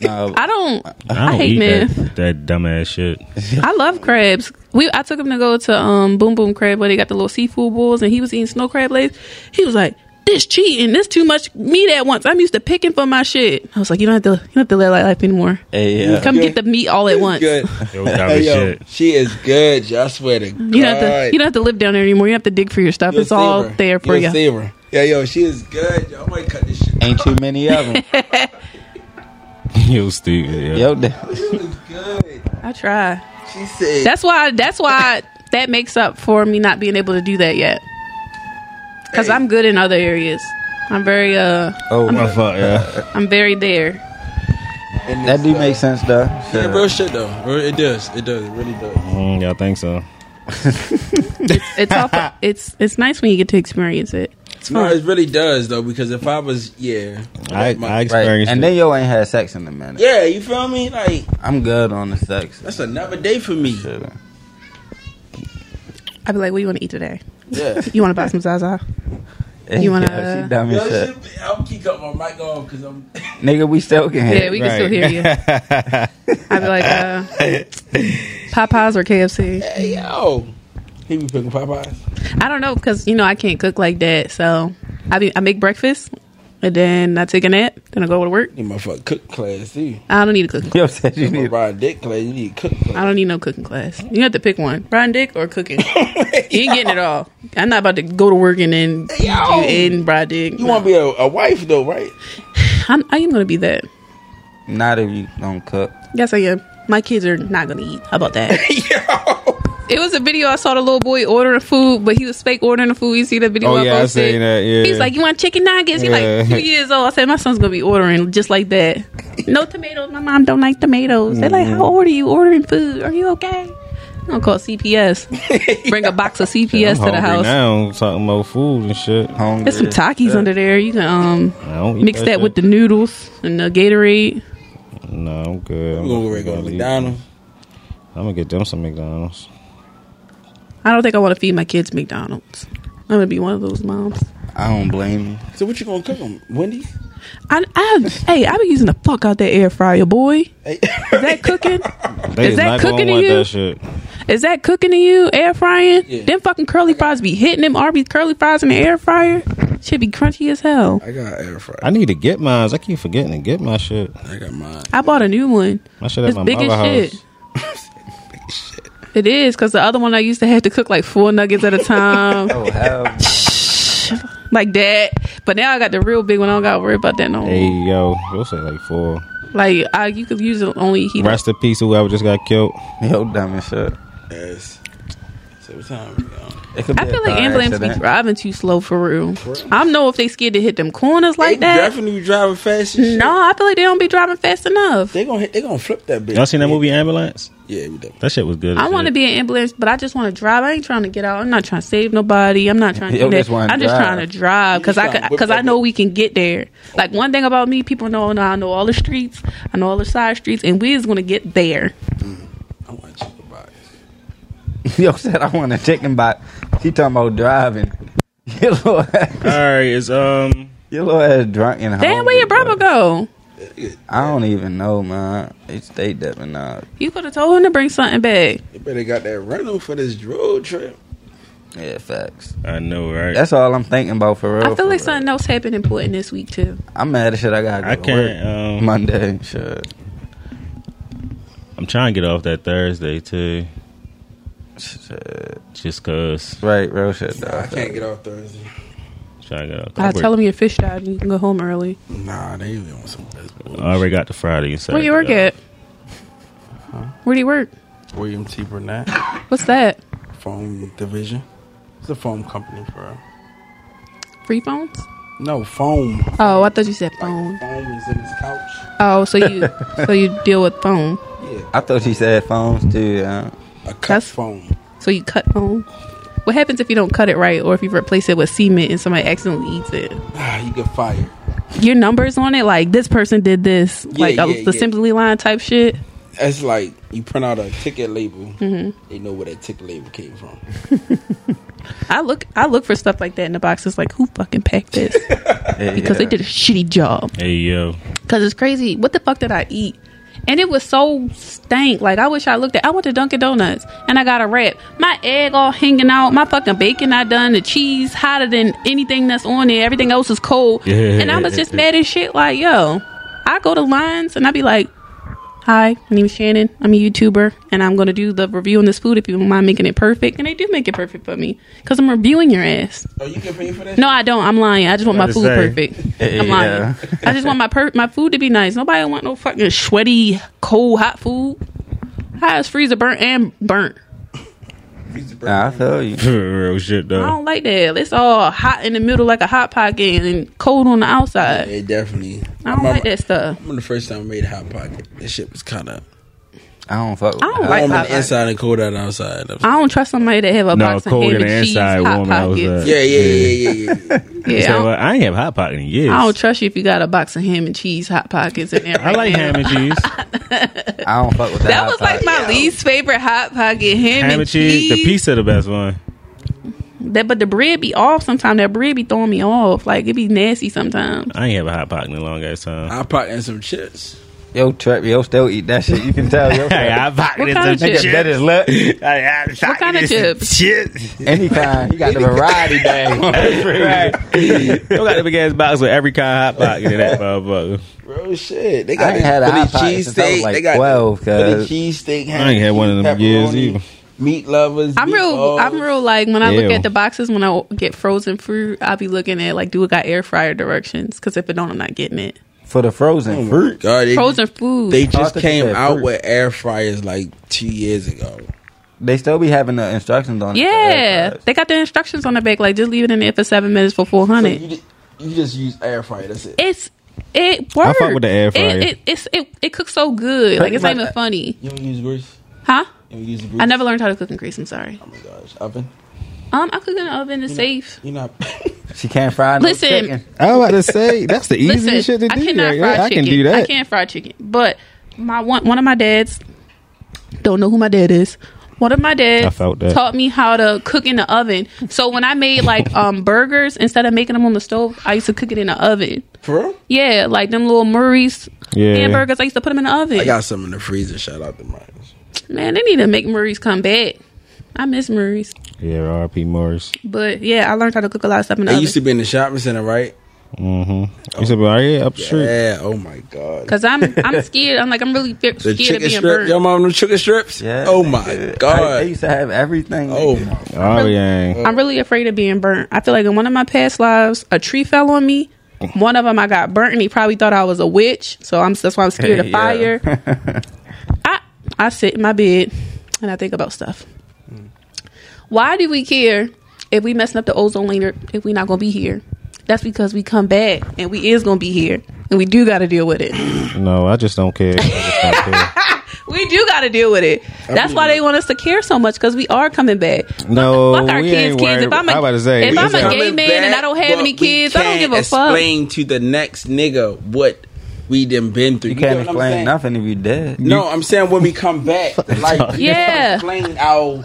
Speaker 5: No,
Speaker 2: I don't.
Speaker 1: I
Speaker 2: I
Speaker 1: don't
Speaker 2: hate
Speaker 1: eat
Speaker 2: math.
Speaker 1: that, that dumbass shit.
Speaker 2: I love crabs. We I took him to go to um Boom Boom Crab where they got the little seafood balls, and he was eating snow crab legs. He was like, "This cheating. This too much meat at once. I'm used to picking for my shit." I was like, "You don't have to. You don't have to live like life anymore.
Speaker 5: hey, yeah.
Speaker 2: Come
Speaker 3: Yeah.
Speaker 2: get the meat all at once."
Speaker 3: Good.
Speaker 1: Yo, dumb
Speaker 3: Hey,
Speaker 1: as
Speaker 3: yo,
Speaker 1: shit.
Speaker 3: she is good. yo, I swear to God.
Speaker 2: You don't, have to, you don't have to live down there anymore. You don't have to dig for your stuff.
Speaker 3: You'll
Speaker 2: it's all
Speaker 3: see her.
Speaker 2: there for
Speaker 3: You'll
Speaker 2: you.
Speaker 3: see her. Yeah, yo, she is good. Yo, I might cut this shit.
Speaker 5: Ain't too many of them.
Speaker 1: Yo, stupid. Yo.
Speaker 5: Yo, da-
Speaker 3: She is good.
Speaker 2: I try.
Speaker 3: She said,
Speaker 2: That's why. That's why that makes up for me not being able to do that yet. Because I'm good in other areas. I'm very uh.
Speaker 5: oh,
Speaker 1: My fuck, yeah.
Speaker 2: I'm very there.
Speaker 3: and
Speaker 5: that
Speaker 3: it's,
Speaker 5: do
Speaker 3: uh,
Speaker 5: make sense though.
Speaker 3: Yeah,
Speaker 5: Shit.
Speaker 3: real shit though. Real- It does. It does. It really does.
Speaker 1: Mm, yeah, I think so.
Speaker 2: It's all, it's it's nice when you get to experience it. It's
Speaker 3: No,
Speaker 2: fun.
Speaker 3: it really does though. Because if I was, yeah,
Speaker 1: I, I
Speaker 3: My-
Speaker 5: Right,
Speaker 1: experienced
Speaker 5: and then yo ain't had sex in a minute.
Speaker 3: yeah, you feel me? Like
Speaker 5: I'm good on the sex.
Speaker 3: that's another day for me.
Speaker 5: Shit.
Speaker 2: I'd be like, what do you want to eat today?
Speaker 3: Yeah.
Speaker 2: You want to buy some Zaza?
Speaker 5: Hey,
Speaker 2: You wanna-
Speaker 5: yo, she dumb
Speaker 3: Yo,
Speaker 5: as shit.
Speaker 3: shit, I'll keep up my mic on because I'm.
Speaker 5: Nigga, we still can hear.
Speaker 2: Yeah, we can still hear you. I'd be like, uh, Popeyes or KFC?
Speaker 3: Hey yo, he be picking Popeyes.
Speaker 2: I don't know because you know I can't cook like that. So I be I make breakfast and then I take a nap. Then I go to work.
Speaker 3: Need my fuck cook class too.
Speaker 2: I don't need a cooking.
Speaker 5: Yo said you
Speaker 3: You need
Speaker 5: need.
Speaker 3: ride dick class. You need cook class.
Speaker 2: I don't need no cooking class. You have to pick one: riding dick or cooking. you ain't getting it all. I'm not about to go to work and then you
Speaker 3: Yo.
Speaker 2: and ride dick.
Speaker 3: You want to be a, a wife though, right?
Speaker 2: I'm, I am going to be that.
Speaker 5: Not if you don't cook.
Speaker 2: Yes, I am. My kids are not gonna eat. How about that?
Speaker 3: yo,
Speaker 2: it was a video I saw the little boy ordering food, but he was fake ordering the food. You see that video?
Speaker 1: Oh,
Speaker 2: I
Speaker 1: yeah, I
Speaker 2: posted?
Speaker 1: seen that, yeah.
Speaker 2: He's like, "You want chicken nuggets?" He's
Speaker 1: Yeah.
Speaker 2: like, two years old. I said, "My son's gonna be ordering just like that. No tomatoes. My mom don't like tomatoes." They're
Speaker 1: Mm-hmm.
Speaker 2: like, "How old are you ordering food? Are you okay?" I'm gonna call CPS. Bring a box of CPS to the house.
Speaker 1: Now, talking about food and shit.
Speaker 5: Hungry.
Speaker 2: There's some Takis under there. You can um
Speaker 1: I don't eat
Speaker 2: mix that with the
Speaker 1: shit.
Speaker 2: noodles and the Gatorade.
Speaker 1: No, I'm good. I'm
Speaker 3: we gonna go right
Speaker 1: gonna
Speaker 3: to
Speaker 1: leave.
Speaker 3: McDonald's.
Speaker 1: I'm gonna get them some McDonald's.
Speaker 2: I don't think I want to feed my kids McDonald's. I'm gonna be one of those moms.
Speaker 5: I don't blame you.
Speaker 3: So what you gonna cook them, Wendy's?
Speaker 2: I, I hey, I've been using the fuck out that air fryer, boy. Is that cooking?
Speaker 1: They
Speaker 2: Is
Speaker 1: is
Speaker 2: that
Speaker 1: not gonna
Speaker 2: cooking to
Speaker 1: want
Speaker 2: you?
Speaker 1: that shit.
Speaker 2: Is that cooking to you? Air frying? Them fucking curly fries be hitting them Arby's curly fries in the air fryer. Should be crunchy as hell.
Speaker 3: I got air fryer.
Speaker 1: I need to get mine. I keep forgetting to get my shit.
Speaker 3: I got mine.
Speaker 2: I bought a new one.
Speaker 1: My shit at
Speaker 2: It's
Speaker 1: my
Speaker 2: big
Speaker 1: mother
Speaker 2: as
Speaker 1: house.
Speaker 2: shit. It is because the other one I used to have to cook like four nuggets at a time,
Speaker 5: Oh, hell.
Speaker 2: like that. But now I got the real big one. I don't got to worry about that no more.
Speaker 1: Hey yo, you'll say like four.
Speaker 2: Like I, you could use it only heat. up.
Speaker 1: Rest in peace, whoever just got killed.
Speaker 5: Yo, dumb as shit.
Speaker 3: Yes. So what time? we on?
Speaker 5: It could
Speaker 2: I
Speaker 5: be
Speaker 2: feel
Speaker 5: a
Speaker 2: like
Speaker 5: car
Speaker 2: ambulances be
Speaker 5: accident.
Speaker 2: driving too slow for real. I don't know if they scared to hit them corners like
Speaker 3: They
Speaker 2: that.
Speaker 3: Definitely driving fast. and shit.
Speaker 2: No, I feel like they don't be driving fast enough.
Speaker 3: They gonna hit, they gonna flip that bitch.
Speaker 1: Y'all seen that movie Ambulance?
Speaker 3: Yeah, we done.
Speaker 1: That shit was good.
Speaker 2: I want to be an ambulance, but I just want to drive. I ain't trying to get out. I'm not trying to save nobody. I'm not trying to.
Speaker 5: Yo,
Speaker 2: do that.
Speaker 5: just wanna
Speaker 2: I'm just
Speaker 5: drive.
Speaker 2: trying to drive because
Speaker 3: You
Speaker 2: I
Speaker 3: tryna
Speaker 2: could-
Speaker 3: whip
Speaker 2: because
Speaker 3: that
Speaker 2: I know
Speaker 3: bitch.
Speaker 2: we can get there. Like one thing about me, people know I know all the streets. I know all the side streets, and we is gonna get there.
Speaker 3: I want to chicken box.
Speaker 5: Yo said I want a chicken box. She talking about driving. Your little ass,
Speaker 1: All right, it's um.
Speaker 5: your little ass drunk and
Speaker 2: Damn, where your brother go?
Speaker 5: I don't even know, man. It's they dipping up.
Speaker 2: You could have told him to bring something back.
Speaker 3: They better got that rental for this road trip.
Speaker 5: Yeah, facts.
Speaker 1: I know, right?
Speaker 5: That's all I'm thinking about for real.
Speaker 2: I feel like
Speaker 5: for real.
Speaker 2: something else happened important this week too.
Speaker 5: I'm mad at shit. I gotta go
Speaker 1: I
Speaker 5: to
Speaker 1: can't.
Speaker 5: work
Speaker 1: Um,
Speaker 5: Monday. Shit.
Speaker 1: I'm trying to get off that Thursday too,
Speaker 5: shit.
Speaker 1: just cause.
Speaker 5: Right, real shit though.
Speaker 3: I can't get off Thursday.
Speaker 1: Trying to get off.
Speaker 2: I tell him your fish died and you can go home early.
Speaker 3: Nah, they even want some. that's bullshit.
Speaker 1: I already got the Friday and Saturday.
Speaker 2: Where you work
Speaker 1: off.
Speaker 2: at? Where do you work?
Speaker 3: William T. Burnett,
Speaker 2: What's that?
Speaker 3: foam division. It's a foam company, bro.
Speaker 2: Free phones?
Speaker 3: No foam.
Speaker 2: Oh, I thought you said
Speaker 3: Like
Speaker 2: phone.
Speaker 3: foam is in his couch.
Speaker 2: Oh, so you so you deal with phone.
Speaker 3: Yeah,
Speaker 5: I thought she said phones too. Yeah.
Speaker 3: a cut
Speaker 2: That's-
Speaker 3: foam.
Speaker 2: So you cut phone. What happens if you don't cut it right or if you replace it with cement and somebody accidentally eats it?
Speaker 3: Ah, you get fired.
Speaker 2: Your numbers on it, like this person did this, like
Speaker 3: yeah,
Speaker 2: the
Speaker 3: yeah.
Speaker 2: assembly line type shit.
Speaker 3: That's like you print out a ticket label.
Speaker 2: Mm-hmm.
Speaker 3: They know where that ticket label came from.
Speaker 2: I look I look for stuff like that in the box. It's like who fucking packed this?
Speaker 5: Yeah,
Speaker 2: Because they did a shitty job.
Speaker 1: Hey yo,
Speaker 2: Cause it's crazy. What the fuck did I eat? And it was so stank. Like I wish I looked at. I went to Dunkin' Donuts and I got a wrap. My egg all hanging out. My fucking bacon I done. The cheese hotter than anything that's on there. Everything else is cold. And I was just mad as shit. Like yo, I go to lines and I be like, "Hi, my name is Shannon. I'm a YouTuber and I'm gonna do the review on this food if you don't mind making it perfect." And they do make it perfect for me because I'm reviewing your ass.
Speaker 3: Oh, you get paid for that?
Speaker 2: No, I don't. I'm lying. I just want my
Speaker 1: About to
Speaker 2: food
Speaker 1: say. eh,
Speaker 2: perfect. I'm lying.
Speaker 5: Yeah.
Speaker 2: I just want my per- my food to be nice. Nobody want no fucking sweaty, cold, hot food. How is freezer burnt and burnt?
Speaker 5: Nah, I feel you.
Speaker 1: real shit
Speaker 2: I
Speaker 1: though.
Speaker 2: don't like that. It's all hot in the middle like a hot pocket and cold on the outside.
Speaker 3: Yeah, definitely.
Speaker 2: I don't like that stuff.
Speaker 3: When the first time I made hot pocket, that shit was kind of
Speaker 5: I don't fuck. With
Speaker 2: I don't
Speaker 5: that.
Speaker 2: like
Speaker 3: warm on
Speaker 2: Hot
Speaker 3: the inside and cold on the outside.
Speaker 2: I don't trust somebody that have a
Speaker 1: No,
Speaker 2: box of
Speaker 1: cold
Speaker 2: ham
Speaker 1: on
Speaker 2: and
Speaker 1: the
Speaker 2: cheese,
Speaker 1: inside,
Speaker 2: hot
Speaker 1: warm on the
Speaker 2: pockets.
Speaker 1: outside.
Speaker 3: Yeah, yeah, yeah, yeah, yeah. yeah.
Speaker 2: Yeah, I
Speaker 1: So,
Speaker 2: don't,
Speaker 1: uh, I ain't have hot pocket in years.
Speaker 2: I don't trust you if you got a box of ham and cheese, hot pockets, and everything.
Speaker 1: I like ham and cheese.
Speaker 5: I don't fuck with that.
Speaker 2: That was like my least favorite hot pocket ham,
Speaker 1: ham and cheese, the pizza, the best one.
Speaker 2: That, but the bread be off sometimes. That bread be throwing me off. Like it be nasty sometimes.
Speaker 1: I ain't have a hot pocket in a long ass time.
Speaker 3: Hot pocket and some chips.
Speaker 5: Yo, trap. Yo, still eat that shit. You can tell. Yo,
Speaker 1: Hey,
Speaker 5: Trap.
Speaker 1: hot pocket
Speaker 2: What
Speaker 1: is
Speaker 2: kind of
Speaker 1: some
Speaker 2: chips?
Speaker 1: shit.
Speaker 5: that is lit.
Speaker 1: Hey, hot pocket
Speaker 2: kind of
Speaker 1: is some
Speaker 2: chips?
Speaker 1: Shit.
Speaker 5: Any kind. You got the variety bag.
Speaker 1: You got the big ass box with every kind of hot pocket in that motherfucker.
Speaker 3: Real shit. They
Speaker 5: I
Speaker 3: got
Speaker 5: ain't had a hot
Speaker 3: the
Speaker 5: pocket
Speaker 3: Philly
Speaker 5: since I was
Speaker 3: cheesesteak.
Speaker 5: like
Speaker 3: they got
Speaker 5: 12,
Speaker 3: the Philly
Speaker 5: cuz.
Speaker 3: cheesesteak.
Speaker 1: I ain't had one of them
Speaker 3: pepperoni,
Speaker 1: years either.
Speaker 3: Meat lovers.
Speaker 2: I'm real.
Speaker 3: meatballs.
Speaker 2: I'm real. Like when I look
Speaker 1: Ew.
Speaker 2: at the boxes, when I get frozen fruit, I'll be looking at like, do it got air fryer directions? Because if it don't, I'm not getting it.
Speaker 5: For the frozen
Speaker 3: Oh my
Speaker 5: fruit.
Speaker 3: God, they,
Speaker 2: Frozen food.
Speaker 3: They
Speaker 5: I
Speaker 3: just
Speaker 5: thought you
Speaker 3: came
Speaker 5: said
Speaker 3: out
Speaker 5: fruit.
Speaker 3: with air fryers like two years ago.
Speaker 5: They still be having the instructions on it. for air
Speaker 2: yeah,
Speaker 5: fries.
Speaker 2: they got the instructions on the back. Like just leave it in there for seven minutes for four
Speaker 3: So
Speaker 2: hundred.
Speaker 3: you, just, you just use air fryer. That's it.
Speaker 2: it's it works.
Speaker 1: fuck with the air fryer.
Speaker 2: It, it, it's, it, it cooks so good. Like it's not
Speaker 3: uh,
Speaker 2: even funny,
Speaker 3: You don't use grease.
Speaker 2: huh?
Speaker 3: You don't use grease.
Speaker 2: I never learned how to cook in grease. I'm sorry.
Speaker 3: Oh my gosh, oven.
Speaker 2: Um, I cook in the oven. It's safe.
Speaker 3: You not.
Speaker 5: She can't fry no
Speaker 2: Listen.
Speaker 5: chicken.
Speaker 6: I was about to say that's the easiest shit to do.
Speaker 2: I cannot
Speaker 6: right?
Speaker 2: fry
Speaker 6: I
Speaker 2: chicken.
Speaker 6: can do that.
Speaker 2: I can't fry chicken. But my one one of my dads, don't know who my dad is. One of my dad
Speaker 1: I felt that.
Speaker 2: taught me how to cook in the oven. So when I made like um burgers, instead of making them on the stove, I used to cook it in the oven.
Speaker 3: For real?
Speaker 2: Yeah, like them little Murray's
Speaker 1: Yeah.
Speaker 2: hamburgers. I used to put them in the oven.
Speaker 3: I got some in the freezer. Shout out to mine.
Speaker 2: Man, they need to make Murray's come back. I miss Murray's,
Speaker 1: Yeah, R.P. Morris.
Speaker 2: but yeah, I learned how to cook a lot of stuff in the
Speaker 3: They
Speaker 2: oven.
Speaker 3: used to be in the shopping center, right?
Speaker 1: Mm-hmm.
Speaker 6: Oh.
Speaker 1: You said, "Are you up the street?"
Speaker 3: Yeah. Oh my god.
Speaker 2: Cause I'm I'm scared. I'm like I'm really fe-
Speaker 3: The
Speaker 2: scared of
Speaker 3: chicken
Speaker 2: being
Speaker 3: strip.
Speaker 2: burnt.
Speaker 3: Your mom them chicken strips.
Speaker 5: Yeah.
Speaker 3: Oh my
Speaker 5: I- they
Speaker 3: god.
Speaker 5: used to have everything.
Speaker 3: Oh
Speaker 5: nigga.
Speaker 3: my.
Speaker 1: Oh yeah.
Speaker 2: I'm really afraid of being burnt. I feel like in one of my past lives, a tree fell on me.
Speaker 6: Mm-hmm.
Speaker 2: One of them, I got burnt, and he probably thought I was a witch. So I'm that's why I'm scared of
Speaker 5: Yeah.
Speaker 2: fire. I I sit in my bed and I think about stuff.
Speaker 6: Mm.
Speaker 2: Why do we care if we messing up the ozone layer if we not gonna be here? That's because we come back and we is gonna be here and we do got to deal with it.
Speaker 1: No, I just don't care. I just don't care.
Speaker 2: We do got to deal with it. That's why they want us to care so much because we are coming back.
Speaker 1: No,
Speaker 2: fuck our
Speaker 1: we
Speaker 2: kids,
Speaker 1: ain't
Speaker 2: kids. If
Speaker 1: worried.
Speaker 2: I'm a,
Speaker 1: I about to say,
Speaker 2: if
Speaker 1: we
Speaker 2: I'm a
Speaker 1: coming
Speaker 2: gay man and I don't have any kids, I don't give a fuck.
Speaker 3: Explain to the next nigga what we done been through.
Speaker 5: You can't
Speaker 3: get what I'm
Speaker 5: explain
Speaker 3: saying?
Speaker 5: nothing if you dead.
Speaker 3: No, I'm saying when we come back, like
Speaker 2: Yeah.
Speaker 3: explain our. our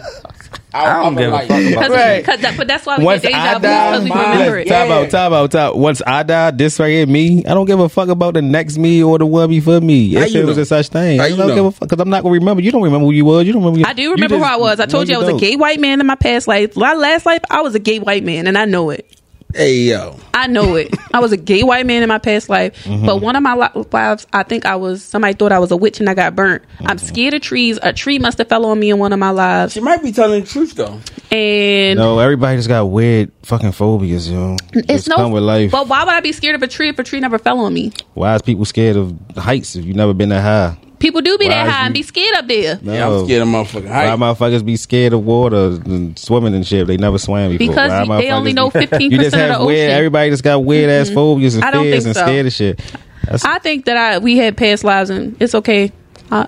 Speaker 5: I don't
Speaker 3: other
Speaker 5: give a
Speaker 3: life.
Speaker 5: fuck about
Speaker 2: Cause,
Speaker 6: Right.
Speaker 2: cause that, but that's why we
Speaker 6: Once
Speaker 2: get
Speaker 6: I
Speaker 2: deja vu
Speaker 6: die,
Speaker 2: because we
Speaker 3: my-
Speaker 2: remember it.
Speaker 3: Yeah.
Speaker 6: Top out, top out, top. Once I die, this right here, me. I don't give a fuck about the next me or the one before me.
Speaker 3: How
Speaker 6: If
Speaker 3: you
Speaker 6: it was
Speaker 3: know?
Speaker 6: a such thing,
Speaker 3: How
Speaker 6: I
Speaker 3: you
Speaker 6: don't
Speaker 3: know?
Speaker 6: give a fuck because I'm not gonna remember. You don't remember who you was. You don't remember.
Speaker 2: I do remember who I was. I told you I was a gay white man in my past life. My last life, I was a gay white man, and I know it.
Speaker 3: Hey yo,
Speaker 2: I know it. I was a gay white man in my past life,
Speaker 1: Mm-hmm.
Speaker 2: but one of my li- lives, I think I was somebody thought I was a witch and I got burnt. I'm
Speaker 1: Mm-hmm.
Speaker 2: scared of trees. A tree must have fell on me in one of my lives,
Speaker 3: she might be telling the truth though.
Speaker 2: and
Speaker 1: No, everybody just got weird fucking phobias, yo.
Speaker 2: it's no.
Speaker 1: come with life.
Speaker 2: But why would I be scared of a tree if a tree never fell on me?
Speaker 1: Why is people scared of heights if you never been that high?
Speaker 2: People do be
Speaker 1: Why
Speaker 2: that
Speaker 1: is
Speaker 2: high and
Speaker 1: you-
Speaker 2: be scared up there.
Speaker 1: No.
Speaker 3: Yeah, I'm scared of motherfucking
Speaker 1: Why
Speaker 3: height.
Speaker 1: motherfuckers be scared of water and swimming and shit? if They never swam before.
Speaker 2: Because
Speaker 1: Why
Speaker 2: they only
Speaker 1: motherfuckers
Speaker 2: know
Speaker 1: be-
Speaker 2: 15%
Speaker 1: You just have
Speaker 2: of the ocean. Mm-hmm.
Speaker 1: weird. Everybody just got weird ass phobias and
Speaker 2: I don't
Speaker 1: fears
Speaker 2: think
Speaker 1: and
Speaker 2: so.
Speaker 1: scared of shit. That's,
Speaker 2: I think that I we had past lives and it's okay. I,
Speaker 1: oh,
Speaker 2: I
Speaker 1: y'all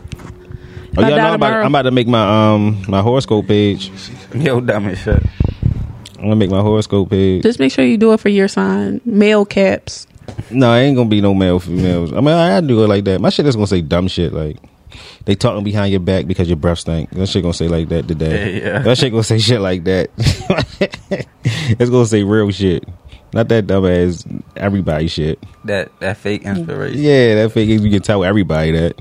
Speaker 1: know
Speaker 2: die
Speaker 1: I'm about,
Speaker 2: tomorrow.
Speaker 1: I'm about to make my um my horoscope page.
Speaker 5: Yo, dumb as shit.
Speaker 1: I'm gonna make my horoscope page.
Speaker 2: just make sure you do it for your sign. Male caps.
Speaker 1: No, it ain't gonna be no male females. I mean, I, I do it like that. My shit is gonna say dumb shit like they talking behind your back because your breath stink. That shit gonna say like that today.
Speaker 5: Yeah, yeah.
Speaker 1: That shit gonna say shit like that. it's gonna say real shit, not that dumb ass everybody shit.
Speaker 5: That that fake inspiration.
Speaker 1: Yeah, that fake you can tell everybody that.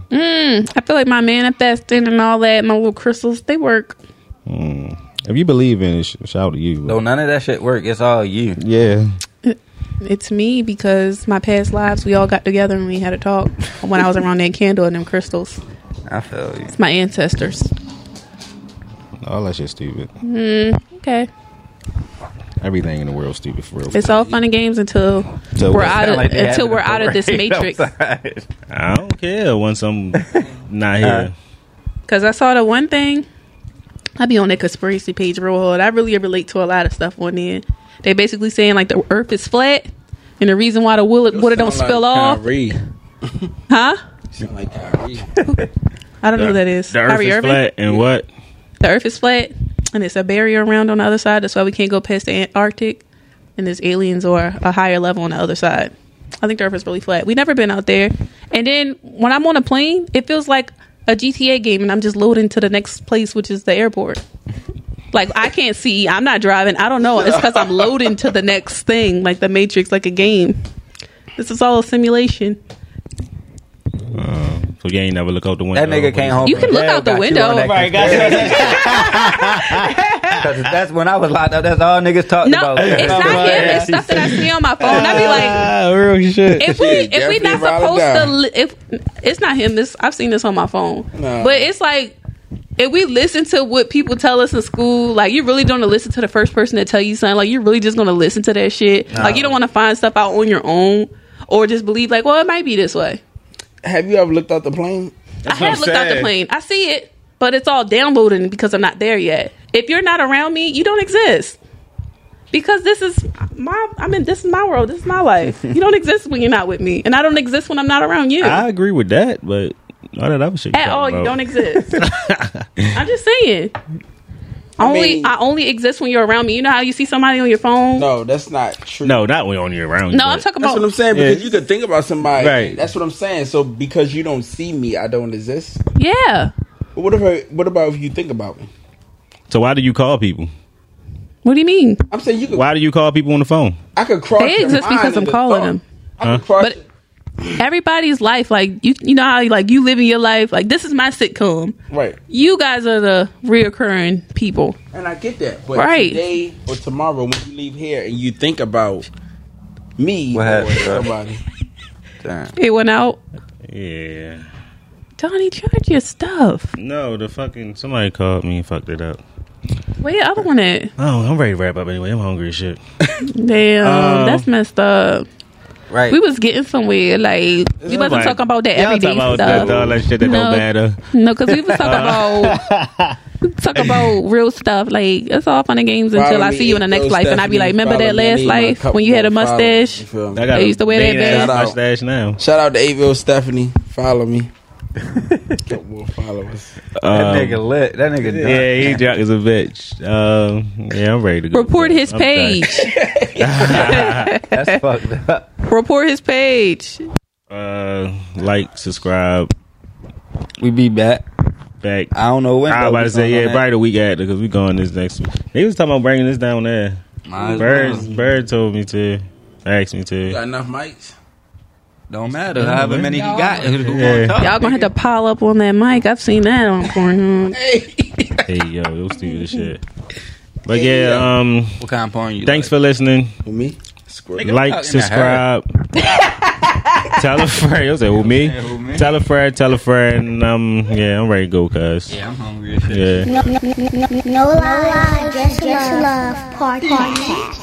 Speaker 2: I feel like my manifesting and all that, my little crystals, they work.
Speaker 1: Mm. If you believe in it, sh- shout out to you.
Speaker 5: Though none of that shit work. It's all you.
Speaker 1: yeah,
Speaker 2: It's me because my past lives we all got together and we had a talk when I was around that candle and them crystals.
Speaker 5: I feel you.
Speaker 2: It's my ancestors.
Speaker 1: all that shit stupid.
Speaker 2: Okay.
Speaker 1: Everything in the world stupid for real.
Speaker 2: It's all fun and games until
Speaker 1: So
Speaker 2: we're
Speaker 1: it
Speaker 2: out of
Speaker 5: Sound like they
Speaker 2: until
Speaker 5: having
Speaker 2: we're
Speaker 5: a
Speaker 2: out of this
Speaker 5: parade
Speaker 2: matrix.
Speaker 5: outside.
Speaker 1: I don't care once I'm not here.
Speaker 2: Cause I saw the one thing. I be on that conspiracy page real hard. I really relate to a lot of stuff on there. They basically saying like the Earth is flat, and the reason why the water, water don't
Speaker 3: Sound like
Speaker 2: spill off,
Speaker 3: Kyrie.
Speaker 2: huh?
Speaker 3: Sound like Kyrie.
Speaker 2: I don't know who that is.
Speaker 1: the earth
Speaker 2: Kyrie
Speaker 1: is
Speaker 2: Irving?
Speaker 1: flat and what?
Speaker 2: The Earth is flat, and it's a barrier around on the other side. That's why we can't go past the Antarctic, and there's aliens or a higher level on the other side. I think the Earth is really flat. We never been out there. And then when I'm on a plane, it feels like a GTA game, and I'm just loading to the next place, which is the airport. Like I can't see. I'm not driving. I don't know. It's because I'm loading to the next thing, like the Matrix, like a game. This is all a simulation.
Speaker 1: So you ain't never look out the window.
Speaker 5: That nigga can't hold.
Speaker 2: You can look out the window.
Speaker 1: Oh
Speaker 5: Right, that's when I was locked up. That's all niggas talked
Speaker 2: No,
Speaker 5: about.
Speaker 2: it's not him. It's stuff that I see on my phone. I be like,
Speaker 6: Ah, real shit.
Speaker 2: if we if we not
Speaker 3: definitely ride or
Speaker 2: supposed
Speaker 3: die.
Speaker 2: to li- if it's not him this i've seen this on my phone
Speaker 3: No.
Speaker 2: but it's like if we listen to what people tell us in school like you really don't listen to the first person to tell you something like you're really just gonna listen to that shit like you don't want to find stuff out on your own or just believe like well it might be this way
Speaker 3: Have you ever looked out the plane?
Speaker 2: i have looked out the plane i see it but it's all downloading because i'm not there yet if you're not around me you don't exist because this is my i mean this is my world this is my life you don't exist when you're not with me and i don't exist when i'm not around you
Speaker 1: I agree with that, but all that other shit.
Speaker 2: at all. You don't exist. I'm just saying. only
Speaker 3: mean-
Speaker 2: I only exist when you're around me. You know how you see somebody on your phone? No,
Speaker 3: No, that's not true.
Speaker 1: no, not when on your round.
Speaker 2: I'm talking about.
Speaker 3: That's what I'm saying because
Speaker 1: Yeah.
Speaker 3: you could think about somebody.
Speaker 1: Right.
Speaker 3: That's what I'm saying. So because you don't see me, I don't exist.
Speaker 2: yeah,
Speaker 3: But what if I, what about if you think about me?
Speaker 1: So why do you call people?
Speaker 2: What do you mean?
Speaker 3: I'm saying you could.
Speaker 1: Why do you call people on the phone?
Speaker 3: I could cross.
Speaker 2: They
Speaker 3: your
Speaker 2: exist
Speaker 3: mind
Speaker 2: because I'm
Speaker 3: in the
Speaker 2: calling
Speaker 3: thought.
Speaker 2: them.
Speaker 3: I could cross.
Speaker 2: But everybody's life, like you, you know how like you living your life. Like this is my sitcom.
Speaker 3: right.
Speaker 2: You guys are the reoccurring people.
Speaker 3: And I get that. But
Speaker 2: Right.
Speaker 3: today or tomorrow when you leave here and you think about me
Speaker 5: What
Speaker 3: or
Speaker 5: happened, bro?
Speaker 3: somebody.
Speaker 5: Damn.
Speaker 2: It went out.
Speaker 1: Yeah.
Speaker 2: Donnie, charge your stuff.
Speaker 1: No, the fucking somebody called me and fucked it up.
Speaker 2: Where your other one at?
Speaker 1: Oh, I'm ready to wrap up anyway. I'm hungry as shit.
Speaker 2: Damn,
Speaker 1: Um,
Speaker 2: that's messed up.
Speaker 5: Right.
Speaker 2: We was getting somewhere. Like we wasn't
Speaker 1: like-
Speaker 2: talking about that
Speaker 1: Y'all
Speaker 2: everyday
Speaker 1: talking about
Speaker 2: stuff.
Speaker 1: that, uh, all that shit that
Speaker 2: No.
Speaker 1: don't matter.
Speaker 2: No, because we was talking about we talk about real stuff. Like it's all fun and games until I
Speaker 3: Probably
Speaker 2: see you in the
Speaker 3: eat
Speaker 2: next
Speaker 3: those
Speaker 2: life, and I be like,
Speaker 3: Stephanie
Speaker 2: "Remember that
Speaker 3: probably
Speaker 2: last
Speaker 3: need
Speaker 2: life
Speaker 3: couple
Speaker 2: when you had a
Speaker 3: more followers,
Speaker 2: mustache?"
Speaker 3: you feel me?
Speaker 1: I got
Speaker 2: They used to wear that
Speaker 1: bad
Speaker 3: bag.
Speaker 1: mustache now.
Speaker 3: Shout out to Aville Stephanie. Follow me. couple more followers.
Speaker 1: Um,
Speaker 5: that nigga lit. That nigga done.
Speaker 1: yeah, he jock is a bitch. Um, yeah, I'm ready to go.
Speaker 2: Report his
Speaker 1: I'm done.
Speaker 2: page.
Speaker 5: That's fucked up.
Speaker 2: Report his page.
Speaker 1: Uh, like, subscribe,
Speaker 5: We be back.
Speaker 1: back.
Speaker 5: I don't know when.
Speaker 1: I was
Speaker 5: though.
Speaker 1: about
Speaker 5: We
Speaker 1: to say
Speaker 5: gonna
Speaker 1: yeah,
Speaker 5: know
Speaker 1: probably the week after because we going this next week. They was talking about bringing this down there.
Speaker 5: that. Might as
Speaker 1: Bird,
Speaker 5: well.
Speaker 1: Bird told me to, asked me
Speaker 3: You
Speaker 1: to.
Speaker 3: got enough mics?
Speaker 5: Don't matter. However many he got, who gonna
Speaker 1: Yeah.
Speaker 5: talk?
Speaker 2: Y'all gonna have to pile up on that mic. I've seen that on Pornhub.
Speaker 1: Hey yo, it was stupid as shit. But yeah, um,
Speaker 5: What kind of porn you?
Speaker 1: thanks
Speaker 5: like? Oh,
Speaker 1: for listening.
Speaker 3: With me? Squirt.
Speaker 5: Nigga,
Speaker 1: Like,
Speaker 5: talking to
Speaker 1: subscribe. Tell a friend. You say who me?
Speaker 5: Yeah, who me?
Speaker 1: Tell a friend. Tell a friend. Um, yeah, I'm ready to go, cuz.
Speaker 5: Yeah, I'm hungry as shit.
Speaker 8: No,
Speaker 1: Yeah.
Speaker 8: no, no, no, no, lie, just, just love, love podcast.